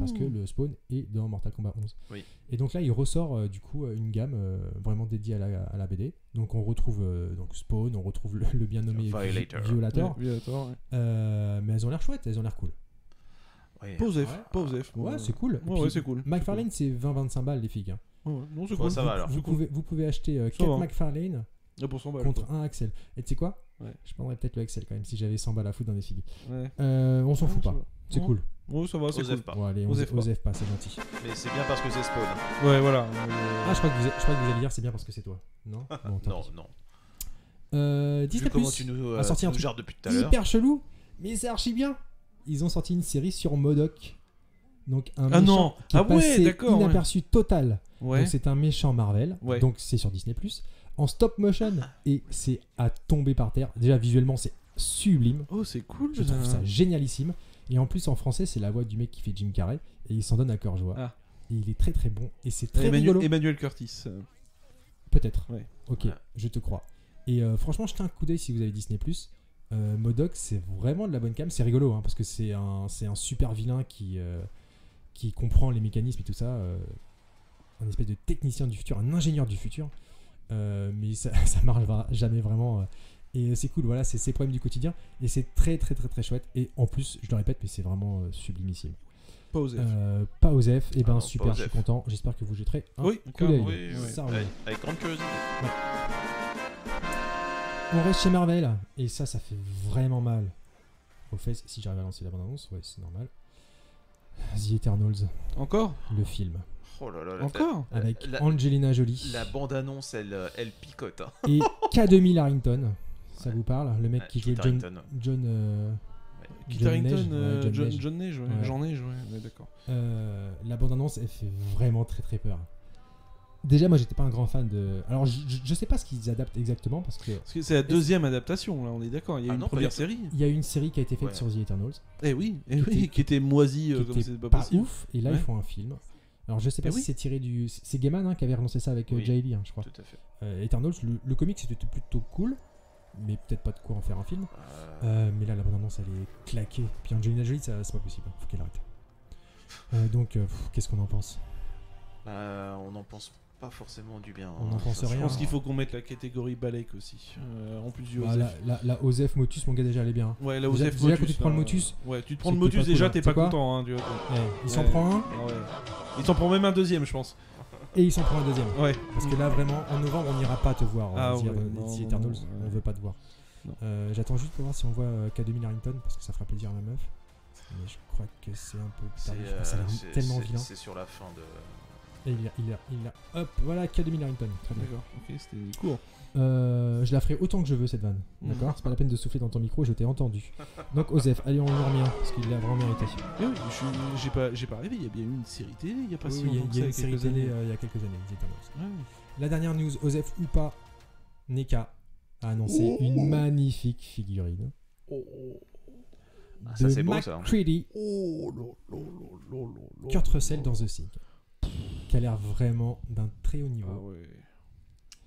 parce que le spawn est dans Mortal Kombat 11.
Oui.
Et donc là, il ressort euh, du coup euh, une gamme euh, vraiment dédiée à la, à la BD. Donc on retrouve euh, donc Spawn, on retrouve le, le bien nommé Vi-
Violator.
Violator.
Ouais, Violator, ouais.
Euh, mais elles ont l'air chouettes, elles ont l'air cool.
Oui.
Pas Osef,
Ouais.
pas Osef.
Ouais,
Bon,
c'est cool.
Ouais,
Puis,
ouais, c'est cool.
McFarlane, c'est 20-25 balles les figues. hein.
Ouais, ouais. Non, c'est
Ouais,
cool.
ça va alors.
Vous,
cool.
pouvez, vous pouvez acheter euh,
Ça
4
va.
McFarlane
Ah, pour 100 balles,
contre 1 Axel. Et tu sais quoi
Ouais.
Je prendrais peut-être le Axel quand même si j'avais 100 balles à foutre dans les figues.
quoi. Ouais.
Euh, on s'en
Non,
fout
ça
pas.
va.
C'est
Non.
cool.
Ouais, ça va, c'est
Osef
cool.
pas.
Bon, allez, on
Osef pas.
osef pas, c'est gentil.
Mais c'est bien parce que c'est spawn.
Ouais, voilà.
Ah, je crois que vous, je crois que vous allez dire c'est bien parce que c'est toi. Non Bon, tant
Non,
pis.
non.
Euh,
Vu
Disney
comment tu nous,
a
euh,
sorti
tu
un
nous
truc
jarres depuis tout à l'heure.
hyper chelou, mais c'est archi bien. Ils ont sorti une série sur Modoc. Donc un
Ah
méchant
non
qui
Ah
est
ouais,
passé
d'accord, ouais.
inaperçu total.
Ouais.
Donc c'est un méchant Marvel.
Ouais.
Donc c'est sur Disney en stop motion et c'est à tomber par terre. Déjà visuellement c'est sublime.
Oh, c'est cool.
Je trouve
putain.
ça génialissime. Et en plus en français c'est la voix du mec qui fait Jim Carrey et il s'en donne à cœur joie.
Ah.
Et il est très très bon et c'est très
Emmanuel,
rigolo.
Emmanuel Curtis. euh,
Peut-être.
Ouais.
Ok,
Ouais.
je te crois. Et euh, franchement, jetez un coup d'œil si vous avez Disney+. Euh, Modoc, c'est vraiment de la bonne cam. C'est rigolo, hein, parce que c'est un, c'est un super vilain qui, euh, qui comprend les mécanismes et tout ça. euh, un espèce de technicien du futur, un ingénieur du futur. Euh, mais ça, ça marche vra- jamais vraiment. euh. Et c'est cool, voilà, c'est ses problèmes du quotidien. Et c'est très, très, très, très chouette. Et en plus, je le répète, mais c'est vraiment euh, sublimissime.
Pas Osef.
Euh, pas Osef, et
Ah
ben
non, pas
super, je suis
Osef. Oh,
content. J'espère que vous jetterez hein, un
Oui,
coup d'œil.
carrément,
Oui, oui.
Ça, on-
Avec, avec grande curiosité.
On reste chez Marvel, et ça, ça fait vraiment mal. Au fait, si j'arrive à lancer la bande-annonce, ouais, c'est normal. The Eternals,
Encore
le film,
Oh là là, la-
Encore
la-
avec
la,
Angelina Jolie
la bande-annonce, elle, elle picote. hein.
et K2000 Harrington. Ça vous parle Le mec
Ah,
qui jouait
Kit
John.
Harington.
John euh,
Kit
John
Harington,
Neige,
euh,
ouais, John
John
Neige.
John Neige, ouais.
Ouais.
John Neige, ouais, ouais, d'accord.
euh, la bande-annonce, elle fait vraiment très très peur. Déjà, moi, j'étais pas un grand fan de. Alors, je, je- je sais pas ce qu'ils adaptent exactement parce que
Parce que c'est la deuxième adaptation, là, on est d'accord. Il y a
Ah
une
non, pas
première
du tout.
série.
il y a une série qui a été faite
Ouais.
sur The Eternals,
Eh oui, eh
Qui
oui,
était-
qui était moisi euh,
qui
comme
était
c'est pas
pas
possible.
ouf, et là
Ouais.
ils font un film. Alors, je sais pas
Eh
si
oui.
c'est tiré du. C'est Gaiman hein, qui avait relancé ça avec euh,
Oui.
Jay Lee, hein, je crois.
Tout à fait.
Euh, Eternals, le, le comic c'était plutôt cool, mais peut-être pas de quoi en faire un film.
Euh,
Euh, mais là, la bande-annonce elle est claquée. Puis Angelina Jolie, ça, c'est pas possible, hein. faut qu'elle arrête. Euh, donc, euh, pff, qu'est-ce qu'on en pense
bah, on n'en pense pas forcément du bien. hein,
On n'en pense
Ça,
Je
rien.
pense qu'il faut qu'on mette la catégorie Balek aussi, euh, en plus du
Bah,
Osef.
la, la- la Osef Motus, mon gars, déjà elle est bien. hein.
Ouais, là,
Déjà-
Osef
déjà,
Motus.
quand tu te prends le
là,
Motus,
euh, Ouais, tu te prends le
c'est que t'es
Motus,
pas
déjà,
cool,
t'es
hein.
pas
Tu vois
content. Hein, tu vois, quoi.
Ouais, il s'en
Ouais.
prend un
Ah ouais. Il s'en prend même un deuxième, je pense.
et il s'en prend un deuxième.
Ouais.
Parce que là, vraiment, en novembre, on n'ira pas te voir.
Ah
euh,
ouais,
The Eternals.
non,
The
non,
Eternals,
non, ouais.
on veut pas te voir.
Non.
Euh, J'attends juste pour voir si on voit euh, K2000 Harrington, parce que ça fera plaisir à ma meuf. Mais je crois que c'est un peu
C'est
tardif. Ah, ça a
euh,
l'air
c'est-
tellement
c'est-
vilain.
c'est sur la fin de.
Et il l'a, il l'a, il l'a. Hop, voilà, Academy Larrington. Très bien.
D'accord, ok, c'était court.
Euh, je la ferai autant que je veux cette vanne.
Mhm.
D'accord C'est pas la peine de souffler dans ton micro, je t'ai entendu. Donc, Osef, allez, on dort bien, parce qu'il l'a vraiment mérité.
Mais oui, je suis- j'ai pas, j'ai pas rêvé, il y a bien eu une série télé, il y a pas
Oui,
si
oui, il y a-
longtemps
il y a
que
une
ça, il y a
série
quelques
télé
années.
euh, il y a quelques années, exactement.
Ouais, ouais.
La dernière news, Osef ou pas, Neka a annoncé une magnifique figurine.
Ah,
de
ça, c'est beau,
Mac
ça.
Creedy, oh, Kurt Russell dans The Sync. Qui a l'air vraiment d'un très haut niveau.
Ah ouais.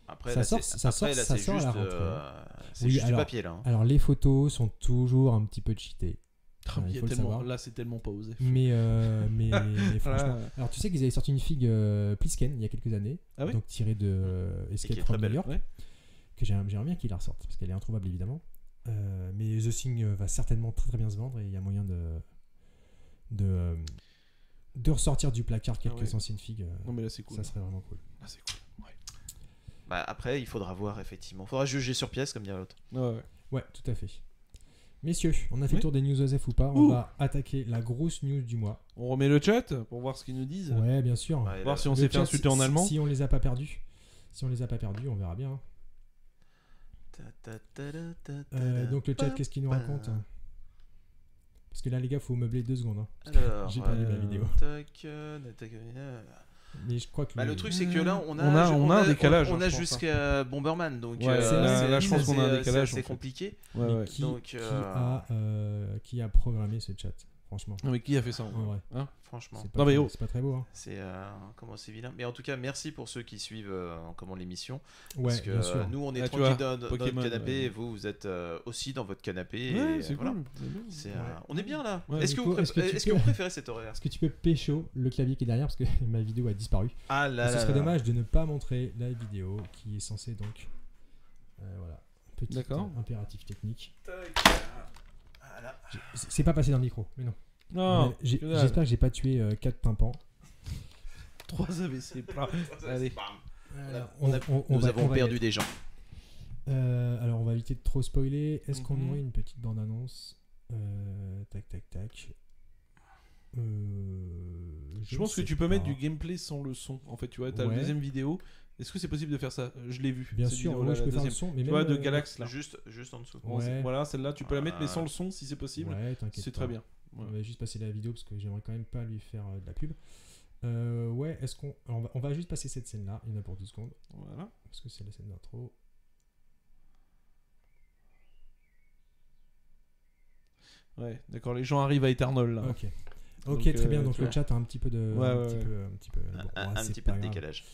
Après,
Ça
là,
sort-
c'est-
ça
après,
sort-
là,
ça
c'est
sort à la
juste,
rentrée.
euh, c'est
Oui,
juste
alors-
du papier là. hein.
Alors, les photos sont toujours un petit peu cheatées.
Ah, mais
il
il y a
faut le
tellement-
savoir.
là, c'est tellement pas osé. Ah,
Mais, euh, mais, mais franchement.
Ouais.
Alors, tu sais qu'ils avaient sorti une figue euh, Plisken il y a quelques années.
Ah oui
donc, tirée de euh,
Et qui
Escape
est
from
très
New
belle,
York.
ouais.
Que j'aimerais j'aimerais bien qu'ils la ressortent, parce qu'elle est introuvable évidemment. Euh, mais The Thing euh, va certainement très très bien se vendre et il y a moyen de. de. euh, de ressortir du placard quelques
Ah ouais.
anciennes figues. euh,
Non, mais là, c'est cool.
Ça serait vraiment cool.
Ah, c'est cool. Ouais.
Bah, après, il faudra voir effectivement. Faudra juger sur pièce, comme dirait l'autre.
Ouais, ouais.
Ouais, tout à fait. Messieurs, on a fait le
Oui.
tour des news Osef ou pas. On
Ouh.
va attaquer la grosse news du mois.
On remet le chat pour voir ce qu'ils nous disent.
Ouais, bien sûr.
Ouais, là-
Voir si on
Le
s'est fait
chat,
insulter en
si-
allemand.
Si on les a pas perdus. Si on les a pas perdus, on verra bien. hein.
Ta- ta- ta- ta- ta- ta-
Euh,
ta-
donc le chat,
pa-
qu'est-ce qu'il nous
pa-
raconte hein Parce que là, les gars, faut meubler deux secondes. hein.
Alors,
J'ai perdu ma vidéo.
tac, euh, tac, euh,
Mais je crois que.
Bah, le truc, c'est que là, on a,
On a-
ju-
on a un décalage,
On,
hein,
a
je pense,
jusqu'à Bomberman, donc
Ouais,
euh,
c'est-
c'est-
là- là,
c'est-
je pense
c'est-
qu'on a un
c'est-
décalage, en
C'est
fait.
compliqué.
Ouais,
Mais
ouais.
Qui,
Donc,
qui
euh,
a, euh, qui a programmé ce chat Franchement.
Non, mais qui a fait ça en
En vrai.
Hein
Franchement,
C'est pas,
Non, mais
très-
oh.
c'est pas très beau. hein.
c'est euh, comment c'est vilain. Mais en tout cas, merci pour ceux qui suivent euh, comment l'émission.
Ouais,
parce que
bien
euh,
sûr.
nous, on est
Ah, tu
tranquille
vois,
dans, dans
Pokémon,
notre canapé,
ouais.
et vous, vous êtes euh, aussi dans votre canapé.
Ouais,
et
c'est
voilà.
cool. c'est bien.
C'est, euh,
Ouais.
on est bien là.
Ouais,
Est-ce que,
Nico,
vous pré-
est-ce que tu
est-ce que vous
peux-
préférez cet horaire
Est-ce que tu peux pécho le clavier qui est derrière Parce que ma vidéo a disparu.
Ah là
ce
là
serait
là.
dommage de ne pas montrer la vidéo qui est censée donc. euh, voilà. Petit
D'accord.
euh, impératif technique.
Voilà.
J'ai- C'est c'est pas passé dans le micro, mais non.
Non,
Mais j'ai-
Oh, que dalle.
J'espère que j'ai pas tué 4 tympans.
3 AVC. plein. Allez.
Bam.
on,
on a-
on- on
Nous
va- on
avons
va y
perdu des gens.
aller. Euh, alors on va éviter de trop spoiler. Est-ce qu'on
Mhm.
aurait une petite bande annonce Euh, Tac tac tac. Euh,
Je pense que
sais
tu peux mettre
pas.
du gameplay sans le son. En fait, tu vois, t'as
Ouais.
la deuxième vidéo. Est-ce que c'est possible de faire ça Je l'ai vu.
Bien
cette
sûr,
vidéo-là,
ouais,
la
je peux faire le
deuxième.
son, mais
Tu
même,
vois, de
euh,
Galax là.
Juste, juste en dessous.
Bon, c'est-
Ouais.
Voilà, celle-là, tu peux la mettre, mais
Voilà.
sans le son si c'est possible.
Ouais, t'inquiète
c'est
pas.
très bien.
On va juste passer la vidéo parce que j'aimerais quand même pas lui faire euh, de la pub. Euh, ouais, est-ce qu'on. alors, On va, on va juste passer cette scène là, il y en a pour 12 secondes,
Voilà.
parce que c'est la scène d'intro.
Ouais, d'accord, les gens arrivent à Eternal là.
Ok.
Ah. Donc,
Ok, très
euh,
bien, donc
tu
le
vois.
chat a un petit peu de.
Ouais,
un,
ouais,
petit
ouais.
Peu, un petit peu. bon,
Un,
ouais,
un
c'est
petit peu
pas
de
grave.
décalage.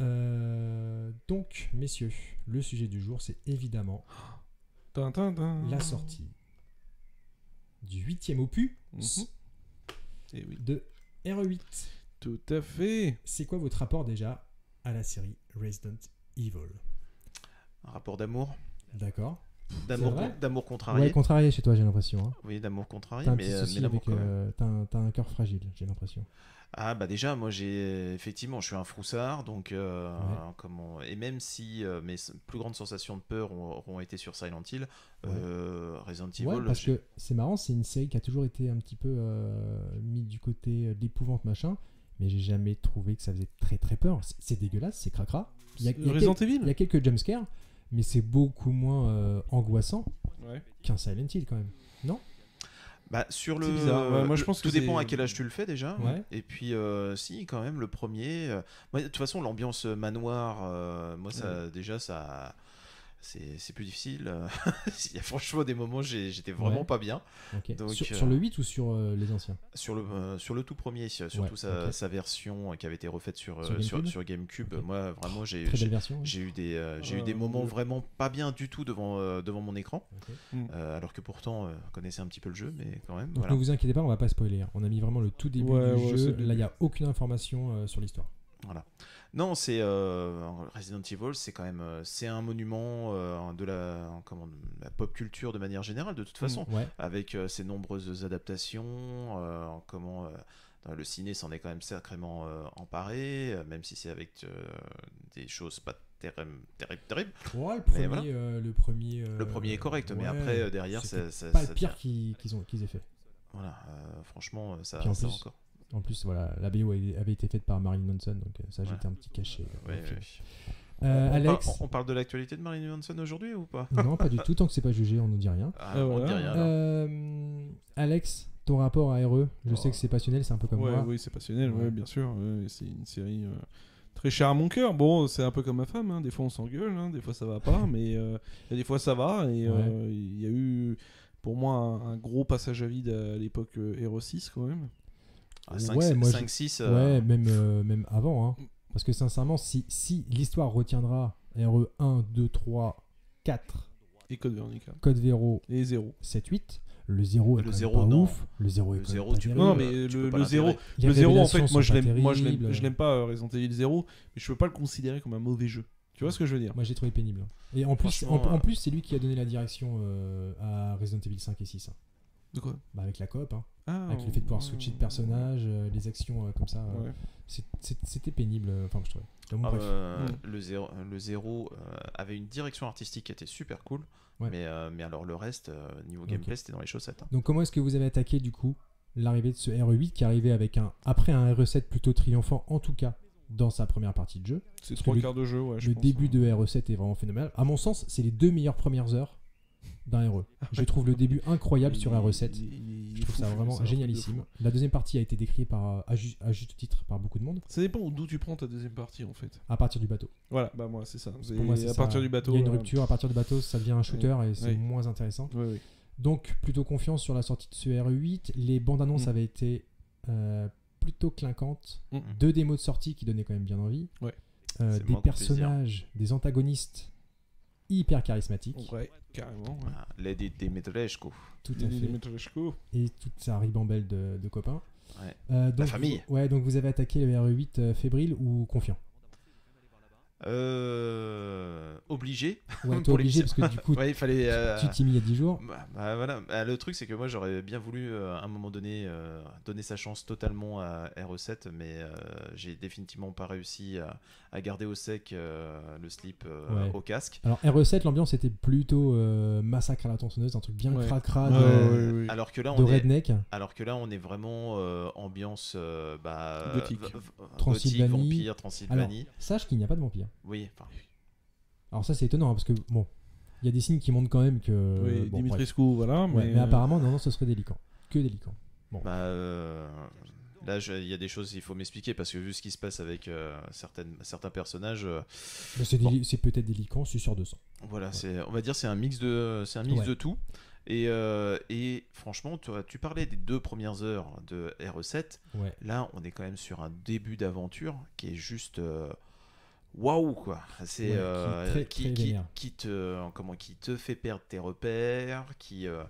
Euh, donc, messieurs, le sujet du jour, c'est évidemment
Tin, tin, tin.
la sortie du huitième opus
Mhm. Eh oui,
de RE8.
tout à fait.
C'est quoi votre rapport déjà à la série Resident Evil
Un rapport d'amour.
D'accord
D'amour
vrai
con- d'amour contrarié.
Ouais, contrarié chez toi, j'ai l'impression. hein.
Oui, d'amour contrarié,
T'as un
mais,
petit
euh, mais
souci
l'amour
avec.
quand même.
euh, T'as un- t'as un cœur fragile, j'ai l'impression.
Ah bah déjà, moi j'ai effectivement, je suis un froussard, donc euh,
Ouais.
comment et même si euh, mes s- plus grandes sensations de peur ont- auront été sur Silent Hill,
Ouais.
euh, Resident Evil,
Ouais, parce
j'ai-
que c'est marrant, c'est une série qui a toujours été un petit peu euh, mise du côté euh, de l'épouvante, machin, mais j'ai jamais trouvé que ça faisait très très peur. C'est- C'est dégueulasse, c'est cracra. Il y a, il y a
Resident
quel- il y
Evil
a quelques jumpscares, mais c'est beaucoup moins euh, angoissant
Ouais.
qu'un Silent Hill quand même.
bah, sur
C'est
le,
bizarre, ouais, moi, je
le-
pense que
tout dépend
c'est-
à quel âge tu le fais déjà.
Ouais.
Et puis euh, si quand même le premier, euh, moi, de toute façon l'ambiance manoir, euh, moi ça déjà ça. C'est c'est plus difficile. Il y a franchement des moments j'ai- j'étais vraiment
Ouais.
pas bien.
Ok.
Donc,
sur,
euh,
sur le 8 ou sur euh, les anciens
Sur le, euh, sur le tout premier, surtout
Ouais,
sa,
ok.
sa version euh, qui avait été refaite sur, euh,
Sur
sur,
GameCube
sur GameCube,
Ok.
moi vraiment j'ai
Très belle
j'ai-
version. ouais.
j'ai eu des, euh, j'ai eu
Euh,
des moments
le-
vraiment pas bien du tout devant, euh, devant mon écran,
Ok.
Euh, alors que pourtant euh, je connaissais un petit peu le jeu, mais quand même.
Donc
voilà.
ne vous inquiétez pas, on va pas spoiler. hein. On a mis vraiment le tout début
Ouais,
du
ouais, c'est
jeu.
le
Là, il
début.
n'y a aucune information euh, sur l'histoire.
Non, c'est euh, Resident Evil, c'est quand même euh, c'est un monument euh, de la, comment, de la pop culture de manière générale, de toute façon.
Ouais.
avec euh, ses nombreuses adaptations, euh, comment euh, dans le ciné s'en est quand même sacrément euh, emparé, euh, même si c'est avec euh, des choses pas terribles, terribles, terribles.
Ouais, le premier,
Mais voilà.
euh, le premier. euh,
Le premier est correct, mais
ouais,
après euh, derrière,
c'était
ça, ça-
pas
ça
le pire
devient-
qu'ils qu'ils ont qu'ils aient fait.
Voilà, euh, franchement, euh, ça,
Puis en
ça
plus,
encore.
En plus, voilà, la BO avait été faite par Marilyn Manson, donc euh, ça
Ouais.
j'étais un petit cachet. euh,
Ouais,
au film.
ouais.
Euh,
On par-
Alex
on, parle de l'actualité de Marilyn Manson aujourd'hui ou pas
Non, pas du tout. Tant que c'est pas jugé, on nous dit rien.
Ah,
Ah,
On
voilà.
dit rien. alors.
Euh, Alex, ton rapport à RE,
Oh.
je sais que c'est passionnel, c'est un peu comme
Ouais,
moi.
oui, c'est passionnel, ouais,
Ouais.
bien sûr. ouais, c'est une série euh, très chère à mon cœur. Bon, c'est un peu comme ma femme. hein, Des fois, on s'engueule. hein, Des fois, ça va pas. mais euh, et des fois, ça va. Et euh,
Ouais.
il y a eu, pour moi, un, un gros passage à vide à l'époque euh, Hero 6, quand même.
Ah, 5,
ouais, moi,
6.
Ouais, même, euh, même avant. hein. Parce que sincèrement, si, si l'histoire retiendra E RE 1, 2, 3, 4,
Et Code Veronica.
Code Véro,
Et 0.
7, 8, le 0 est
Le
quand même
zéro,
pas
non.
ouf. Le 0 est
Le
quand même
zéro,
pas
tu peux-
terrible.
Non,
peux-
mais
tu
le,
peux pas
le 0,
l'intégrer.
Les
le 0 en fait,
révélations
moi,
sont
je
pas
l'aime, moi, je l'aime,
terribles.
je l'aime pas euh, Resident Evil 0, mais je peux pas le considérer comme un mauvais jeu. Tu vois ce que je veux dire
Moi, j'ai trouvé pénible. Et en plus, en,
Franchement,
en
euh,
plus c'est lui qui a donné la direction euh, à Resident Evil 5 et 6. hein.
De quoi
Bah, avec la coop, hein.
Ah,
avec le fait de pouvoir switcher de personnage, euh, les actions euh, comme ça. euh,
Ouais.
c'est- c'est- C'était pénible, euh, enfin, je trouvais. Donc,
Ah,
bref.
euh,
Mm.
Le 0 le zéro, euh, avait une direction artistique qui était super cool,
Ouais.
mais, euh, mais alors le reste, euh, niveau
Ok.
gameplay, c'était dans les chaussettes. hein.
Donc comment est-ce que vous avez attaqué du coup l'arrivée de ce RE8 qui arrivait avec un après un RE7 plutôt triomphant en tout cas dans sa première partie de jeu.
C'est
que
trois
le-
quarts de jeu, ouais. je
le
pense,
début
hein.
de RE7 est vraiment phénoménal. À mon sens, c'est les deux meilleures premières heures d'un RE. Je
ouais.
trouve le début incroyable
Il-
sur RE7.
il- il- il
Je trouve
est
ça
fou,
vraiment
c'est un truc de
génialissime.
fou.
La deuxième partie a été décrite par, euh, à, ju- à juste titre par beaucoup de monde
Ça dépend d'où tu prends ta deuxième partie en fait.
à partir du bateau.
Voilà, bah moi c'est ça.
Pour moi,
C'est
c'est
à
ça.
partir du bateau.
Il y a une
là.
rupture à partir du bateau, ça devient un shooter et c'est
Oui.
moins intéressant.
Ouais, ouais.
Donc plutôt confiance sur la sortie de ce RE8. Les bandes annonces
Mm.
avaient été euh, plutôt clinquantes.
Mm.
Deux démos de sortie qui donnaient quand même bien envie.
Ouais.
Euh,
C'est
des
moins qu'on puisse
personnages, des antagonistes hyper charismatiques.
Ouais, carrément. Ouais.
Ah, Lady Dimitrescu.
Tout à
Les- les
fait. Euh,
Metroidvania.
Et toute sa ribambelle de, de copains.
Ouais.
Euh, donc,
famille.
vous- ouais, donc vous avez attaqué le RE8 euh, fébrile ou confiant.
Euh, obligé.
Ouais, toi
Pour les
obligé
petits.
parce que du coup
Ouais, il fallait. euh,
tu t'y mis il y a 10 jours.
Bah, bah, voilà, Bah, le truc c'est que moi j'aurais bien voulu euh, à un moment donné euh, donner sa chance totalement à RE7, mais euh, j'ai définitivement pas réussi à, à garder au sec euh, le slip euh,
Ouais.
au casque.
Alors RE7, l'ambiance était plutôt euh, massacre à la tronçonneuse, un truc bien
Ouais. Ouais,
cracra de,
ouais, ouais.
Euh, Alors que là
de
on est,
redneck.
alors que là on est vraiment euh, ambiance euh, bah,
Gothique.
v- v-
Transylvanie.
gothique, vampire, Transylvanie.
Sache qu'il n'y a pas de vampire.
Oui, enfin,
Alors ça c'est étonnant hein, parce que bon, il y a des signes qui montrent quand même que
Oui,
bon, bref.
Dimitrescu, voilà.
Ouais,
Mais, euh,
mais apparemment non non ce serait délicat, que délicat.
bah, euh, là je- il y a des choses il faut m'expliquer parce que vu ce qui se passe avec euh, certaines, certains personnages. euh,
Mais C'est
Bon.
déli- c'est peut-être délicat, c'est sûr de sang.
Voilà, c'est, on va dire c'est un mix de, c'est un mix
Ouais.
de tout. Et, euh, et franchement, tu, vois, tu parlais des deux premières heures de RE7.
Ouais.
Là, on est quand même sur un début d'aventure qui est juste euh, waouh quoi.
Ouais,
C'est
qui est
euh,
très,
qui,
très
qui-
vénère.
qui te euh, comment qui te fait perdre tes repères, qui euh,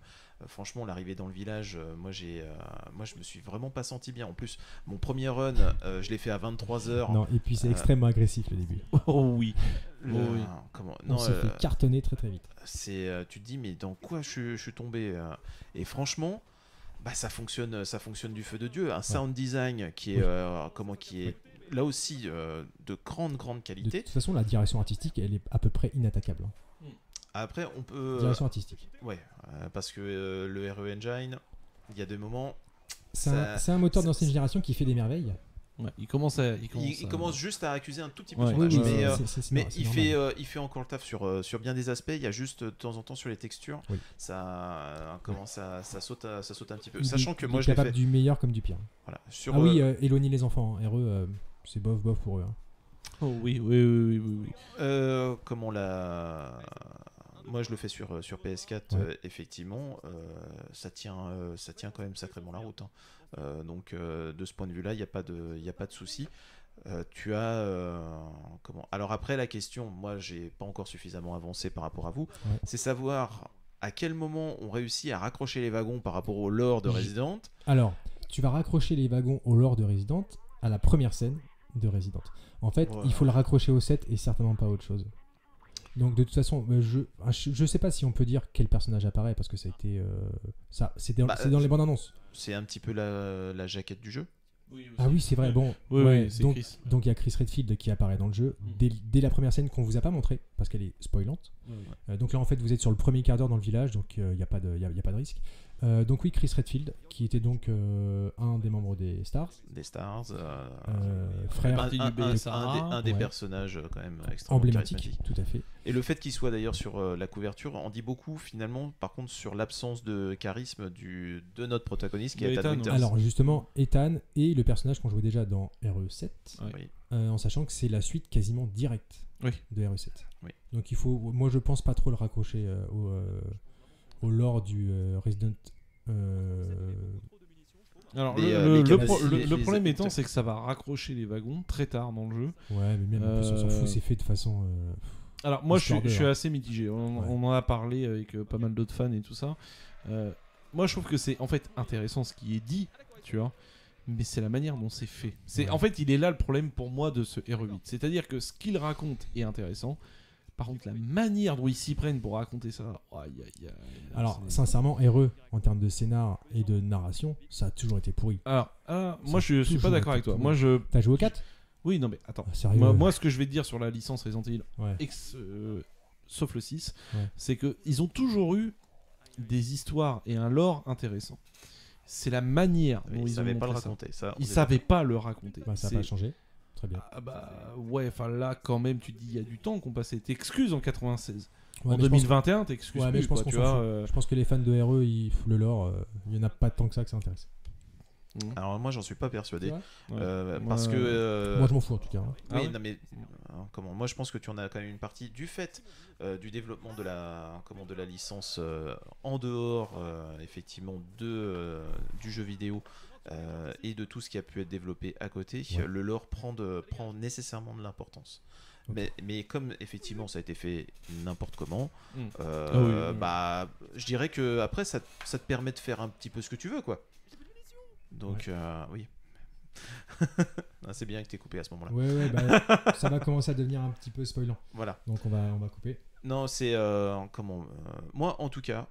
Franchement, l'arrivée dans le village, euh, moi j'ai, euh, moi je me suis vraiment pas senti bien. En plus, mon premier run, euh, je l'ai fait à 23 heures.
Non et puis c'est
euh,
extrêmement agressif le début.
Oh oui.
Le-
Oh oui.
comment,
On
non,
se
euh,
fait cartonner très très vite.
c'est euh, tu te dis mais dans quoi je, je suis tombé euh et franchement bah ça fonctionne ça fonctionne du feu de dieu un sound design qui est
Oui.
euh, comment qui est là aussi euh, de grande grande
De
qualité
toute façon la direction artistique elle est à peu près inattaquable. hein.
après on peut euh,
Direction artistique.
ouais euh, parce que euh, le RE Engine il y a des moments
C'est
ça-
un, c'est un moteur
ça-
d'ancienne génération qui fait des merveilles.
Ouais, il commence à. Il
il,
commence,
il
à-
commence juste à accuser un tout petit peu
Ouais,
son
oui,
âge,
oui,
mais,
c'est-
euh,
Ah, c'est- c'est- c'est
mais
nor- c'est
il
normal.
fait, euh, il fait encore le taf sur, euh, sur bien des aspects. Il y a juste euh, de temps en temps sur les textures,
Oui.
ça, euh, comment ça, ça saute, à- ça saute un petit peu.
Il est-
euh, Sachant que
il
moi
est
je l'ai
capable
fait.
du meilleur comme du pire.
Voilà. Sur,
ah
euh,
oui, euh, éloigner les enfants, hein. RE euh, c'est bof bof pour eux. hein.
Oh oui, oui, oui, oui, oui, oui.
Euh, comme on l'a. Moi, je le fais sur, euh, sur PS4,
Ouais.
euh, effectivement, euh, ça, tient, euh, ça tient quand même sacrément la route. hein. Euh, donc, euh, de ce point de vue-là, il n'y a pas de, il y a pas de souci. Euh, tu as. euh, comment Alors, après, la question, moi, j'ai pas encore suffisamment avancé par rapport à vous,
Ouais.
c'est savoir à quel moment on réussit à raccrocher les wagons par rapport au lore de
J-
Resident.
Alors, tu vas raccrocher les wagons au lore de Resident à la première scène de Resident. En fait,
Ouais.
il faut le raccrocher au set et certainement pas à autre chose. Donc de toute façon, euh, je je sais pas si on peut dire quel personnage apparaît parce que ça a été euh, ça c'est dans,
Bah,
c'est dans
euh,
les bandes annonces.
C'est un petit peu la, la jaquette du jeu.
Ah oui, c'est vrai. Bon,
Oui,
ouais,
oui, c'est
donc
Chris.
donc il y a Chris Redfield qui apparaît dans le jeu
Mm.
dès, dès la première scène qu'on vous a pas montrée parce qu'elle est spoilante.
Oui, oui.
Euh, donc là en fait vous êtes sur le premier quart d'heure dans le village donc il n'y a pas de y a- y a pas de risque. Euh, donc oui, Chris Redfield, qui était donc euh, un des membres des Stars,
Des stars. euh,
euh,
un,
frère
un-
Martin
un-
Hubert,
un- un
Sarah,
des, un des
ouais.
personnages euh, quand même extrêmement
emblématique,
charismatique.
tout à fait.
Et le fait qu'il soit d'ailleurs sur euh, la couverture en dit beaucoup finalement par contre sur l'absence de charisme du, de notre protagoniste qui
De
est
Ethan,
Ethan Winters.
Yes. ouais.
Alors justement, Ethan et le personnage qu'on jouait déjà dans RE7,
Ouais.
Oui.
euh, en sachant que c'est la suite quasiment directe
Oui.
de RE7.
Oui.
Donc il faut, moi je pense pas trop le raccrocher euh, au, euh, au lore du euh, Resident. euh,
Alors,
Les,
le,
euh,
le-
les
le
capacités,
pro- le-
les-
le
les
problème étant,
acteurs.
c'est que ça va raccrocher les wagons très tard dans le jeu.
ouais, mais même en plus, on s'en
Euh,
fout, c'est fait de façon. euh,
Alors, moi, je suis,
Histoire de,
je suis
hein.
assez mitigé. On,
Ouais.
on en a parlé avec euh, pas mal d'autres fans et tout ça. Euh, moi, je trouve que c'est en fait intéressant ce qui est dit, tu vois. Mais c'est la manière dont c'est fait. C'est
Ouais.
En fait, il est là le problème pour moi de ce R8. C'est-à-dire que ce qu'il raconte est intéressant. Par contre, la manière dont ils s'y prennent pour raconter ça. aïe, aïe, aïe,
Alors,
c'est-
sincèrement, RE, en termes de scénar et de narration, ça a toujours été pourri.
Alors, ah, moi,
C'est
je suis pas
toujours
d'accord avec toi.
exactement.
Moi, je.
T'as joué au 4
Oui, non, mais attends.
Ah, Sérieux
Moi, moi, ce que je vais te dire sur la licence Resident Evil,
Ouais.
ex- euh, sauf le 6,
Ouais.
c'est que ils ont toujours eu des histoires et un lore intéressant. C'est la manière
Oui,
dont
ils
ils, ont
savaient pas le
montré ça.
raconter ça. on
Ils
est
savaient pas le raconter.
Bah, ça
C'est-
n'a pas changé. Très bien.
Ah bah ouais, enfin là quand même tu dis il y a du temps qu'on passait. T'excuses en 96.
Ouais,
en
mais je pense-
2021 t'excuses
Ouais, mais
plus,
je pense
quoi,
qu'on
tu
s'en
vois.
fout.
euh,
Je pense que les fans de RE, ils- le lore, euh, il y en a pas tant que ça que ça intéresse.
Alors moi j'en suis pas persuadé
C'est vrai
Euh,
Ouais.
parce que euh,
Moi, je m'en fous en tout cas. hein.
Ah
oui,
ouais
non, mais euh, comment Moi, je pense que tu en as quand même une partie du fait euh, du développement de la comment de la licence euh, en dehors euh, effectivement de euh, du jeu vidéo. euh, et de tout ce qui a pu être développé à côté,
Ouais.
le lore prend, de- prend nécessairement de l'importance.
Ok.
Mais, mais comme effectivement ça a été fait n'importe comment,
Mm.
euh,
Ah oui, oui, oui.
bah je dirais que après ça, ça te permet de faire un petit peu ce que tu veux quoi. Donc euh, oui, Ah, c'est bien que t'es coupé à ce moment-là.
Ouais, ouais, bah, ça va commencer à devenir un petit peu spoilant.
Voilà.
Donc on va, on va couper.
Non, c'est euh, comment euh, Moi, en tout cas,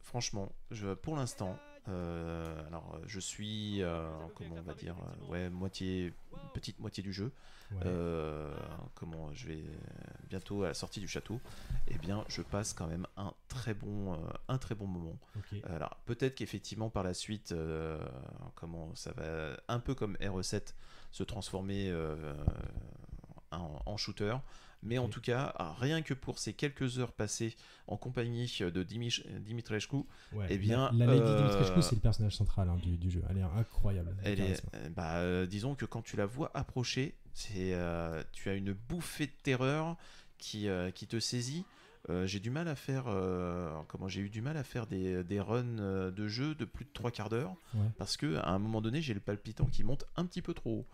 franchement, je, pour l'instant, euh, alors euh, je suis euh, comment on va dire euh, Ouais, moitié petite moitié du jeu.
Ouais.
Euh, comment je vais euh, bientôt à la sortie du château. Eh bien, je passe quand même un très bon euh, un très bon moment.
ok.
Alors peut-être qu'effectivement par la suite, euh, comment ça va un peu comme RE7 se transformer euh, en, en shooter. Mais en
Ok.
tout cas, ah, rien que pour ces quelques heures passées en compagnie de Dimish- Dimitrescu,
Ouais.
eh bien,
la, la Lady
euh,
Dimitrescu, c'est le personnage central hein, du, du jeu. Elle est incroyable. le
elle est,
charisme.
euh, bah, euh, disons que quand tu la vois approcher, c'est, euh, tu as une bouffée de terreur qui, euh, qui te saisit. Euh, j'ai du mal à faire, euh, comment j'ai eu du mal à faire des, des runs euh, de jeu de plus de trois quarts d'heure
Ouais.
parce que à un moment donné j'ai le palpitant qui monte un petit peu trop haut.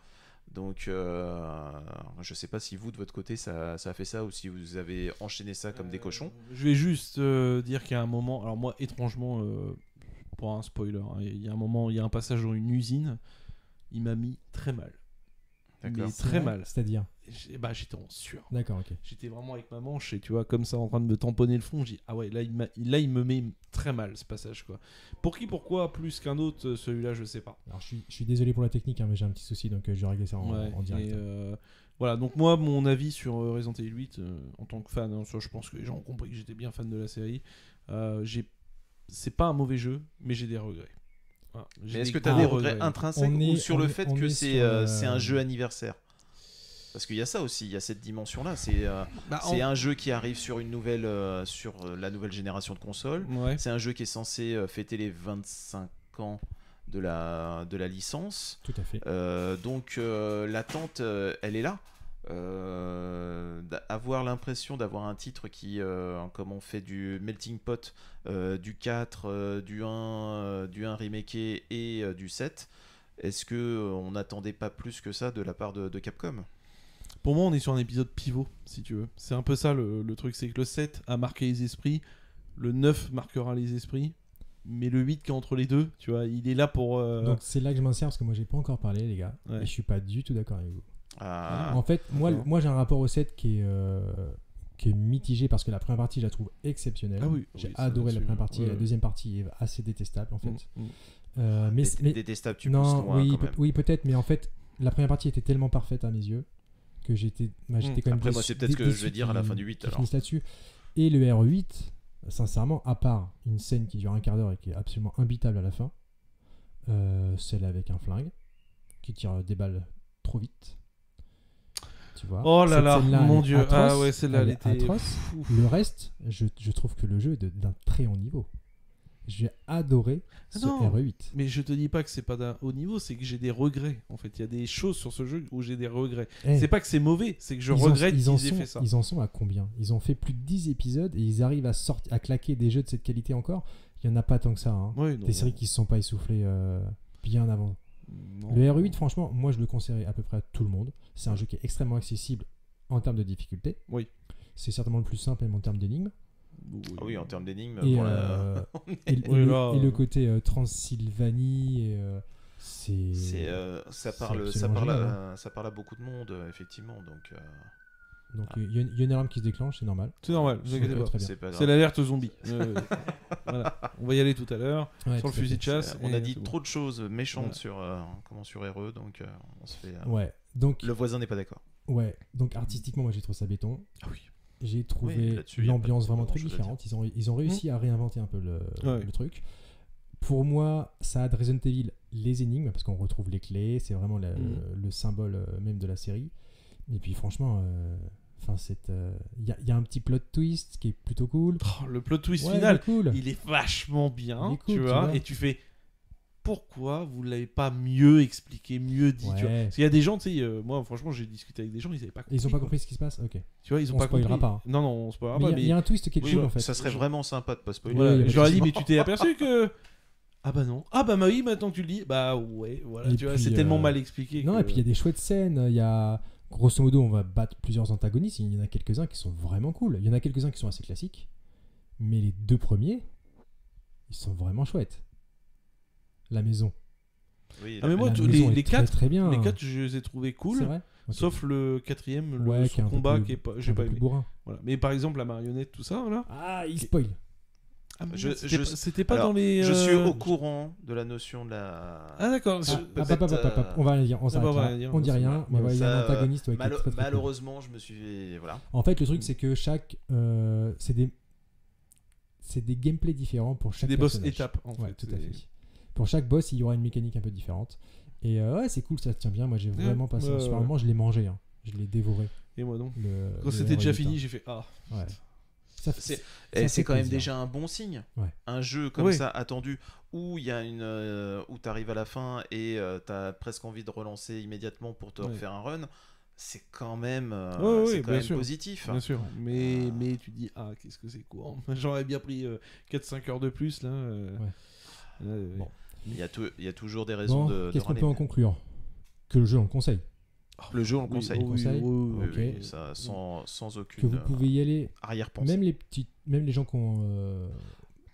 Donc euh, je sais pas si vous de votre côté ça, ça a fait ça ou si vous avez enchaîné ça comme des cochons.
Je vais juste euh, dire qu'il y a un moment, alors moi étrangement, euh, pour un spoiler, hein, il y a un moment, il y a un passage dans une usine, il m'a mis très mal.
D'accord.
Mais très mal.
C'est-à-dire
J'ai- bah, J'étais en sueur.
D'accord, ok.
J'étais vraiment avec ma manche et tu vois, comme ça en train de me tamponner le front, j'ai dit ah ouais, là il, m'a- là, il me met très mal ce passage quoi. Pour qui, pourquoi, plus qu'un autre, euh, celui-là, je sais pas.
Alors je suis, je suis désolé pour la technique, hein, mais j'ai un petit souci, donc euh, je vais régler ça en,
Ouais,
en direct.
et, euh, voilà, donc moi, mon avis sur euh, Resident Evil 8, euh, en tant que fan, hein, ça, je pense que les gens ont compris que j'étais bien fan de la série. Euh, j'ai- c'est pas un mauvais jeu, mais j'ai des regrets. Voilà, j'ai
Mais est-ce
des
que tu as
gros
des regrets intrinsèques
on est-
ou sur
on
le
est-
fait
on est
que c'est
sur
euh,
le-
c'est un jeu anniversaire Parce qu'il y a ça aussi, il y a cette dimension-là. C'est euh,
Ah,
Bah, en-
c'est un jeu qui arrive sur une nouvelle, euh, sur euh, la nouvelle génération de consoles.
Ouais.
C'est un jeu qui est censé euh, fêter les 25 ans de la, de la licence.
Tout à fait.
Euh, donc euh, l'attente, euh, elle est là. Euh, d'a- avoir l'impression d'avoir un titre qui, euh, comme on fait du melting pot, euh, du 4, euh, du 1, euh, du 1 remaké et euh, du 7, est-ce que euh, on n'attendait pas plus que ça de la part de, de Capcom
Pour moi, on est sur un épisode pivot, si tu veux. C'est un peu ça le, le truc, c'est que le 7 a marqué les esprits, le 9 marquera les esprits, mais le 8 qui est entre les deux, tu vois, il est là pour... euh,
Donc c'est là que je m'insère parce que moi j'ai pas encore parlé les gars
Ouais.
et je suis pas du tout d'accord avec vous.
Ah,
en fait, moi,
d'accord.
moi j'ai un rapport au set qui est, euh, qui est mitigé parce que la première partie je la trouve exceptionnelle.
Ah oui,
j'ai
oui, ça,
adoré la
là-dessus,
première partie,
ouais,
et la
ouais.
deuxième partie est assez détestable en fait.
Mm, mm.
Euh, mais,
dé-
mais-
détestable, tu pousses
non,
loin
oui,
quand
peut-
même.
oui peut-être, mais en fait la première partie était tellement parfaite à mes yeux que j'étais, bah, j'étais
Mm.
quand même
Hmm. Après, moi,
déçu-
c'est peut-être ce que
déçu
je vais dire à la
qu'ils-
fin du 8,
qu'ils
alors.
finissent là-dessus. Et le R8, sincèrement, à part une scène qui dure un quart d'heure et qui est absolument imbitable à la fin, euh, celle avec un flingue qui tire des balles trop vite. Tu vois
Oh là
cette
là,
scène-là, elle
mon
est
dieu.
atroce,
ah ouais, celle-là, elle,
est
était.
atroce.
Pff, ouf.
Le reste, je, je trouve que le jeu est de- d'un très haut niveau. J'ai adoré
Ah
ce
non.
RE8.
Mais je te dis pas que c'est pas d'un haut niveau, c'est que j'ai des regrets. En fait, il y a des choses sur ce jeu où j'ai des regrets.
Eh,
C'est pas que c'est mauvais, c'est que je
ils en-
regrette
ils en
qu'ils aient
sont-
fait ça.
Ils en sont à combien Ils ont fait plus de 10 épisodes et ils arrivent à, sorti- à claquer des jeux de cette qualité encore. Il n'y en a pas tant que ça. hein.
Ouais, non.
Des séries qui ne se sont pas essoufflées euh, bien avant.
Non.
Le RE8, franchement, moi je le conseillerais à peu près à tout le monde. C'est un jeu qui est extrêmement accessible en termes de difficulté.
Oui.
C'est certainement le plus simple même en termes d'énigmes.
Ah oui, en termes d'énigmes,
Et,
pour la-
euh, et- et
Oui,
le-
là,
et
euh.
le côté euh, Transylvanie, et, euh, c'est.
c'est, euh, ça
c'est
parle, ça
absolument
parle,
génial,
à, ça parle à beaucoup de monde, euh, effectivement. Donc, euh,
Donc il y, a- il y a une alarme qui se déclenche, c'est normal.
C'est normal, vous
C'est
inquiétez
très,
pas.
très bien.
c'est pas
C'est
grave.
l'alerte zombie. Euh, voilà. On va y aller tout à l'heure
Ouais,
sur le
tout à
fusil
fait.
de chasse.
Euh, On a
et
dit
c'est bon.
trop de choses méchantes
Voilà.
sur, euh, comment sur RE, donc euh, on se fait. euh,
Ouais. Donc,
Le voisin n'est pas d'accord.
ouais. Donc artistiquement, moi j'ai trouvé ça béton.
Ah oui.
J'ai trouvé
là-dessus, y a pas-
l'ambiance
pas
vraiment très
grand-chose à
différente. Ils ont, ils ont réussi à réinventer un peu le,
Mmh. Ouais.
le truc. Pour moi, ça a de Resident Evil les énigmes, parce qu'on retrouve les clés, c'est vraiment la-
Mhm.
le, le symbole euh, même de la série. Et puis franchement, euh, enfin, c'est, euh, il y, a- il y a un petit plot twist qui est plutôt cool.
Oh, le plot twist
Ouais, il est
final,
cool.
il est vachement bien,
Il est cool,
tu,
tu
vois,
vois.
et tu fais pourquoi vous l'avez pas mieux expliqué, mieux dit, tu vois.
Ouais.
Parce qu'il y a des gens, tu sais, euh, moi franchement j'ai discuté avec des gens, ils avaient pas compris.
Ils ont pas
quoi.
compris ce qui se passe Ok.
Tu vois, ils ont
On
pas compris.
spoilera pas, hein.
Non, non, on spoilera
mais
pas,
il y a- il
Ah
y,
bah, mais
a un twist qui est
Oui,
cool
ouais,
en fait.
Ça serait vraiment sympa de pas spoiler.
voilà,
Oui, oui,
je leur ai dit, mais
effectivement.
tu t'es aperçu que. Ah bah non. Ah bah, bah oui, maintenant que tu le dis, bah ouais, voilà,
Et
tu vois,
puis,
c'est tellement
euh,
mal expliqué.
Non,
que-
et puis il y a des chouettes scènes. Il y a, grosso modo, on va battre plusieurs antagonistes. Il y en a quelques-uns qui sont vraiment cool. Il y en a quelques-uns qui sont assez classiques. Mais les deux premiers, ils sont vraiment chouettes. La maison.
Oui,
Ah, mais
la-
moi,
La
tous
maison
les-
est
les
très,
quatre-
très bien.
Les quatre, je les ai trouvés cool.
hein. C'est vrai Ok.
Sauf le quatrième, le
Ouais, qui est un peu
combat
plus-
qui est pas,
Un
j'ai
peu
pas
plus
aimé.
bourrin.
Voilà. Mais par exemple la marionnette, tout ça, là.
Ah, il spoil.
Ah, merde,
Je-
c'était
je-
pas- c'était pas
alors,
dans les.
Je
euh,
suis au courant de la notion de la.
Ah d'accord. je-
Ah,
peut
ah, pap, pap,
être,
pap, pap,
euh,
On va rien dire. On s'arrête
on va euh,
là.
rien dire,
On dit
c'est
rien.
vrai.
Mais ouais, il y a
Ça,
un antagoniste. ouais, qui est
Malo-
très, très, très cool.
malheureusement, je me suis. Voilà.
En fait, le truc, c'est que chaque. euh, c'est des. C'est des gameplays différents pour
C'est
chaque
des boss
personnage.
étapes en
Ouais,
fait.
tout à
Et-
fait. Pour chaque boss, il y aura une mécanique un peu différente. Et euh, ouais, c'est cool, ça se tient bien. Moi, j'ai vraiment passé
ouais,
un super
ouais.
moment. Je l'ai mangé, hein. je l'ai dévoré.
Et moi non.
Le,
Quand
Euh, le
c'était déjà
Harry
fini,
Potter.
j'ai fait ah.
Ouais. Ça,
C'est-
c'est
Et
Ça
c'est
fait
quand même
plaisir.
déjà un bon signe.
Ouais.
Un jeu comme
Oui.
ça attendu où il y a une euh, où t'arrives à la fin et euh, t'as presque envie de relancer immédiatement pour te
Ouais.
refaire un run. C'est quand même, euh,
Ouais, ouais,
c'est quand
bien
même
sûr.
positif. hein.
Bien sûr. Mais
Ah.
mais tu dis ah qu'est-ce que c'est court. J'aurais bien pris euh, 4-5 heures de plus là. euh,
Ouais.
là, euh,
Bon.
Il y a, tou- il y a toujours des raisons
bon.
de, de
Qu'est-ce qu'on
râler.
peut en conclure Que le jeu, on le conseille.
Le jeu, on le
oui,
conseille.
oui,
Conseil.
oui, oui,
Oui,
ok.
oui, ça, sans, sans
Que
aucune
vous pouvez y aller.
euh, arrière-pensée.
Même les petites, même les gens qui ont, euh,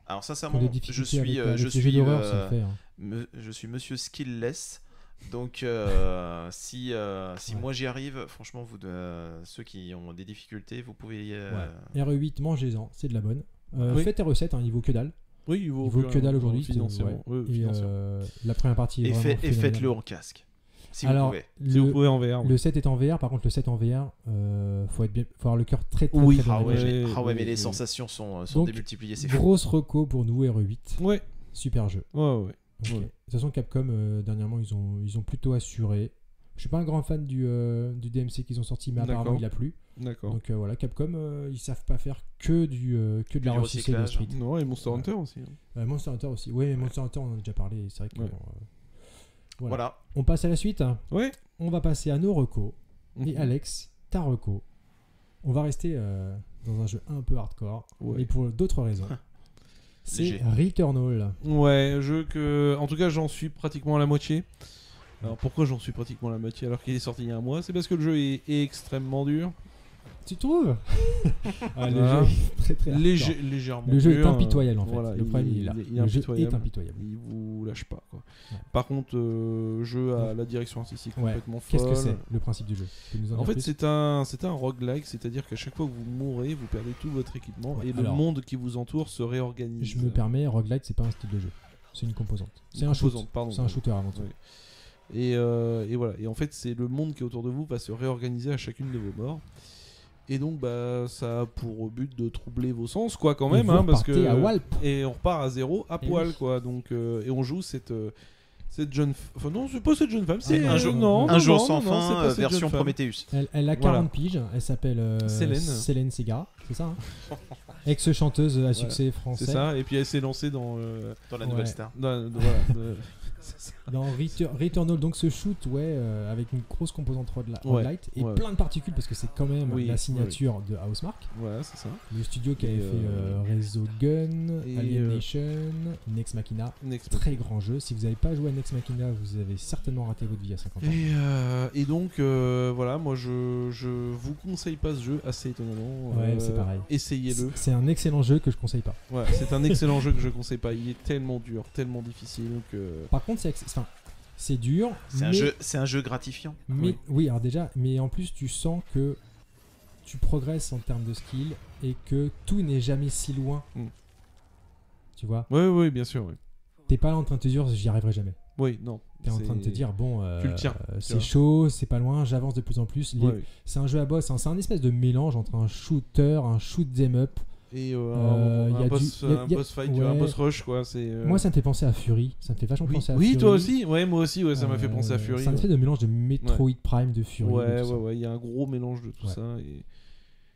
Alors
qui ont
sincèrement,
des
je
difficultés
suis,
avec,
euh,
avec
je
les
suis,
jeux d'horreur,
euh,
ça le fait. hein.
Me- je suis monsieur skillless. Donc, euh, si, euh, si
Ouais.
moi j'y arrive, franchement, vous, euh, ceux qui ont des difficultés, vous pouvez. euh,
Ouais. RE8, mangez-en, c'est de la bonne. Euh,
Oui.
Faites tes recettes, hein, il vaut que dalle.
Oui, il
Il vaut que dalle aujourd'hui. c'est-
Financièrement.
ouais.
Oui,
Et,
financièrement.
euh, la première partie est
Et,
vraiment
fait- et
phénoménale.
faites-le en casque. Si vous
Alors,
pouvez.
Si vous
euh, le-
pouvez en VR.
Le 7 est en VR, par contre le 7 en VR, euh, faut être bien, faut avoir le cœur très très,
Oui,
très bien
Ah ouais,
allégé.
mais-
oui,
ah ouais, mais
oui,
les
oui.
sensations sont, sont
Donc,
démultipliées, c'est fou.
Grosse reco pour nous RE8,
Ouais.
super jeu.
Ouais ouais.
Ok.
Ouais.
De toute façon Capcom euh, dernièrement ils ont ils ont plutôt assuré. Je suis pas un grand fan du, euh, du DMC qu'ils ont sorti, mais apparemment
D'accord.
il a plu.
D'accord.
Donc euh, voilà, Capcom euh, ils savent pas faire que du euh, que de la
du
ressuscité de
recyclage.
Street.
Non, et Monster
Ouais.
Hunter aussi. hein.
Euh, Monster Hunter aussi. Oui, Monster Hunter on en a déjà parlé. C'est vrai que
Ouais.
bon, euh, voilà.
Voilà.
on passe à la suite. hein.
Ouais.
On va passer à nos recos. Et
Mhm.
Alex, ta reco. On va rester euh, dans un jeu un peu hardcore,
Ouais. Hein.
mais pour d'autres raisons. C'est
Léger.
Returnal.
Ouais, un jeu que. En tout cas, j'en suis pratiquement à la moitié. Alors pourquoi j'en suis pratiquement à la moitié alors qu'il est sorti il y a un mois C'est parce que le jeu est, est extrêmement dur.
Tu trouves ah, Le
Voilà.
jeu est très très
Légé-
hardcore.
légèrement
Le jeu est
dur, euh,
impitoyable en fait.
voilà,
le problème il, est là.
il
le jeu est
impitoyable.
impitoyable.
Il vous lâche pas. quoi.
Ouais.
Par contre, euh, jeu à la direction artistique
Ouais.
complètement folle.
Qu'est-ce que c'est le principe du jeu Tu peux nous
En
dire
fait,
plus
c'est un, c'est un roguelike, c'est-à-dire qu'à chaque fois que vous mourrez, vous perdez tout votre équipement
Ouais,
et le
alors,
monde qui vous entoure se réorganise.
je me permets, roguelite c'est pas un style de jeu. C'est une composante.
Une
C'est un shoot.
composante, pardon.
C'est un shooter avant tout.
Ouais. Et, euh, et voilà. Et en fait, c'est le monde qui est autour de vous va se réorganiser à chacune de vos morts. Et donc, bah, ça a pour but de troubler vos sens, quoi, quand même,
Et vous
hein, parce
repartez
que
à Walp.
et on repart à zéro à
Et
poil
oui.
quoi donc euh, et on joue cette euh, cette jeune f- enfin non c'est pas cette jeune femme c'est
Un
euh,
jour-
non,
Un
non,
jour
non,
sans
non, c'est
fin,
pas
euh,
cette jeune
version
femme.
Prometheus.
Elle, elle a 40
Voilà.
piges, elle s'appelle euh,
Célène.
Célène Segara, c'est ça hein Ex-chanteuse à succès
c'est
française.
ça et puis elle s'est lancée dans, euh,
Dans la
Ouais.
nouvelle star.
dans- dans- voilà, de- c'est ça.
Dans Retur- Returnal, donc ce shoot, ouais, euh, avec une grosse composante road li-
Ouais,
roguelite et
ouais.
plein de particules parce que c'est quand même
Oui,
la signature de Housemark,
voilà c'est ça
le studio qui
Et,
avait fait
euh,
euh, Rezo Gun,
et, euh,
Alienation, Nex Machina.
Next.
Très grand jeu. Si vous n'avez pas joué à Nex Machina, vous avez certainement raté votre vie à 50 ans.
et, euh, et donc euh, voilà moi je, je vous conseille pas ce jeu assez étonnamment Euh,
Ouais, c'est pareil.
essayez-le
C'est- C'est un excellent jeu que je conseille pas.
ouais, c'est un excellent jeu que je conseille pas il est tellement dur tellement difficile que
Par contre, c'est acc- enfin, c'est dur.
C'est un
mais-
jeu- c'est un jeu gratifiant.
Mais
Oui.
oui. alors déjà, mais en plus tu sens que tu progresses en termes de skill et que tout n'est jamais si loin.
Mm.
Tu vois,
ouais ouais bien sûr oui
t'es pas là en train de te dire j'y arriverai jamais.
oui non
T'es en
c'est-
train de te dire bon, euh,
Tu le tiens,
euh, c'est
vois.
chaud, c'est pas loin, j'avance de plus en plus. Les-
Ouais, ouais.
C'est un jeu à boss, hein, c'est un espèce de mélange entre un shooter, un shoot them up.
Et euh,
Euh,
un,
y a
boss,
du- y a-
un
y a-
boss fight, tu vois, un
ouais.
boss rush, quoi. C'est, euh,
Moi ça me fait penser à Fury, ça me fait vachement
oui,
penser à
oui,
Fury.
toi aussi. Ouais, moi aussi, ouais, ça m'a fait penser à
Euh,
Fury.
C'est un
ouais.
espèce de mélange de Metroid Prime, de Fury. de
ouais,
tout ça.
ouais, ouais, il y a un gros mélange de tout
Ouais.
ça.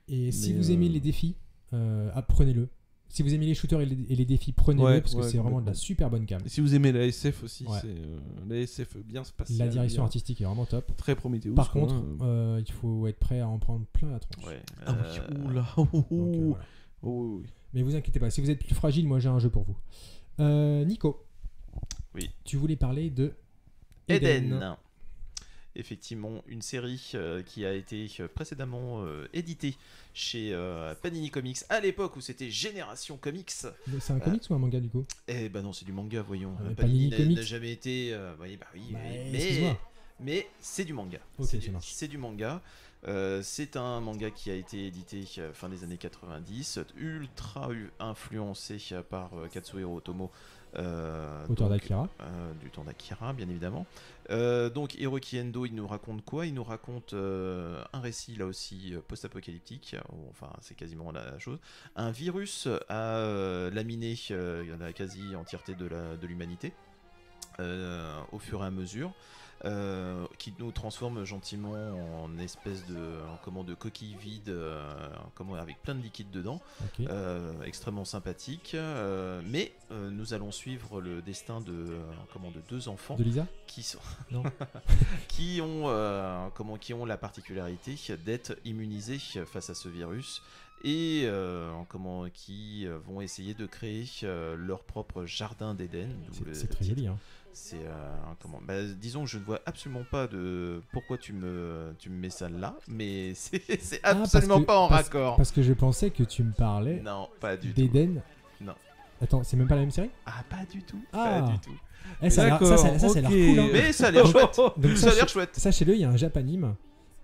Et...
Et si
Mais,
vous aimez
euh,
les défis, euh, apprenez-le. Si vous aimez les shooters et les, et les défis, prenez-le
Ouais,
parce que
ouais,
c'est vraiment de la
complètement.
super bonne gamme.
et si vous aimez la SF aussi,
Ouais.
c'est euh, la SF bien spatiale.
La direction
bien-
artistique est vraiment top.
Très Prometheus.
Par
quoi,
contre,
hein.
euh, il faut être prêt à en prendre plein la tronche.
Ah
Euh,
oui, oula. Oh, oh, oh.
Donc, euh, voilà.
Oh, oui, oui.
Mais vous inquiétez pas, si vous êtes plus fragile, moi j'ai un jeu pour vous. Euh, Nico.
Oui.
Tu voulais parler de
Eden. Effectivement, une série euh, qui a été euh, précédemment euh, éditée chez euh, Panini Comics à l'époque où c'était Génération Comics.
C'est
Euh,
un comics ou un manga du coup
Eh ben non, c'est du manga, voyons.
Ah,
Euh,
mais Panini
Panini n'a-
Comics.
n'a jamais été. euh, oui, bah oui,
Bah,
oui, mais
excuse-moi.
mais c'est du manga.
Ok,
c'est
ça
du,
marche.
c'est du manga. Euh, c'est un manga qui a été édité euh, fin des années 90, ultra eu- influencé euh, par euh, Katsuhiro Otomo. euh,
Auteur
donc,
d'Akira.
euh, du temps d'Akira, bien évidemment. Euh, donc Hiroki Endo, il nous raconte quoi Il nous raconte euh, un récit, là aussi, euh, post-apocalyptique, ou- enfin c'est quasiment la chose. Un virus a euh, laminé euh, la quasi-entièreté de la- de l'humanité euh, au fur et à mesure. euh, qui nous transforme gentiment en espèce de, en comment, de coquille vide, euh, comment, avec plein de liquide dedans.
Ok.
Euh, extrêmement sympathique. euh, mais euh, nous allons suivre le destin de, euh, comment, de deux enfants
De Lisa
qui sont
Non.
qui ont euh, comment qui ont la particularité d'être immunisés face à ce virus et euh, comment qui euh, vont essayer de créer euh, leur propre jardin d'Éden. d'où
C'est-
le
C'est très
titre.
joli. hein.
C'est euh, comment bah, disons je ne vois absolument pas de pourquoi tu me tu me mets ça là mais c'est c'est
Ah, parce
absolument
que-
pas en
parce-
raccord.
Parce que je pensais que tu me parlais
Non, pas du tout.
d'Eden.
Non.
Attends, c'est même pas la même série
Ah, pas du tout.
Ah.
Pas du tout.
Eh, ça, a l'air- ça,
D'accord,
ça, ça, ça a l'air
ok.
cool. hein.
Mais ça a l'air chouette.
Donc
Ça a
sachez-
l'air chouette.
Sachez-le, il y a un japanime.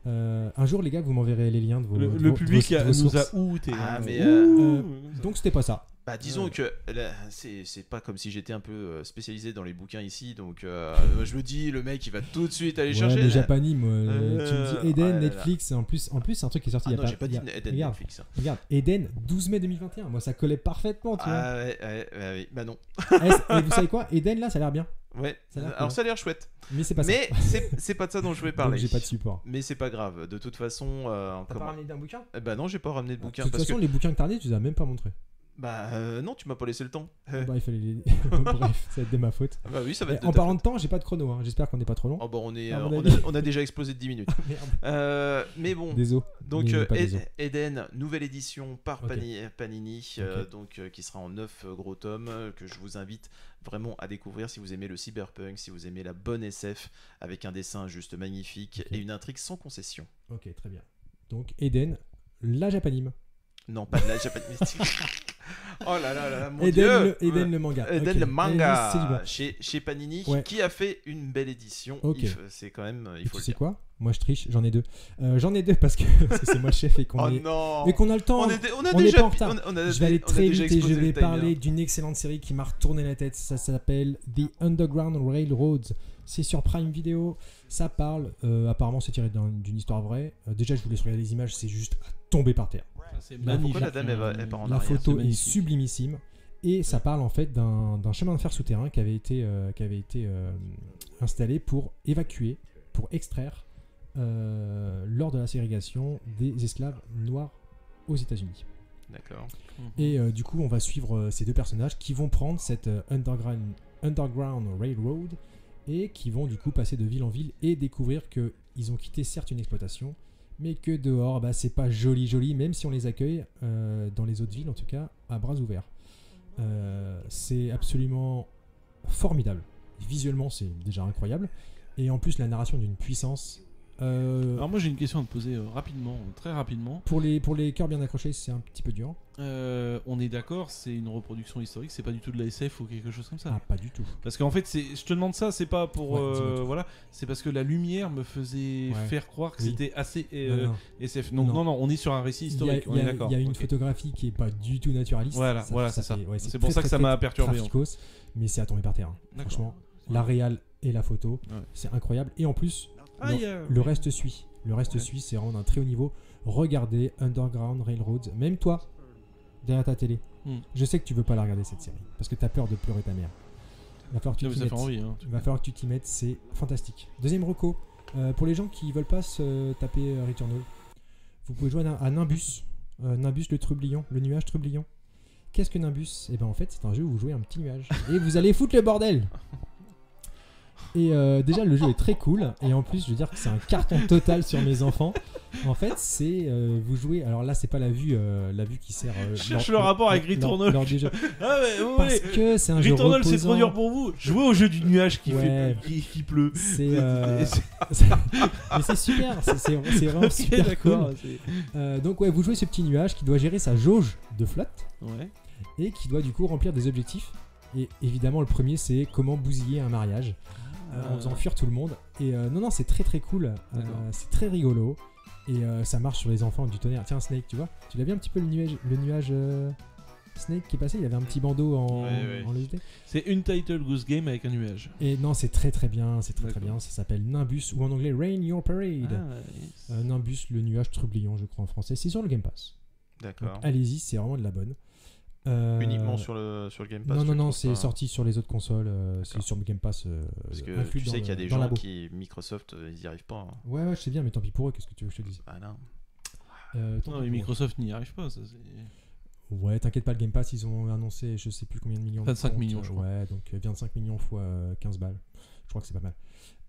Euh, un jour, les gars, vous m'enverrez les liens de vos.
le,
de
le
vos- de
public
vos- de
a-
vos
nous
sources.
a outé.
Ah,
hein.
mais,
Ouh,
euh,
comme ça.
Donc c'était pas ça.
Bah, disons
Ouais.
que là, c'est c'est pas comme si j'étais un peu euh, spécialisé dans les bouquins ici, donc euh, je me dis, le mec, il va tout de suite aller
Ouais,
chercher.
le japanime, euh,
Euh,
tu me dis Eden,
ouais, là, là.
Netflix, en plus, en plus c'est un truc qui est sorti il
Ah
y a
non,
pas.
j'ai pas
il y
dit
a-
Eden
regarde,
Netflix. hein.
regarde, Eden, 12 mai 2021. Moi, ça collait parfaitement, tu
Ah, ouais, ouais, ouais, ouais, bah non.
vois. Eh, c'est- et vous savez quoi Eden, là, ça a l'air bien,
Ouais.
Ça a l'air
Alors,
cool.
ça a l'air chouette.
mais c'est pas ça.
Mais c'est c'est pas de ça dont je voulais
Donc
parler.
j'ai pas de support.
Mais c'est pas grave. De toute façon, euh,
T'as
comment-
pas ramené d'un bouquin
Eh Bah non, j'ai pas ramené de bouquin
De toute
parce
façon,
que.
les bouquins que t'as ramenés, tu les as même pas montrés.
Bah euh, non, tu m'as pas laissé le temps. Euh,
Bah, il fallait les. Bref, ça va être de ma faute.
Bah oui, ça va
Eh,
être. de
en
ta
parlant de temps, j'ai pas de chrono. hein. J'espère qu'on n'est pas trop long.
Oh bah on est,
À
euh,
mon
on,
avis.
a, on a déjà explosé de 10 minutes.
Merde.
Euh, mais bon,
Désolé.
donc
mais
euh,
pas
Ed-
désolé.
Eden, nouvelle édition par
Ok.
Pani- Panini, euh,
Ok.
donc euh, qui sera en 9 gros tomes, euh, que je vous invite vraiment à découvrir si vous aimez le cyberpunk, si vous aimez la bonne SF, avec un dessin juste magnifique
Ok.
et une intrigue sans concession.
Ok, très bien. Donc Eden, la japanime.
Non, pas de la japonaise. Oh là là là, là, mon
Eden,
dieu
le, Eden le manga.
Eden
Ok.
le
Eden,
manga
c'est du bon.
chez, chez Panini
Ouais.
qui a fait une belle édition.
Ok.
Il f- C'est quand même, il
Et
faut
tu
le
sais
dire.
quoi Moi je triche, j'en ai deux. Euh, j'en ai deux parce que, parce que c'est moi le chef et qu'on
Oh
est...
non
et qu'on a le temps.
est dé- on a
on est
déjà
pas en
pi-
retard.
on- on a-
Je vais aller
on a
très
déjà
vite et je
explosé
vais
le hein. timer.
parler d'une excellente série qui m'a retourné la tête. Ça s'appelle The Underground Railroads. C'est sur Prime Video. Ça parle. euh, apparemment, c'est tiré d'un- d'une histoire vraie. Euh, déjà, je vous laisse regarder les images. C'est juste à tomber par terre.
C'est
Là,
magnifique. Euh,
pourquoi la dame, elle va- elle part en
Bah, La
arrière,
c'est
photo est,
magnifique.
sublimissime. Et ça parle en fait d'un d'un chemin de fer souterrain qui avait été, euh, qui avait été euh, installé pour évacuer, pour extraire, euh, lors de la ségrégation, des esclaves noirs aux États-Unis.
D'accord.
Et euh, du coup, on va suivre euh, ces deux personnages qui vont prendre cette euh, underground, underground Railroad et qui vont du coup passer de ville en ville et découvrir que ils ont quitté certes une exploitation, mais que dehors, bah, c'est pas joli joli, même si on les accueille euh, dans les autres villes en tout cas à bras ouverts. Euh, c'est absolument formidable. Visuellement, c'est déjà incroyable. Et en plus, la narration d'une puissance. euh,
Alors moi j'ai une question à te poser euh, rapidement, euh, très rapidement.
pour les, pour les cœurs bien accrochés, c'est un petit peu dur.
Euh, on est d'accord, c'est une reproduction historique, c'est pas du tout de la SF ou quelque chose comme ça.
Ah, pas du tout.
Parce qu'en fait, c'est, je te demande ça, c'est pas pour
Ouais, dis-moi
euh,
tout.
voilà, c'est parce que la lumière me faisait
Ouais.
faire croire que
Oui.
c'était assez
Non,
euh,
non.
SF. Donc
Non.
non. non, on est sur un récit
Il y a-
historique.
Il y a,
on est d'accord.
il y a une
ok.
photographie qui est pas du tout naturaliste.
Voilà, voilà, c'est ça.
fait- ouais,
C'est pour
très,
ça que ça
très, très
m'a perturbé, hein.
traficos, mais c'est à tomber par terre. hein.
D'accord.
Franchement, la réal et la photo,
Ouais.
c'est incroyable. Et en plus,
Ah, il y a-
le reste suit. Le reste
Ouais.
suit, c'est vraiment d'un très haut niveau. Regardez Underground Railroads, même toi, derrière ta télé.
Hmm.
Je sais que tu veux pas la regarder cette série parce que t'as peur de pleurer ta mère. Il va falloir que tu
Non, mais
t'y
ça fait
mettes.
envie. hein.
Il va falloir que tu t'y mettes, c'est fantastique. Deuxième reco, euh, pour les gens qui veulent pas se taper euh, Returnal, vous pouvez jouer à, à Nimbus. Euh, Nimbus le trublion, le nuage trublion. Qu'est-ce que Nimbus Eh ben en fait c'est un jeu où vous jouez un petit nuage et vous allez foutre le bordel. Et euh, déjà le jeu est très cool et en plus je veux dire que c'est un carton total sur mes enfants. En fait c'est euh, vous jouez alors là c'est pas la vue euh, la vue qui sert. euh,
Cherche
lors-
le rapport
lors-
avec
lors-
Returnal.
lors du jeu.
Ah ouais, ouais,
Parce
ouais.
que c'est un jeu
Returnal, c'est trop
reposant.
dur pour vous. Jouez au jeu du nuage qui,
Ouais.
fait, qui, qui pleut.
C'est euh,
Et c'est-
mais c'est super, c'est c'est- c'est vraiment
ok,
super
d'accord.
cool.
c'est-
Euh, donc ouais, vous jouez ce petit nuage qui doit gérer sa jauge de flotte
Ouais.
et qui doit du coup remplir des objectifs. Et évidemment, le premier c'est comment bousiller un mariage euh, en faisant fuir tout le monde. Et euh, non non, c'est très très cool, Euh,
D'accord.
c'est très rigolo et euh, ça marche sur les enfants du tonnerre. Tiens Snake, tu vois, tu l'as vu un petit peu le nuage, le nuage euh, Snake qui est passé, il avait un petit bandeau en,
Ouais, ouais.
en léger.
C'est une title goose game avec un nuage.
Et non, c'est très très bien, c'est très très
D'accord.
bien. Ça s'appelle Nimbus ou en anglais Rain Your Parade.
Ah,
Euh, Nimbus, le nuage trublion, je crois en français. C'est sur le Game Pass. Donc,
D'accord.
allez-y, c'est vraiment de la bonne. Euh,
Ah. Uniquement sur le, sur le Game Pass.
Non,
tu
non,
le
non,
trouves
c'est
pas-
sorti sur les autres consoles. euh, c'est
D'accord.
sur le Game Pass. euh,
Parce que
inclus
tu
dans
sais
le-
qu'il y a des
dans
gens
l'abo.
qui. Microsoft, euh, ils n'y arrivent pas. hein.
Ouais, ouais, je sais bien, mais tant pis pour eux, qu'est-ce que tu veux que je te dise
Ah non.
Euh, tant
Non,
pis
mais
pour
Microsoft n'y arrive pas. Ça, c'est-
eux. Ouais, t'inquiète pas, le Game Pass, ils ont annoncé je sais plus combien de millions. de
25
comptes,
millions,
euh,
je crois.
Ouais, donc euh, 25 millions fois euh, 15 balles. Je crois que c'est pas mal.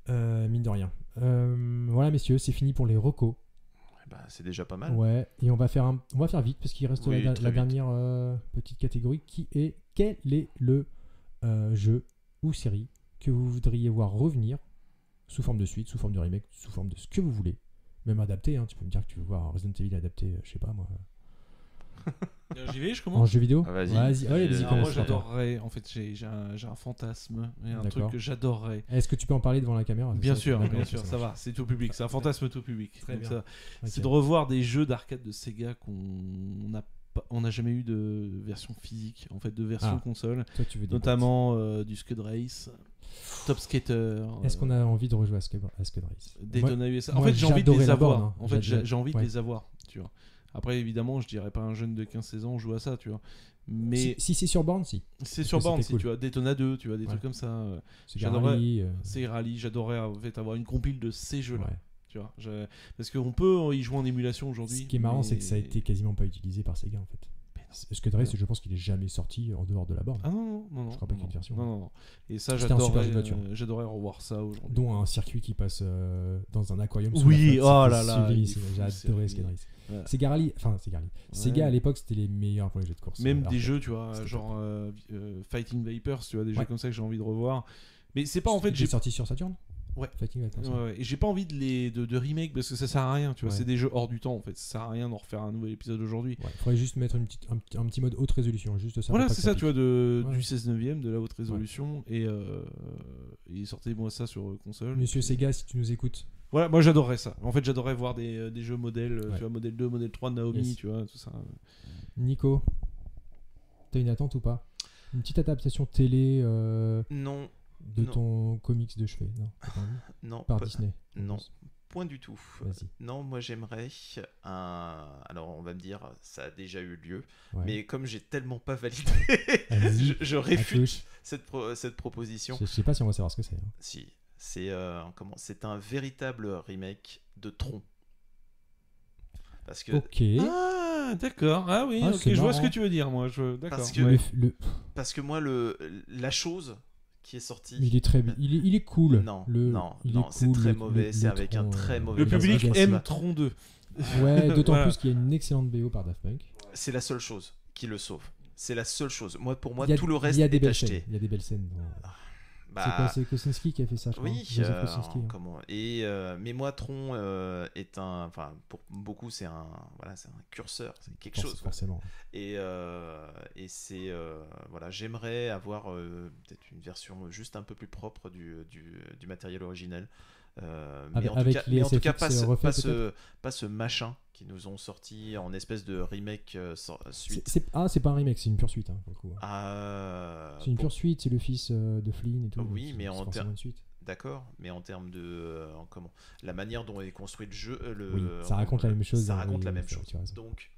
Euh, mine de rien. Euh, voilà, messieurs, c'est fini pour les recos.
Eh ben, c'est déjà pas mal.
Ouais, et on va faire, un... on va faire vite parce qu'il reste
Oui,
la, la
très vite.
dernière euh, petite catégorie qui est quel est le euh, jeu ou série que vous voudriez voir revenir sous forme de suite, sous forme de remake, sous forme de ce que vous voulez, même adapté. hein, tu peux me dire que tu veux voir Resident Evil adapté, euh, je sais pas moi,
J'y vais, je
en
commence.
jeu vidéo.
Ah, vas-y.
Vas-y, allez, vas-y,
Vas-y,
Alors, moi
commence,
non, commences,
Quentin.
j'adorerais, en fait j'ai j'ai un, j'ai un fantasme, et un truc
D'accord.
que j'adorerais.
Est-ce que tu peux en parler devant la caméra
Bien
Ça,
sûr,
d'accord,
bien sûr, ça va, c'est tout public, c'est un fantasme tout public.
Très
Donc
bien.
ça-
Ok.
C'est de revoir des jeux d'arcade de Sega qu'on n'a pas- on n'a jamais eu de version physique, en fait de version
Ah.
console,
Toi, tu veux des
notamment euh, du Scud Race, Top Skater.
comptes. Est-ce qu'on
euh,
a envie de rejouer à Skate, à Skate Race Moi-
Daytona USA. En
moi,
fait, j'ai envie de
j'adorais
les
la borne,
avoir.
hein.
En fait, j'ai
J'adorais-
j'ai envie
ouais.
de les avoir, tu vois. Après, évidemment, je dirais pas un jeune de 15-16 ans joue à ça, tu vois. Mais
Si, si c'est sur borne, si.
c'est sur
que
borne,
c'était
si
cool.
tu vois, Daytona 2, tu vois, des
Ouais.
trucs comme ça. euh,
C'est
J'adorais-
Garali, euh,
Ces rallyes, j'adorais en fait avoir une compile de ces jeux-là,
ouais.
tu vois. Je- Parce qu'on peut euh, y jouer en émulation aujourd'hui.
Ce qui est marrant, c'est que ça a
mais-
été quasiment pas utilisé par Sega en fait.
Mais non.
Parce que Drace, je pense qu'il est jamais sorti en dehors de la borne,
Ah non, non, non. non,
Je crois pas
non,
qu'il y ait une version.
Non, non, non. Et ça,
C'était un
j'adorais
super jeu de voiture.
euh, j'adorais revoir ça aujourd'hui.
dont un circuit qui passe euh, dans un aquarium. sous
Oui,
la flotte,
oh
c'était
là là,
sublimissime.
il est fou,
j'ai
ce
adoré
circuit.
Skate Race.
Ouais.
C'est Garali, enfin c'est Garali. Sega à l'époque c'était les meilleurs pour les jeux de course.
Même
euh,
des
arcade.
jeux, tu vois,
C'était
genre euh, euh, Fighting Vipers, tu vois, des
Ouais.
jeux comme ça que j'ai envie de revoir. Mais c'est pas en fait,
C'était
j'ai
sorti sur Saturn
Ouais.
Fighting hein, Vipers.
Ouais, ouais. Et j'ai pas envie de les de, de remake parce que ça sert à rien, tu vois.
Ouais.
C'est des jeux hors du temps en fait. Ça sert à rien d'en refaire un nouvel épisode aujourd'hui.
Ouais, faudrait juste mettre une petite, un, petit- un petit mode haute résolution, juste ça. pour
voilà,
pas
c'est
que
ça, tu vois, de,
Ouais.
du 16 neuvième, de la haute résolution. Et, euh, et sortez-moi ça sur euh, console.
pique. Monsieur Sega, si tu nous écoutes,
Voilà, moi j'adorerais ça. En fait, j'adorerais voir des, euh, des jeux modèles, euh,
Ouais.
tu vois, modèle 2, modèle 3 de Naomi,
Yes.
tu vois, tout ça.
Nico, t'as une attente ou pas Une petite adaptation télé euh,
Non,
de
Non.
ton comics de chevet, non t'as pas envie
non,
Par
pas-
Disney.
non, point du tout.
Vas-y.
Non, moi j'aimerais un. Alors on va me dire, ça a déjà eu lieu,
Ouais.
mais comme j'ai tellement pas validé,
Vas-y,
je, je
La
réfute
touche.
cette, pro- cette proposition.
Je je sais pas si on va savoir ce que c'est. hein.
Si, c'est euh, comment C'est un véritable remake de Tron. Parce que
Ok.
Ah, d'accord. Ah oui,
Ah,
ok,
c'est
je vois
marrant.
ce que tu veux dire, moi. Je... D'accord.
Parce que-
Le-
Ouais.
le-
parce que moi le la chose qui est sortie.
il est très, bi- il est, il est cool.
Non,
le,
non,
il est
non, c'est
cool,
très
le-
mauvais,
le-
c'est avec un
tronc,
très
euh,
mauvais
Le
Las
public
Vegas,
aime
là.
Tron 2.
Ouais, d'autant
Voilà.
plus qu'il y a une excellente BO par Daft Punk.
C'est la seule chose qui le sauve. C'est la seule chose. Moi pour moi
Il y a-
tout le reste
il y a des
est
belles
acheté.
scènes. Il y a des belles scènes. dans- C'est quoi
Bah,
C'est Kosinski qui a fait ça, je crois.
Oui,
Joseph
euh,
Kosinski, hein.
comment Et euh, mais moi, Tron euh, est un, enfin pour beaucoup c'est un, voilà, c'est un curseur, c'est quelque
Forc-
chose. quoi.
Forcément.
Et euh, et c'est euh, voilà, j'aimerais avoir euh, peut-être une version juste un peu plus propre du du, du matériel originel. Euh, mais
Avec-
en tout
avec
cas,
les
mais en tout cas
SFX
pas, ce,
refait,
pas, ce, pas ce machin qui nous ont sorti en espèce de remake euh, sans-
C'est-
suite.
c'est- Ah, c'est pas un remake, c'est une poursuite. hein, pour le coup.
à-
c'est une
pour-
poursuite, c'est le fils euh, de Flynn et tout.
Ah, Oui,
donc
mais
c'est
en
forcément
termes-
une suite.
D'accord, mais en termes de euh, en comment la manière dont est construit le jeu, euh, le
Oui, ça raconte la même chose,
Ça
hein,
raconte
oui,
la
oui,
même
tu as-
chose.
tu as raison.
Donc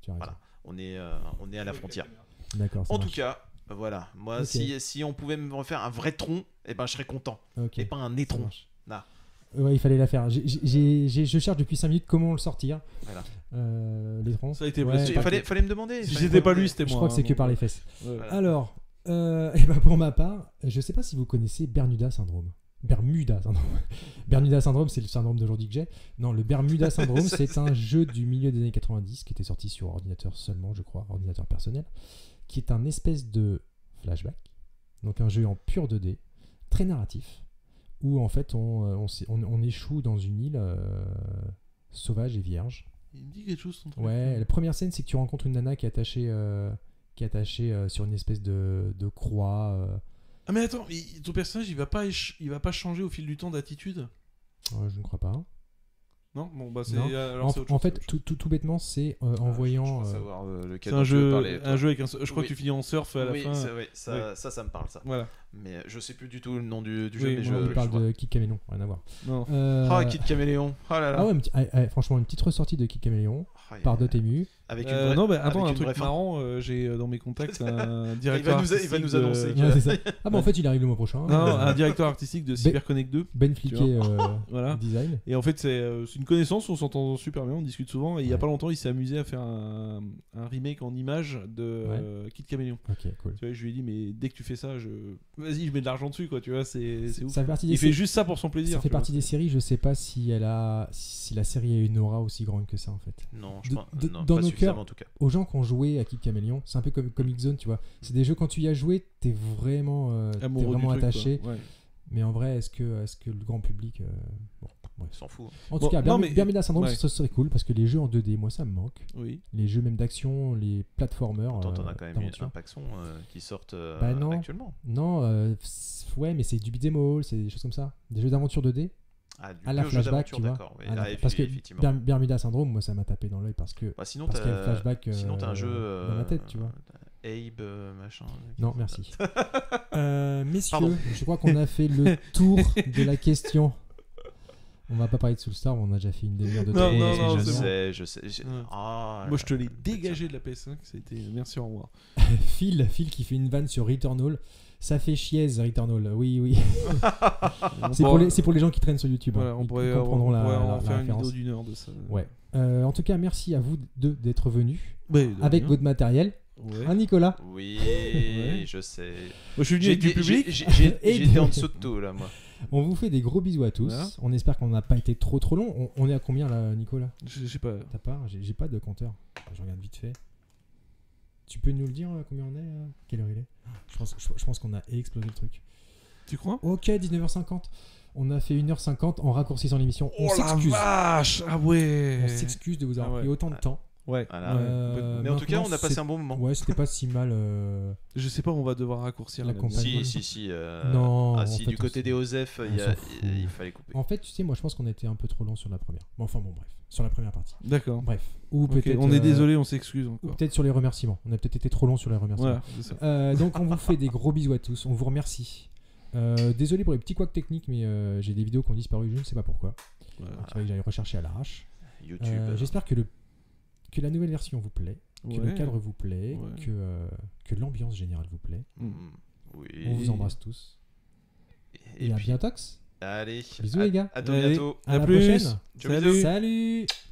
Tu as raison.
Voilà. on est euh, on est à la frontière.
D'accord. ça
En tout
marche.
cas, voilà, moi
Ok.
si si on pouvait me refaire un vrai tronc, eh ben je serais content
Ok,
et pas un
ça
étron.
marche.
Là.
Ouais, il fallait la faire. J'ai- j'ai- j'ai- j'ai- je cherche depuis 5 minutes comment le sortir.
Voilà.
Euh, les troncs.
Ça a été
Ouais,
blessé.
Il fallait fallait me demander.
Si
fallait me
c'était pas lui,
demander.
c'était
Je
moi.
crois que c'est
hein,
que par les
donc,
fesses.
ouais.
Voilà.
Alors, euh, et ben pour ma part, je sais pas si vous connaissez Bermuda syndrome. Bermuda syndrome. Bermuda syndrome, c'est le syndrome d'aujourd'hui que j'ai. Non, le Bermuda syndrome, c'est un jeu du milieu des années 90 qui était sorti sur ordinateur seulement, je crois, ordinateur personnel, qui est un espèce de flashback. Donc un jeu en pur 2D, très narratif, où en fait on, euh, on, s'é- on- on échoue dans une île euh, sauvage et vierge.
Il me dit quelque chose, son truc.
Ouais, la première scène, c'est que tu rencontres une nana qui est attachée, euh, qui est attachée euh, sur une espèce de, de croix. euh.
Ah, mais attends, il- ton personnage, il va, pas éch- il va pas changer au fil du temps d'attitude
Ouais, je ne crois pas.
Non Bon, bah c'est.
Non.
alors,
En,
c'est autre
en
chose,
fait,
c'est autre chose.
tout, tout, tout bêtement, c'est euh, en
Ah, je- je
voyant.
crois
euh,
savoir, euh, lequel
c'est un
dont tu veux
jeu,
parler, toi.
un jeu avec un. Je crois
Oui.
que tu finis en surf à la
Oui,
fin.
ça, oui, ça, ça, ça me parle ça.
Voilà.
Mais je sais plus du tout le nom du, du
Oui,
jeu. mais
moi,
je,
on
je
parle
vois.
de Kid Caméléon, rien à voir.
Non.
Euh,
Ah, Kid Caméléon. Ah là là.
ah ouais, un petit- ah, ah, franchement, une petite ressortie de Kid Caméléon
Ah, il-
par Dotemu.
Avec une
Euh,
vraie-
non, mais attends,
avec
un
une vraie
truc
fin.
marrant, euh, j'ai euh, dans mes contacts un
Il
directeur
va nous- il va
artistique
nous
de-
annoncer.
Ouais, c'est ça. Ah bah en fait, il arrive le mois prochain.
Non, ah,
Euh,
un directeur artistique de CyberConnect 2.
ben Fliquet euh,
Voilà.
design.
Et en fait, c'est euh, c'est une connaissance, on s'entend super bien, on discute souvent. Et il y a
Ouais.
pas longtemps, il s'est amusé à faire un, un remake en images de euh, Kid Caméléon.
Ok, cool.
Tu vois, je lui ai dit, mais dès que tu fais ça, je... vas-y, je mets de l'argent dessus, quoi, tu vois, c'est c'est ouf.
Ça fait partie des
Il fait
séries.
juste ça pour son plaisir.
Ça fait
tu vois.
partie des séries. Je sais pas si elle a, si la série a une aura aussi grande que ça en fait.
Non, je
de-
pense.
de-
non,
dans
pas
nos
suffisamment,
cœurs.
en tout cas.
aux gens qui ont joué à Kid Caméléon, c'est un peu comme Comic Zone, tu vois. C'est des jeux quand tu y as joué, t'es vraiment, euh, t'es
Amoureux du
vraiment
truc,
attaché.
quoi. Ouais.
Mais en vrai, est-ce que, est-ce que le grand public, euh, bon, bref.
S'en fout.
Bon,
En tout cas,
non,
Bermu-
mais-
Bermuda Syndrome,
ouais.
ce serait cool parce que les jeux en 2D, moi, ça me manque.
Oui.
Les jeux même d'action, les platformers,
Pourtant,
euh,
t'en as quand même eu
d'aventure.
un paxon euh, qui sortent euh,
Bah non.
actuellement.
Non, euh, pss, ouais, mais c'est du beat'em all, c'est des choses comme ça, des jeux d'aventure 2D.
Ah, du
à la
vieux jeu
flashback,
d'aventure,
tu vois.
d'accord, oui.
à la-
Ah,
parce que
effectivement.
Berm- Bermuda Syndrome, moi, ça m'a tapé dans l'œil parce que
Bah, sinon,
parce qu'il y a le
t'as
flashback.
sinon, t'as un
euh,
jeu.
dans la
euh,
tête, tu vois.
Abe, euh, machin.
Non, merci. Euh, messieurs,
Pardon.
je crois qu'on a fait le tour de la question. On va pas parler de Soulstar, on a déjà fait une demi-heure de
Non,
tour.
Et
non, non,
je
c'est bon.
sais, je sais. j'ai-
Ouais.
Ah,
Moi, je te l'ai
putain.
dégagé de la PS5, c'était merci, au revoir.
Phil, Phil qui fait une vanne sur Returnal. Ça fait chiaise, Returnal. Oui, oui. C'est
Bon,
pour, les- Ah, c'est pour les gens qui traînent sur YouTube.
Voilà,
hein.
on
Ils
pourrait, on
comprendront la,
pourrait
la-
en
la
faire une
référence.
vidéo d'une heure de ça.
Ouais. Euh, en tout cas, merci à vous deux d'être venus
euh, Ouais, de
avec
rien.
votre matériel.
Ouais.
Hein, Nicolas
Oui,
Ouais.
je sais.
Moi, je suis venu avec du
J'étais-
public.
j'ai- j'ai-
Et
J'étais en
donc-
dessous de tout, là, moi.
On vous fait des gros bisous à tous.
Voilà.
On espère qu'on n'a pas été trop trop long. On, on est à combien là, Nicolas
Je sais pas.
T'as pas J'ai j'ai pas de compteur. Je regarde vite fait. Tu peux nous le dire euh, combien on est euh Quelle heure il est Je pense, je, je pense qu'on a explosé le truc.
Tu crois
Ok, 19h50. On a fait 1h50 en raccourcissant l'émission. On
Oh la
s'excuse.
vache Ah ouais
On s'excuse de vous
Ah
avoir
ouais.
pris autant de
Ah.
temps.
Ouais.
Voilà.
Euh,
Mais en tout cas,
maintenant,
on a passé
c'est-
un bon moment.
Ouais, c'était pas si mal. euh,
Je sais pas, on va devoir raccourcir la
La
conversation.
campagne.
Si, si, si. euh,
Non, en
Ah, si,
fait,
du
on
côté
s'en-
des OSEF, il, y
on
a-
s'en fout.
il fallait couper.
En fait, tu sais, moi, je pense qu'on a été un peu trop long sur la première. Bon, enfin, bon, bref, sur la première partie.
D'accord.
Bref. Ou
Ok,
peut-être.
on est
euh,
désolé, on s'excuse
Ou
encore.
peut-être sur les remerciements. On a peut-être été trop long sur les remerciements.
Voilà, c'est ça.
Euh, donc on vous fait des gros bisous à tous, on vous remercie. Euh, désolé pour les petits couacs techniques, mais euh, j'ai des vidéos qui ont disparu, je ne sais pas pourquoi. Ah,
Voilà.
Donc, il fallait que j'aille rechercher à l'arrache.
YouTube.
Euh,
euh,
J'espère que, le, que la nouvelle version vous plaît, que le
Ouais.
cadre vous plaît,
Ouais.
que, euh, que l'ambiance générale vous plaît.
mm, Oui.
On vous embrasse tous. Et,
Et
à
puis-
bientôt.
Allez.
Bisous,
à-
les gars.
À tout
Allez.
bientôt.
À,
À
la
plus.
prochaine.
Ciao,
Salut.
bisous.
Salut